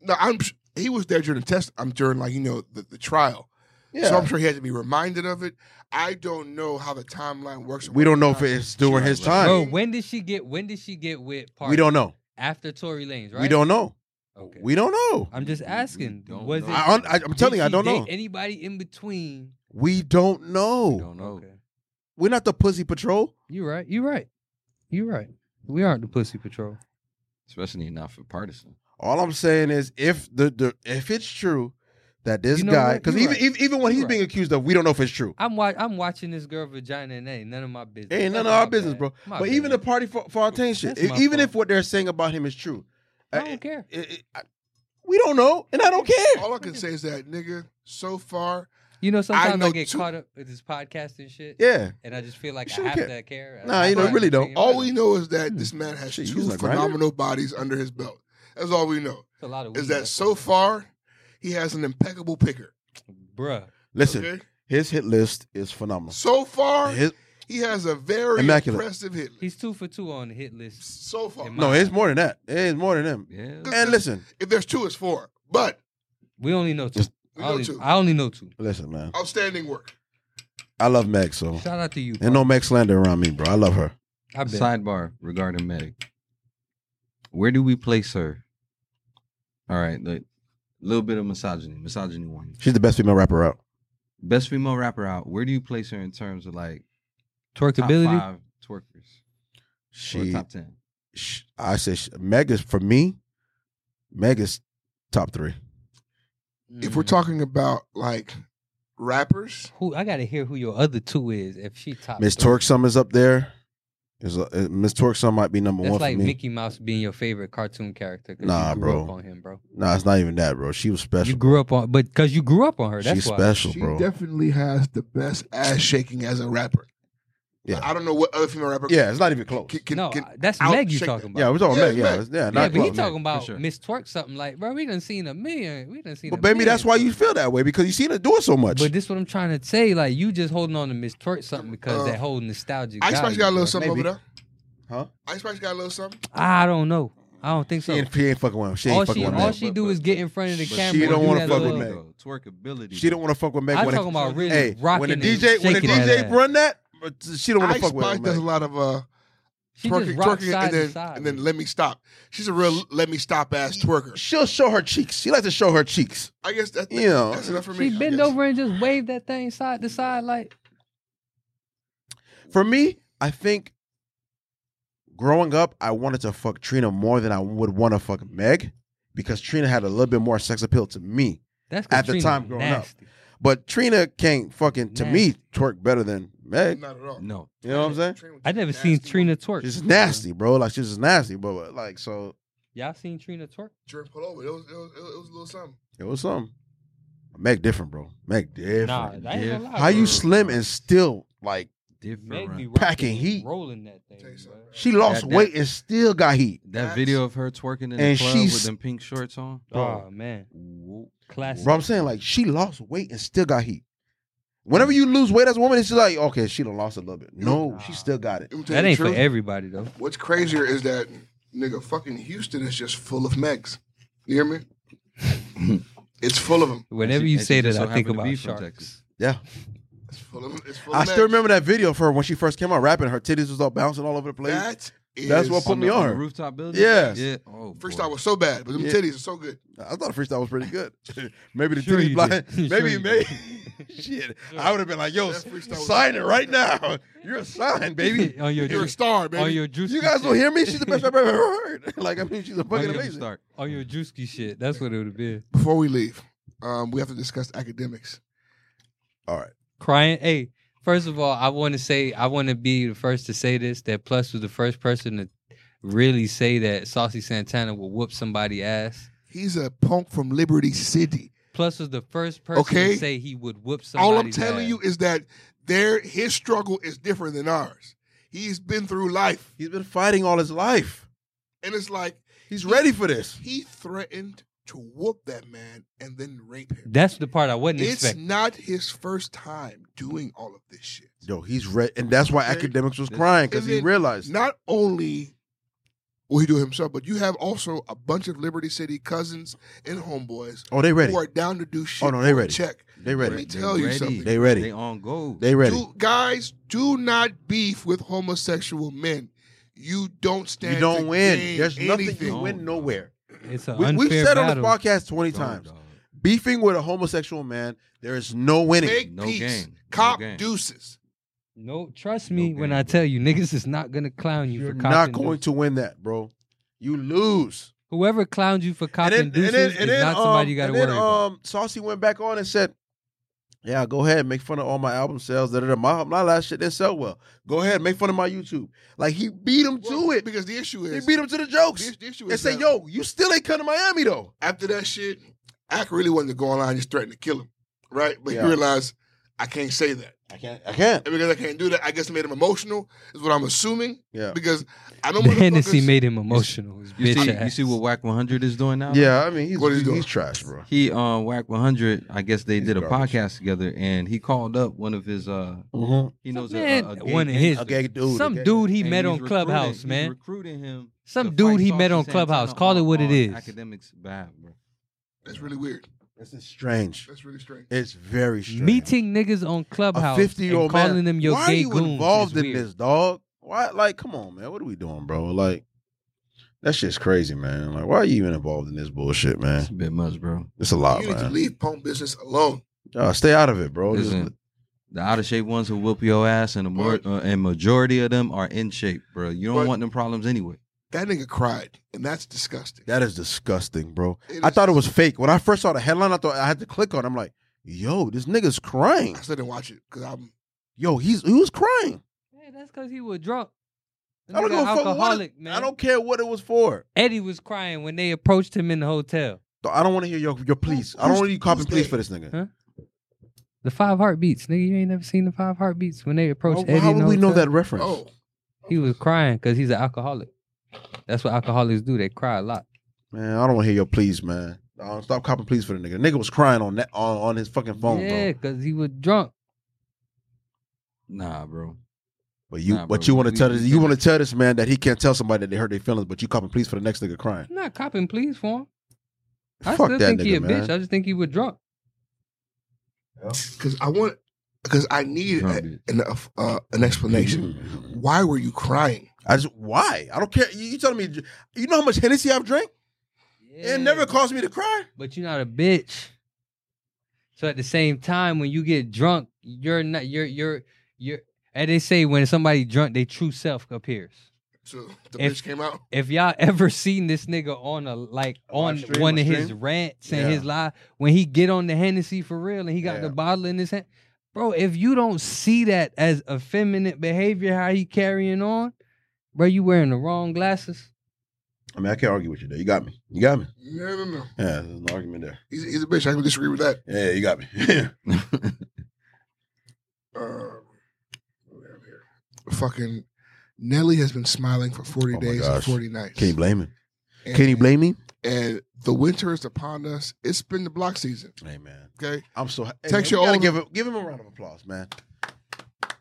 A: No, I'm s- he was there during the test. I'm during like, you know, the, the trial.
B: Yeah,
A: So I'm sure he had to be reminded of it. I don't know how the timeline works.
B: we don't know if it's during his time.
D: Bro, when did she get? When did she get with? Park?
B: we don't know.
D: After Tory Lanez, right?
B: We don't know.
D: Okay.
B: We don't know.
D: I'm just asking.
C: We don't
D: was
C: know.
D: it?
B: I, I, I'm telling
D: did
B: you, I
D: she
B: don't
D: date
B: know.
D: Anybody in between?
B: We don't know.
C: don't know.
D: Okay.
B: We're not the pussy patrol.
D: You right. You right. You right. We aren't the pussy patrol.
C: Especially not for partisan.
B: All I'm saying is, if the, the if it's true that this
D: You know
B: guy,
D: what?
B: because
D: You're
B: even
D: right. Ah,
B: even even when he's
D: You're
B: being accused of, we don't know if it's true.
D: I'm wa- I'm watching this girl vagina and that ain't none of my business.
B: It ain't none
D: That's
B: of our
D: my
B: business,
D: bad.
B: bro.
D: My
B: but
D: bad.
B: even the party for, for our ten shit,
D: That's my
B: even
D: fault.
B: if what they're saying about him is true,
D: I
B: uh,
D: don't care.
B: it- it- I- we don't know, and I don't care.
A: All I can say is that nigga, so far,
D: You know, sometimes I,
A: know
D: get
A: two-
D: caught up with this podcast and shit,
B: Yeah,
D: and I just feel
B: You
D: like I
B: shouldn't
D: have
B: care.
D: to care.
B: Nah, you know,
D: Right.
B: really don't.
D: You're
A: all
D: right.
A: we know is that this man has
B: Hmm. Shit, you
A: two
B: using a grinder?
A: phenomenal bodies under his belt. That's all we know.
D: It's a lot of
A: is
D: weed,
A: that
D: that's
A: so
D: all.
A: far he has an impeccable picker.
D: bruh?
B: listen,
A: Okay?
B: his hit list is phenomenal.
A: So far,
B: His,
A: he has a very
B: Immaculate.
A: impressive hit list.
D: He's two for two on the hit list.
A: So far,
D: In my-
B: no, it's more than that. It's more than him.
C: Yeah.
B: And listen,
A: if there's two, it's four. But
D: We only know two.
A: we
D: I
A: know
D: only,
A: two.
D: I only know two.
B: listen, man.
A: Outstanding work.
B: I love Meg, so
D: Shout out to you.
B: Oh. and
D: bro.
B: no Meg slander around me, bro. I love her.
D: I bet.
C: Sidebar regarding Medic. Where do we place her? All right, a little bit of misogyny. Misogyny warning.
B: She's the best female rapper out.
C: Best female rapper out. Where do you place her in terms of like top
D: Twerkability.
C: five twerkers or
B: She,
C: top ten?
B: sh I say, she, Meg is for me. Meg is top three.
A: If we're
D: Mm.
B: Mm-hmm.
A: talking about like rappers,
D: who I gotta hear who your other two is. If she top
B: Miss
D: three.
B: Torksum is up there. Is uh, Miss Torksum might be number
D: That's
B: one
D: like
B: for me.
D: Mickey Mouse being your favorite cartoon character. 'cause
B: Nah,
D: you grew
B: bro.
D: Up on him, bro.
B: Nah, it's not even that, bro. She was special.
D: You grew up on, but because you grew up on her, that's
B: She's
D: why.
B: special,
A: she
B: bro.
A: definitely has the best ass shaking as a rapper.
B: Yeah.
A: I don't know what other female rapper.
B: yeah, it's not even close.
A: can, can,
D: no,
A: can
D: I- that's
A: out-
D: Meg you
A: shake
D: talking about.
B: Yeah, we're talking
A: Yeah,
B: about yeah,
A: Meg.
B: it's- yeah,
D: Yeah,
B: not
D: but he
B: close.
D: talking about
C: sure.
D: Miss Twerk something like, bro, we done seen a million. We done seen
B: But
D: a
B: baby,
D: million.
B: that's why you feel that way because you seen her doing so much.
D: But this what I'm trying to say. Like, you just holding on to Miss Twerk something because
A: Uh,
D: that whole nostalgic.
A: I Spice
D: value,
A: got a little
D: bro.
A: something
B: Maybe.
A: over there.
B: Huh?
A: Ice Spice got a little something.
D: I don't know. I don't think
B: She
D: so.
B: ain't, she ain't fucking with him. She ain't
D: all
B: fucking
D: she
B: with
D: all
B: Meg.
D: she do is get in front of the
C: But
D: camera.
B: she
D: and
B: don't
D: do
B: wanna
D: that
B: fuck with
D: little-
B: Meg.
C: Though, Twerkability.
B: She don't want to fuck with Meg.
D: I'm
B: when it-
D: talking about really
B: hey, when
D: rocking
B: the
D: and
B: DJ when the
D: shaking that
B: DJ
D: ass.
B: run that, she don't want
A: Ice
B: to fuck with
A: Spice
B: him.
A: does a
B: Meg.
A: lot of uh,
D: She
A: twerking,
D: just rocks
A: twerking,
D: side
A: and then
D: to side.
A: and then let me stop. She's a real let me stop ass twerker.
B: She'll show her cheeks. She likes to show her cheeks.
A: I guess that,
B: You know,
A: that's enough for me.
D: she
A: I
D: bend
A: guess.
D: over and just wave that thing side to side like
B: For me, I think growing up, I wanted to fuck Trina more than I would want to fuck Meg because Trina had a little bit more sex appeal to me.
D: that's
B: At the
D: Katrina
B: time growing up.
D: nasty.
B: But Trina can't fucking to me twerk better than Meg.
A: Not at all.
C: No.
B: You know what I'm saying?
D: I never seen Trina twerk.
B: She's just nasty, bro. Like she's just nasty, bro. Like so,
D: Y'all seen Trina twerk?
A: Drip pull over. It was, it was, it was a little something.
B: it was something. Meg different, bro. Meg different.
D: Nah, I ain't gonna
C: yeah.
D: lie.
B: How you
D: bro.
B: slim and still like
D: Meg be
C: Different.
D: rocking
B: packing
D: and
B: heat.
D: rolling that thing.
A: Tell you something.
D: bro.
B: she lost
C: That- that-
B: weight and still got heat.
C: That video of her twerking in the
B: And
C: club
B: she's-
C: with them pink shorts on.
D: Oh man,
C: Whoop.
D: classic.
B: Bro, I'm saying like she lost weight and still got heat. Whenever you lose weight as a woman, it's just like okay, she done lost a little bit. No,
D: Nah.
B: she still got it.
A: Let me tell
D: that
A: you
D: ain't
A: the
D: for
A: truth.
D: everybody though.
A: What's crazier is that nigga fucking Houston is just full of Megs. You hear me? it's full of them.
D: Whenever
C: she-
D: you
C: and she
D: say that,
C: just so
D: I think
C: happened to be
D: about
C: from
D: sharks.
C: Texas.
B: Yeah,
A: It's full of. It's full of
B: I
A: Megs.
B: still remember that video of her when she first came out rapping. Her titties was all bouncing all over the place.
A: That is,
B: That's what put
C: On
B: me
C: the-
B: on
C: the
B: her.
C: Rooftop building?
B: Yes.
C: Yeah. Oh,
A: Freestyle
C: boy.
A: was so bad, but them
B: Yeah.
A: titties are so good.
B: I thought the freestyle was pretty good. maybe the
D: Sure
B: titties
D: you
B: blind.
D: did. Sure
B: Maybe
D: you
B: maybe shit. I would have been like, yo,
A: That freestyle was-
B: sign it right now. You're a sign, baby.
D: on your
A: You're a
D: juice,
A: star, baby.
D: on your juice.
B: You guys don't hear me? She's the best I've ever heard. Like, I mean, she's a fucking
C: Fucking
B: amazing.
C: Start.
D: on your juicy shit. That's what it would have been.
A: Before we leave, um, we have to discuss academics.
B: All right.
D: crying. Hey, first of all, I want to say I want to be the first to say this that Plus was the first person to really say that Saucy Santana will whoop somebody ass.
A: He's a punk from Liberty City.
D: Plus was the first person
A: Okay.
D: to say he would whoop somebody.
A: All I'm telling you is that their his struggle is different than ours. He's been through life,
B: He's been fighting all his life.
A: and it's like
B: He's ready for this.
A: he threatened to whoop that man and then rape him.
D: that's the part I wasn't
A: It's
D: expecting.
A: not his first time doing all of this shit.
B: Yo, he's ready. And that's why
A: Okay.
B: academics was crying because
A: And
B: he
A: then-
B: realized.
A: Not only will he do it himself, but you have also a bunch of Liberty City cousins and homeboys
B: oh, they ready.
A: who are down to do shit.
B: Oh, no, they
A: for a
B: ready.
A: Check.
B: They
A: Let me
B: ready.
A: tell you something.
B: They ready.
C: They on gold.
B: They ready.
A: Do, guys, do not beef with homosexual men. You don't stand.
B: You don't
A: to
B: win.
A: gain
B: There's nothing
A: anything.
B: you win nowhere.
D: It's an
B: We,
D: unfair
B: we've said on
D: battle.
B: this podcast 20 times. Beefing with a homosexual man, there is no winning.
A: Make
C: No
A: peace.
C: game. No
A: Cop
C: game.
A: deuces.
D: No, trust me
C: No
D: when
C: game,
D: I tell you, niggas is not gonna clown you
B: You're
D: for
B: not
D: copping
B: going
D: deuces.
B: to win that, bro. You lose.
D: Whoever clowned you for
B: And
D: copping deuces is not somebody you
B: um,
D: gotta
B: and then,
D: worry about.
B: um, Saucy went back on and said, "Yeah, go ahead, make fun of all my album sales. Da, da, da. My my last shit didn't sell well. Go ahead, make fun of my YouTube. Like he beat him
A: Well,
B: to it.
A: because the issue
B: He
A: is
B: beat him to the jokes.
A: The, the issue is
B: And say,
A: that
B: yo, you still ain't come to Miami though.
A: after that shit, Ack really wanted to go online and just threaten to kill him, right? But
B: Yeah.
A: he realized I can't say that.
B: I can't. I can't.
A: And because I can't do that, I guess it made him emotional, is what I'm assuming.
B: Yeah.
A: Because I know
D: The Hennessy
A: motherfuckers-
D: made him emotional. His
C: You
D: bitch
C: see,
D: ass.
C: you see what Whack 100 is doing now?
B: Yeah, I mean, he's
A: What is he
B: he's,
A: doing?
B: trash, bro.
C: He on Whack 100, I guess they
B: He's
C: did a
B: garbage.
C: podcast together, and he called up one of his. uh He knows a-
D: Man,
C: a, a gay
D: one of
C: gangster.
D: his-
B: A gay Mm-hmm. dude.
D: Some
B: a gay-
D: dude he
C: And
D: met
C: he's
D: on
C: recruiting-
D: Clubhouse,
C: he's
D: man.
C: recruiting him.
D: Some
C: to
D: dude
C: fight
D: he met
C: Saucy
D: on Clubhouse.
C: Santana
D: Call it
C: on-
D: what it
C: on
D: is.
C: Academics bad, bro.
A: That's really weird.
B: This is strange.
A: That's really strange.
B: It's very strange.
D: Meeting niggas on Clubhouse,
B: a 50 year
D: and
B: old
D: calling
B: man.
D: them your
B: Why
D: gay
B: are you
D: goons
B: involved
D: is
B: in
D: weird.
B: this, dog? Why? Like, come on, man. What are we doing, bro? Like, that shit's crazy, man. Like, why are you even involved in this bullshit,
C: It's a
B: man?
C: bit much, bro.
B: It's a lot,
A: you need to
B: man.
A: leave punk business alone.
B: Y'all stay out of it, bro. Just-
C: Listen, the out of shape ones will whoop your ass, and the more, uh, and majority of them are in shape, bro. You don't
A: But-
C: want them problems anyway.
A: That nigga cried, and that's disgusting.
B: that is disgusting, bro.
A: It
B: I
A: is-
B: thought it was fake when I first saw the headline. I thought I had to click on. it. I'm like, yo, this nigga's crying.
A: I still didn't watch it because I'm.
B: Yo, he's he was crying.
D: Yeah, that's because he was drunk.
B: I don't
D: Nigga
B: give a fuck what it-
D: alcoholic, man.
B: I don't care what it was for.
D: Eddie was crying when they approached him in the hotel.
B: I don't want to hear your your please. I
A: Who's-
B: don't want you
A: who's
B: copping please
A: gay?
B: for this nigga.
D: Huh? The five heartbeats, nigga. You ain't never seen the five heartbeats when they approached
B: How,
D: Eddie.
B: how
D: in
B: would
D: the
B: we know
D: hotel?
B: that reference?
A: Oh,
D: He was crying because he's an alcoholic. That's what alcoholics do. They cry a lot.
B: Man, I don't want to hear your please, man. Uh, stop copping please for the nigga. Nigga was crying on that on, on his fucking phone, bro.
D: yeah, because he was drunk.
C: Nah, bro.
B: But you,
C: Nah,
B: but
C: bro,
B: you want to
C: we-
B: tell
C: we
B: this, you
C: can't-
B: want to tell this man that he can't tell somebody that they hurt their feelings, but you copping please for the next nigga crying.
D: I'm not copping pleas for him. I
B: Fuck
D: still
B: that
D: think he
B: nigga,
D: a
B: man.
D: bitch. I just think he was drunk.
A: Because I want, because I need
C: Drunk
A: a,
C: bitch.
A: an, uh, an explanation.
B: Mm.
A: Why were you crying?
B: I just why? I don't care. You, you telling me? You know how much Hennessy I've drank? It never caused me to cry.
D: But you're not a bitch. So at the same time, when you get drunk, you're not. You're you're you're. And they say when somebody drunk, their true self appears.
A: So the
D: If-
A: bitch came out.
D: If y'all ever seen this nigga on a like on
B: live stream,
D: one
B: a
D: of his
B: stream?
D: rants and
B: Yeah.
D: his live, when he get on the Hennessy for real and he got
B: Yeah.
D: the bottle in his hand, bro. If you don't see that as effeminate behavior, how he carrying on, bro, you wearing the wrong glasses.
B: I mean, I can't argue with you there. You got me. You got me.
A: No, no, no.
B: Yeah, there's an argument there.
A: He's, he's a bitch. I can disagree with that.
B: Yeah, you got me. yeah,
A: Um, what we have here? Fucking Nelly has been smiling for 40
B: Oh my
A: days and
B: gosh.
A: 40 nights.
B: can you blame him?
A: and,
B: Can you blame me?
A: And the winter is upon us. It's been the block season.
B: Hey man,
A: Okay.
B: I'm so. Hey,
A: Text your
B: man, we gotta
A: old-
B: Give him, give him a round of applause, man.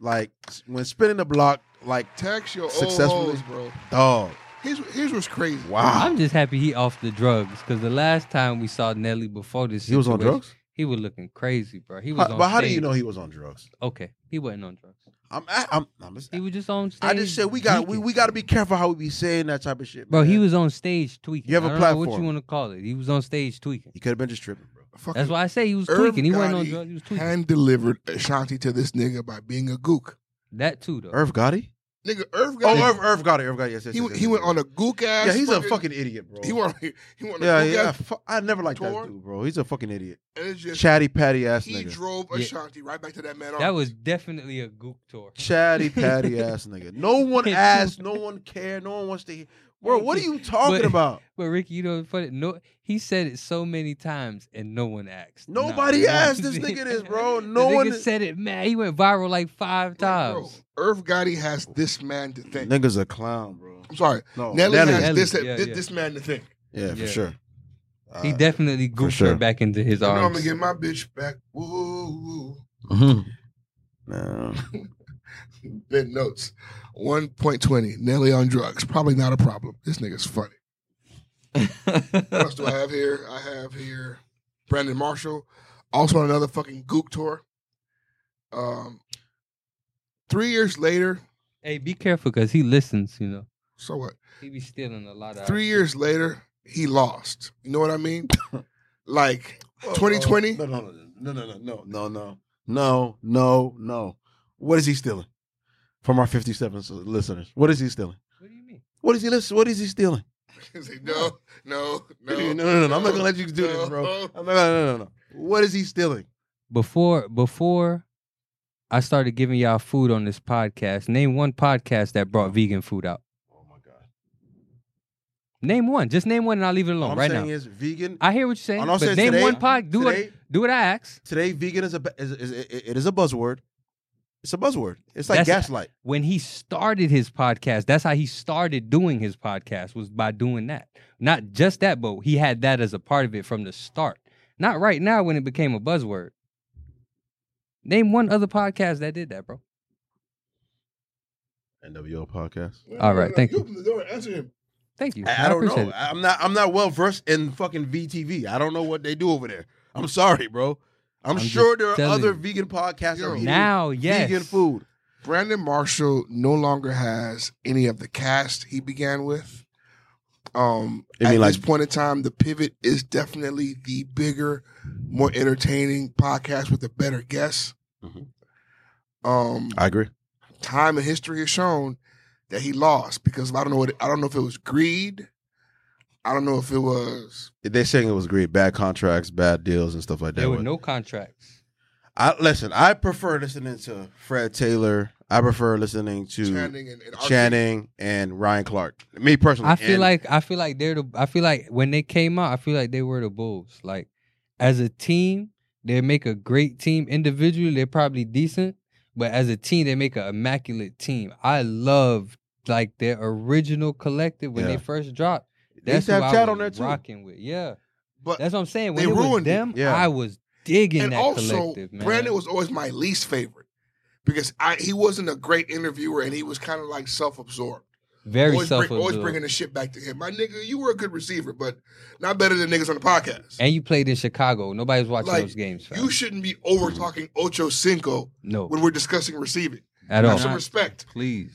B: Like s- when spinning the block, like
A: Tax your old
B: Successfully.
A: hoes, bro.
B: dog.
A: Here's, here's what's crazy.
B: Wow.
D: I'm just happy he off the drugs because the last time we saw Nelly before this,
B: He was on
D: situation,
B: drugs.
D: He was looking crazy, bro. He was.
B: How-
D: on
B: but how do you
D: stage.
B: know he was on drugs?
D: Okay, he wasn't on drugs.
B: I'm. I, I'm. I'm just,
D: He was just on stage.
B: I just said we got. We,
D: tweaking.
B: we got to be careful how we be saying that type of shit,
D: Bro, he
B: man.
D: was on stage tweaking.
B: You have
D: I
B: a
D: don't know what
B: platform.
D: you want to call it. He was on stage tweaking.
B: He could have been just tripping, bro.
A: Fucking
D: That's why I say he was
A: Irv
D: tweaking. He wasn't on
A: Gotti
D: drugs. He was tweaking.
A: hand delivered Ashanti to this nigga by being a gook.
D: That too, though.
B: Irv Gotti.
A: Nigga, Irv got
B: Oh, Irv, Irv Gotti. Irv Gotti. Yes, yes,
A: He,
B: yes, yes,
A: he went
B: yes.
A: on a gook ass.
B: Yeah, he's a fucking idiot, bro.
A: He went, he went on a
B: Yeah,
A: gook
B: yeah.
A: ass.
B: fu- I never liked that
A: Tour?
B: dude, bro. He's a fucking idiot.
A: And it's just,
B: Chatty patty ass
A: he
B: nigga.
A: drove
D: Yeah.
A: Ashanti right back to that man.
D: That was definitely a gook tour.
B: Chatty patty ass nigga. No one
D: It's too-
B: asked. No one cared. No one wants to hear. Bro, what are you talking
D: But-
B: about?
D: But Ricky, you know, what's funny? No, he said it so many times and no one asked. Not
B: Nobody
D: once.
B: asked this nigga this, bro.
D: The
B: No
D: nigga
B: one-
D: said it. Man, he went viral like five times.
A: Irv Gotti has this man to think.
B: Nigga's a clown, bro.
A: I'm sorry.
B: No,
A: Nelly,
B: Oh, Nelly.
A: has
D: Nelly,
A: this,
D: yeah,
A: this,
D: yeah.
A: this man to think.
B: Yeah, for
D: Yeah.
B: sure. Uh,
D: he definitely goofed
B: sure.
D: her back into his
A: You know I'm
D: arms.
A: gonna get my bitch back. Woo,
B: no.
A: Ben notes, one point twenty. Nelly on drugs, probably not a problem. This nigga's funny.
C: Mm-hmm.
A: What else do I have here? I have here Brandon Marshall, also on another fucking Gook tour. Um, three years later.
D: Hey, be careful because he listens. You know,
A: So what?
D: he be stealing a lot of.
A: Three years later, he lost. You know what I mean? like 2020?
B: No, no, no, no, no, no, no, no, no, no, no. What is he stealing from our fifty-seven s- listeners? What is he stealing?
D: What do you mean?
B: What is he listen? What is he stealing?
A: say, no, no,
B: No,
A: no,
B: no, no, no. I'm not gonna let you do this, bro.
A: no.
B: I'm not gonna. No, no, no. What is he stealing?
D: Before before I started giving y'all food on this podcast, name one podcast that brought vegan food out.
B: Oh my god!
D: Name one. Just name one, and I'll leave it alone
B: I'm
D: right now.
B: saying is vegan.
D: I hear what you're saying.
B: And I'll
D: But
B: say
D: name
B: today-
D: one pod. Do
B: today-
D: what? Do what I ask.
B: Today, vegan is a bu- is, is, it- it is a buzzword. It's a buzzword. It's like
D: That's-
B: gaslight.
D: When he started his podcast, that's how he started doing his podcast was by doing that. Not just that, but he had that as a part of it from the start. Not right now when it became a buzzword. Name one other podcast that did that, bro.
B: NWO podcast.
D: All right, thank you.
A: open the door and answer him.
D: Thank you.
B: I, I don't
D: appreciate
B: know. I'm not. I'm not well versed in fucking VTV. I don't know what they do over there. I'm sorry, bro. I'm,
D: I'm
B: sure
D: just
B: there are
D: telling
B: other
D: you.
B: vegan podcasts that
A: Yo.
B: are
D: it.
B: eating
D: Now, yes.
B: vegan food.
A: Brandon Marshall no longer has any of the cast he began with. Um,
B: You
A: at
B: mean
A: this
B: like-
A: point in time, the pivot is definitely the bigger, more entertaining podcast with a better guest.
B: Mhm.
A: Um,
B: I agree.
A: time and history has shown that he lost because I don't know what I don't know if it was greed. I don't know if it was
B: They're saying it was great. Bad contracts, bad deals, and stuff like that.
D: There were
B: But
D: no contracts.
B: I listen. I prefer listening to Fred Taylor. I prefer listening to Channing,
A: Channing and, and RC.
B: and Ryan Clark. Me personally,
D: I feel
B: And
D: like I feel like they're the I feel like when they came out, I feel like they were the Bulls. Like as a team, they make a great team. Individually, they're probably decent, but as a team, they make an immaculate team. I love like their original collective when
B: Yeah.
D: they first dropped.
B: they used
D: That's
B: to have
D: who
B: Chad
D: I
B: on there
D: was
B: too.
D: rocking with. Yeah.
A: But
D: That's what I'm saying. When
A: They
D: it was
A: ruined it.
D: them,
B: Yeah.
D: I was digging
A: and
D: that
A: also
D: collective, man.
A: Brandon was always my least favorite because I, he wasn't a great interviewer and he was kind of like self absorbed.
D: Very
A: always,
D: self
A: bring, always bringing the shit back to him. My nigga, you were a good receiver, but not better than niggas on the podcast.
D: And you played in Chicago. Nobody was watching
A: Like,
D: those games. fam.
A: You shouldn't be over talking Ocho Cinco
D: no,
A: when we're discussing receiving. Have
D: at all.
C: No.
A: some respect.
C: Please.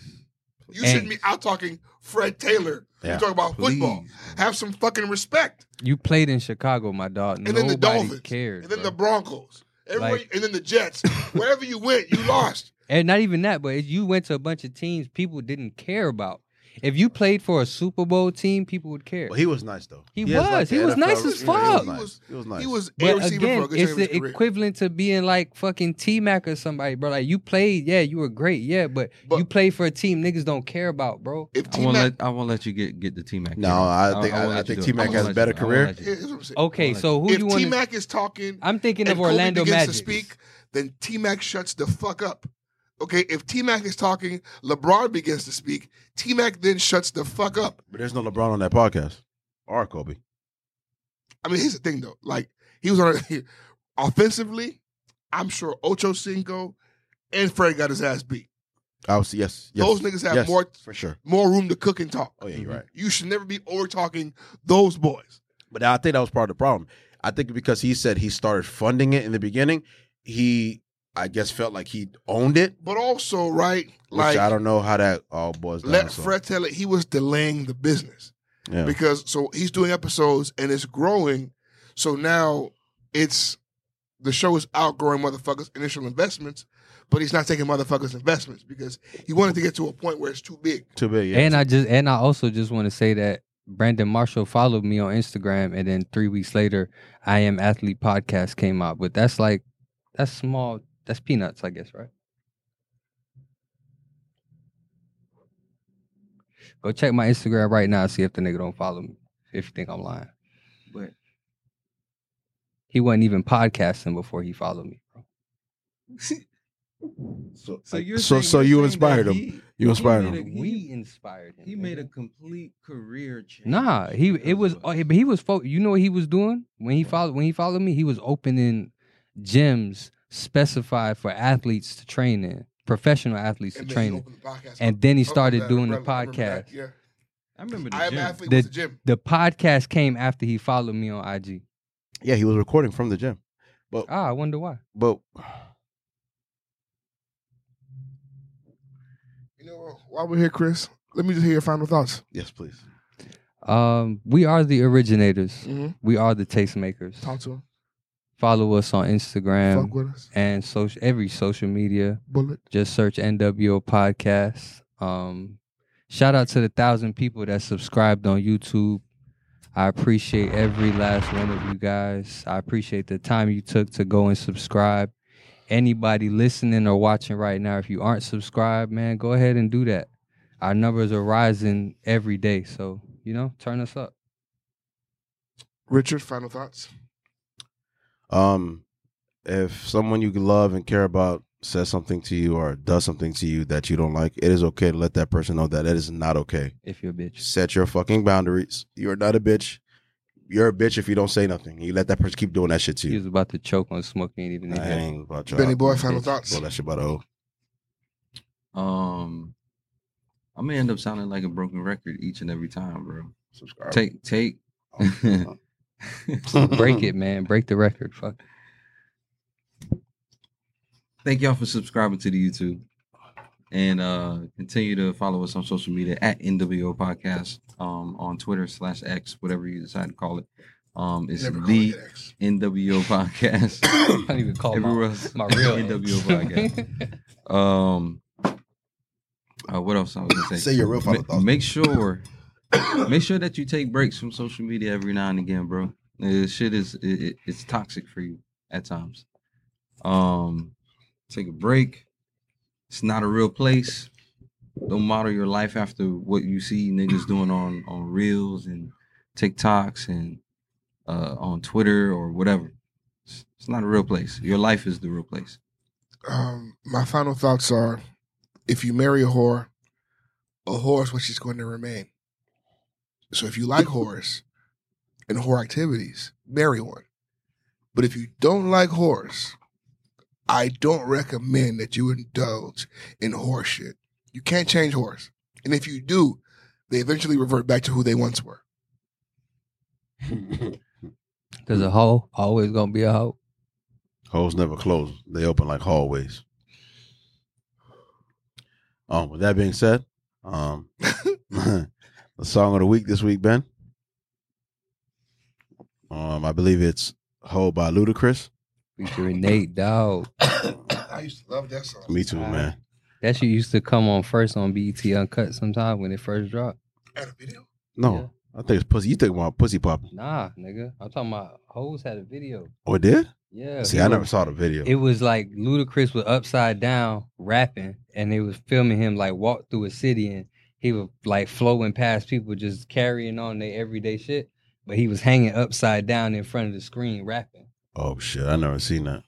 A: You
D: And-
A: shouldn't be out talking Fred Taylor.
B: Yeah.
A: You talk about football.
C: Please.
A: Have some fucking respect.
D: You played in Chicago, my dog.
A: And
D: Nobody
A: then the Dolphins.
D: cared.
A: And then
D: bro.
A: the Broncos. Everywhere,
D: Like-
A: and then the Jets. Wherever you went, you lost.
D: And not even that, but you went to a bunch of teams people didn't care about. If you played for a Super Bowl team, people would care.
B: But he was nice though.
D: He
B: has,
D: was.
B: the
D: He was
B: NFL
D: nice as
B: yeah,
A: fuck.
B: He was nice. He was nice.
A: He was a
D: But
A: receiver for
D: again,
A: a good
D: it's
A: chunk of his
D: the
A: career.
D: equivalent to being like fucking T Mac or somebody, bro. Like you played, yeah, you were great, yeah, but,
A: But-
D: you played for a team niggas don't care about, bro.
A: If
C: I
A: T
C: won't
A: Mac,
C: let I won't let you get get the T Mac.
B: No, I think- I- I think T-Mac
A: has a
B: better career.
A: here's what I'm saying.
D: Okay, so Oh, who you
A: if
D: want?
A: T
D: to
A: Mac is talking,
D: I'm thinking
A: and
D: of
A: Kobe
D: Orlando
A: begins
D: Magic.
A: to speak, then T Mac shuts the fuck up. Okay, if T Mac is talking, LeBron begins to speak. T Mac then shuts the fuck up.
B: But there's no LeBron on that podcast. Or Kobe.
A: I mean, here's the thing though. Like he was on offensively, I'm sure Ocho Cinco and Fred got his ass beat.
B: I was yes. yes
A: Those niggas have
B: yes,
A: more
B: for sure.
A: more room to cook and talk.
B: Oh yeah, you're right.
A: You should never be over talking those boys.
B: But I think that was part of the problem. I think because he said he started funding it in the beginning, he I guess felt like he owned it.
A: But also, right,
B: Which
A: like
B: I don't know how that all boils down.
A: let
B: so,
A: Fred tell it he was delaying the business.
B: yeah.
A: because so he's doing episodes and it's growing. So now it's the show is outgrowing motherfuckers' initial investments, but he's not taking motherfuckers' investments because he wanted to get to a point where it's too big.
B: too big. Yeah.
D: And I just and I also just want to say that Brandon Marshall followed me on Instagram, and then three weeks later, I Am Athlete podcast came out. But that's like that's small. That's peanuts, I guess, right? Go check my Instagram right now. and See if the nigga don't follow me. If you think I'm lying, but he wasn't even podcasting before he followed me. bro.
B: so
C: So
B: like,
C: you're
B: so,
C: saying-
B: so
C: you're
B: you
C: saying
B: inspired
C: that
B: him.
C: he-
B: You inspired
C: made
B: him.
C: a-
D: We
C: he-
D: inspired him.
C: He made a complete career change.
D: Nah, he it
C: because
D: was
C: of
D: oh,
C: us.
D: he- but he was fo- you know what he was doing when he followed when he followed me he was opening gyms specified for athletes to train in professional athletes to
A: And
D: train
A: then he
D: in
A: opened the podcast.
D: and then he
A: Up- up
D: started
A: that
D: doing the
A: umbrella, remember that?
D: podcast
A: Yeah,
C: I remember the
A: I am
C: gym.
A: athlete
D: The-
A: with the gym.
D: the podcast came after he followed me on IG
B: Yeah, he was recording from the gym. But
D: ah I wonder why
B: but
A: You know, while we're here, Chris, let me just hear your final thoughts.
B: yes, please.
D: um we are the originators
A: Mm-hmm.
D: we are the tastemakers
A: Talk to him.
D: follow us on
A: Fuck
D: Instagram
A: with us.
D: and social every social media
A: Bullet.
D: just search NWO podcast. Um, shout out to the thousand people that subscribed on YouTube. I appreciate every last one of you guys. I appreciate the time you took to go and subscribe. Anybody listening or watching right now, if you aren't subscribed, man, go ahead and do that. Our numbers are rising every day. So, you know, turn us up.
A: Richard, final thoughts.
B: Um, if someone you love and care about says something to you or does something to you that you don't like, it is okay to let that person know that it is not okay.
D: If you're a bitch.
B: Set your fucking boundaries. You're not a bitch. You're a bitch if you don't say nothing. You let that person keep doing that shit to
D: He
B: you.
D: was about to choke on smoke. He ain't even
B: I
D: hear.
B: ain't about y'all.
A: Benny Boy, final
D: bitch.
A: thoughts.
B: Blow that shit by the hoe.
C: Um, I'm gonna end up sounding like a broken record each and every time, bro.
B: Subscribe.
C: Take take.
B: Oh.
D: Break it, man. Break the record. Fuck.
C: Thank y'all for subscribing to the YouTube. And uh continue to follow us on social media at NWO Podcast um on Twitter slash X, whatever you decide to call it. Um it's
A: Never call
C: the
A: it an ex.
C: NWO Podcast.
D: I don't even call
C: Everywhere
D: my,
C: else.
D: my real
C: NWO
D: name.
C: Podcast. Um uh, what else I was gonna
B: Say your real final
C: Ma-
B: thoughts.
C: Make sure, make sure that you take breaks from social media every now and again, bro. This shit is it, it- it's toxic for you at times. Um, take a break. It's not a real place. Don't model your life after what you see niggas doing on on reels and TikToks and uh, on Twitter or whatever. It's, it's not a real place. Your life is the real place.
A: um, my final thoughts are if you marry a whore, a whore is what she's going to remain. So if you like whores and whore activities, marry one. But if you don't like whores, I don't recommend that you indulge in horse shit. You can't change horse. And if you do, they eventually revert back to who they once were.
D: Cause a hoe always gonna be a hoe.
B: Holes never close. They open like hallways. Um, with that being said, um, the song of the week this week, Ben. Um, I believe it's "Hole" by Ludacris.
D: Featuring Nate Dog.
A: I used to love that song.
B: Me too, man.
D: That shit used to come on first on BET Uncut sometime when it first dropped.
A: Had a video?
B: No, I think it's pussy. You think about pussy popping?
D: Nah, nigga. I'm talking about hoes had a video.
B: Oh, it did?
D: Yeah.
B: See,
D: it
B: I
D: was-
B: never saw the video.
D: It was like Ludacris was upside down rapping, and they was filming him like walk through a city, and he was like flowing past people, just carrying on their everyday shit. But he was hanging upside down in front of the screen rapping.
B: oh shit, I never seen that.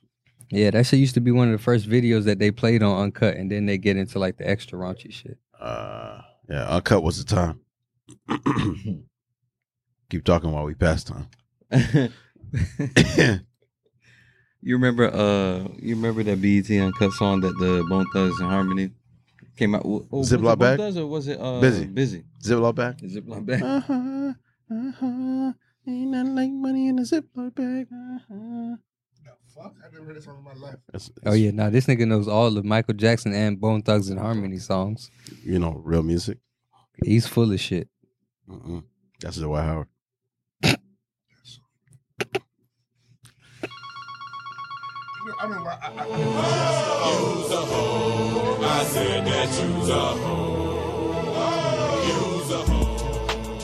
D: Yeah, that shit used to be one of the first videos that they played on Uncut, and then they get into like the extra raunchy shit.
B: Uh, yeah, uncut was the time. Keep talking while we pass time.
C: you remember uh you remember that BET Uncut song that the Bone Thugs and Harmony came out with? Oh, was it
B: Ziploc
C: Bone
B: bag?
C: Thugs or was it uh,
B: Busy.
C: Busy.
B: Ziploc bag.
C: The Ziploc bag.
B: Uh-huh. Uh-huh. Ain't nothing like money in a Ziploc bag. Uh-huh.
A: Fuck, I've never heard that song in my life.
B: It's, it's,
D: Oh yeah, now this nigga knows all of Michael Jackson and Bone Thugs and Harmony songs.
B: You know, real music.
D: He's full of shit.
B: Mm-mm. That's the White Howard.
A: I mean, I, I,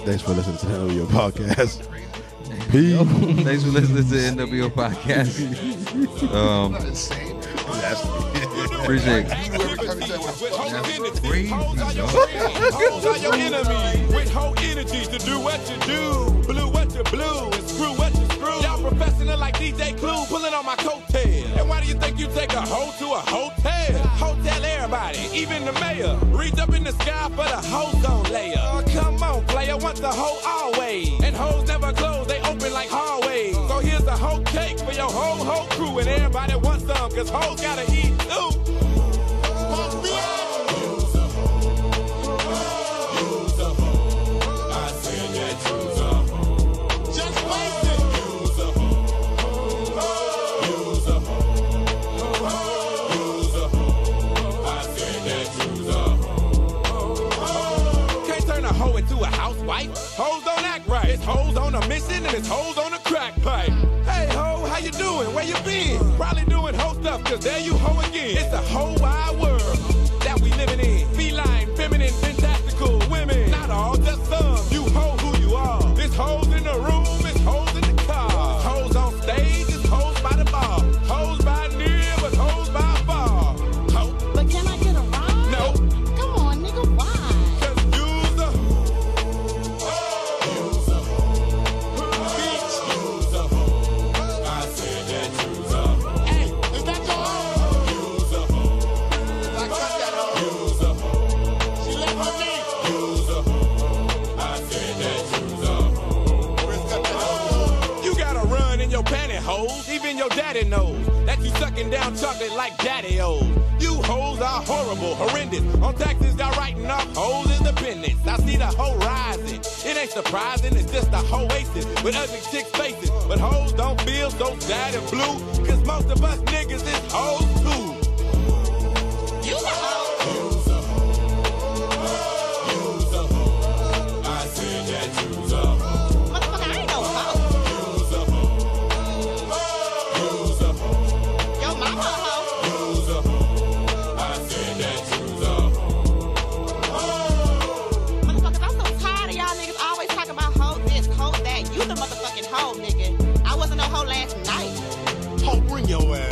B: Thanks for listening to the NWO podcast. Peace.
C: Thanks for listening to the NWO podcast. Um, appreciate it.
G: your enemies with whole energies to do what you do. Blue what you blue and screw what you screw. Y'all professional like DJ Clue pulling on my coattail. And why do you think you take a hoe to a hotel? Hotel everybody, even the mayor. Reach up in the sky for the hoe don't layer. Oh, come on, player, once a hoe always. And hoes never close, they open like hallways. So here's a hoe cake for your whole hoe crew. And everybody wants some, cause hoes gotta eat too. Can't turn a hoe into a housewife. Hoes don't act right. It's hoes on a mission and it's hoes on a crack pipe. Hey ho, how you doing? Where you been? Probably doing hoe stuff, cause there you hoe again. It's a whole wide world that we living in. Feline, feminine, fantastical women. Not all, just some. You hoe who you are. It's hoes in the room, it's hoes in the car. Hoes on stage, it's hoes by the bar. Hoes by near, but hoes by far. Ho,
H: But can I get a ride?
G: no,
H: Come on, nigga, why?
G: cause you's a You gotta run in your pantyhose. Even your daddy knows that you sucking down chocolate like daddy o's. You hoes are horrible, horrendous. On taxes, y'all writing off hoes in the business. I see the hoe rising. It ain't surprising, it's just a oasis with ugly chicks' faces. But hoes don't feel so sad and blue, cause most of us niggas is hoes too. You a hoe. I said that you's a hoe.
H: Motherfucker, I ain't no hoe. Yo, mama a hoe. Motherfuckers, I'm so tired of y'all niggas always talking about hoe this, hoe that. You the motherfucking hoe, nigga. I wasn't no hoe last night.
G: Ho, bring your ass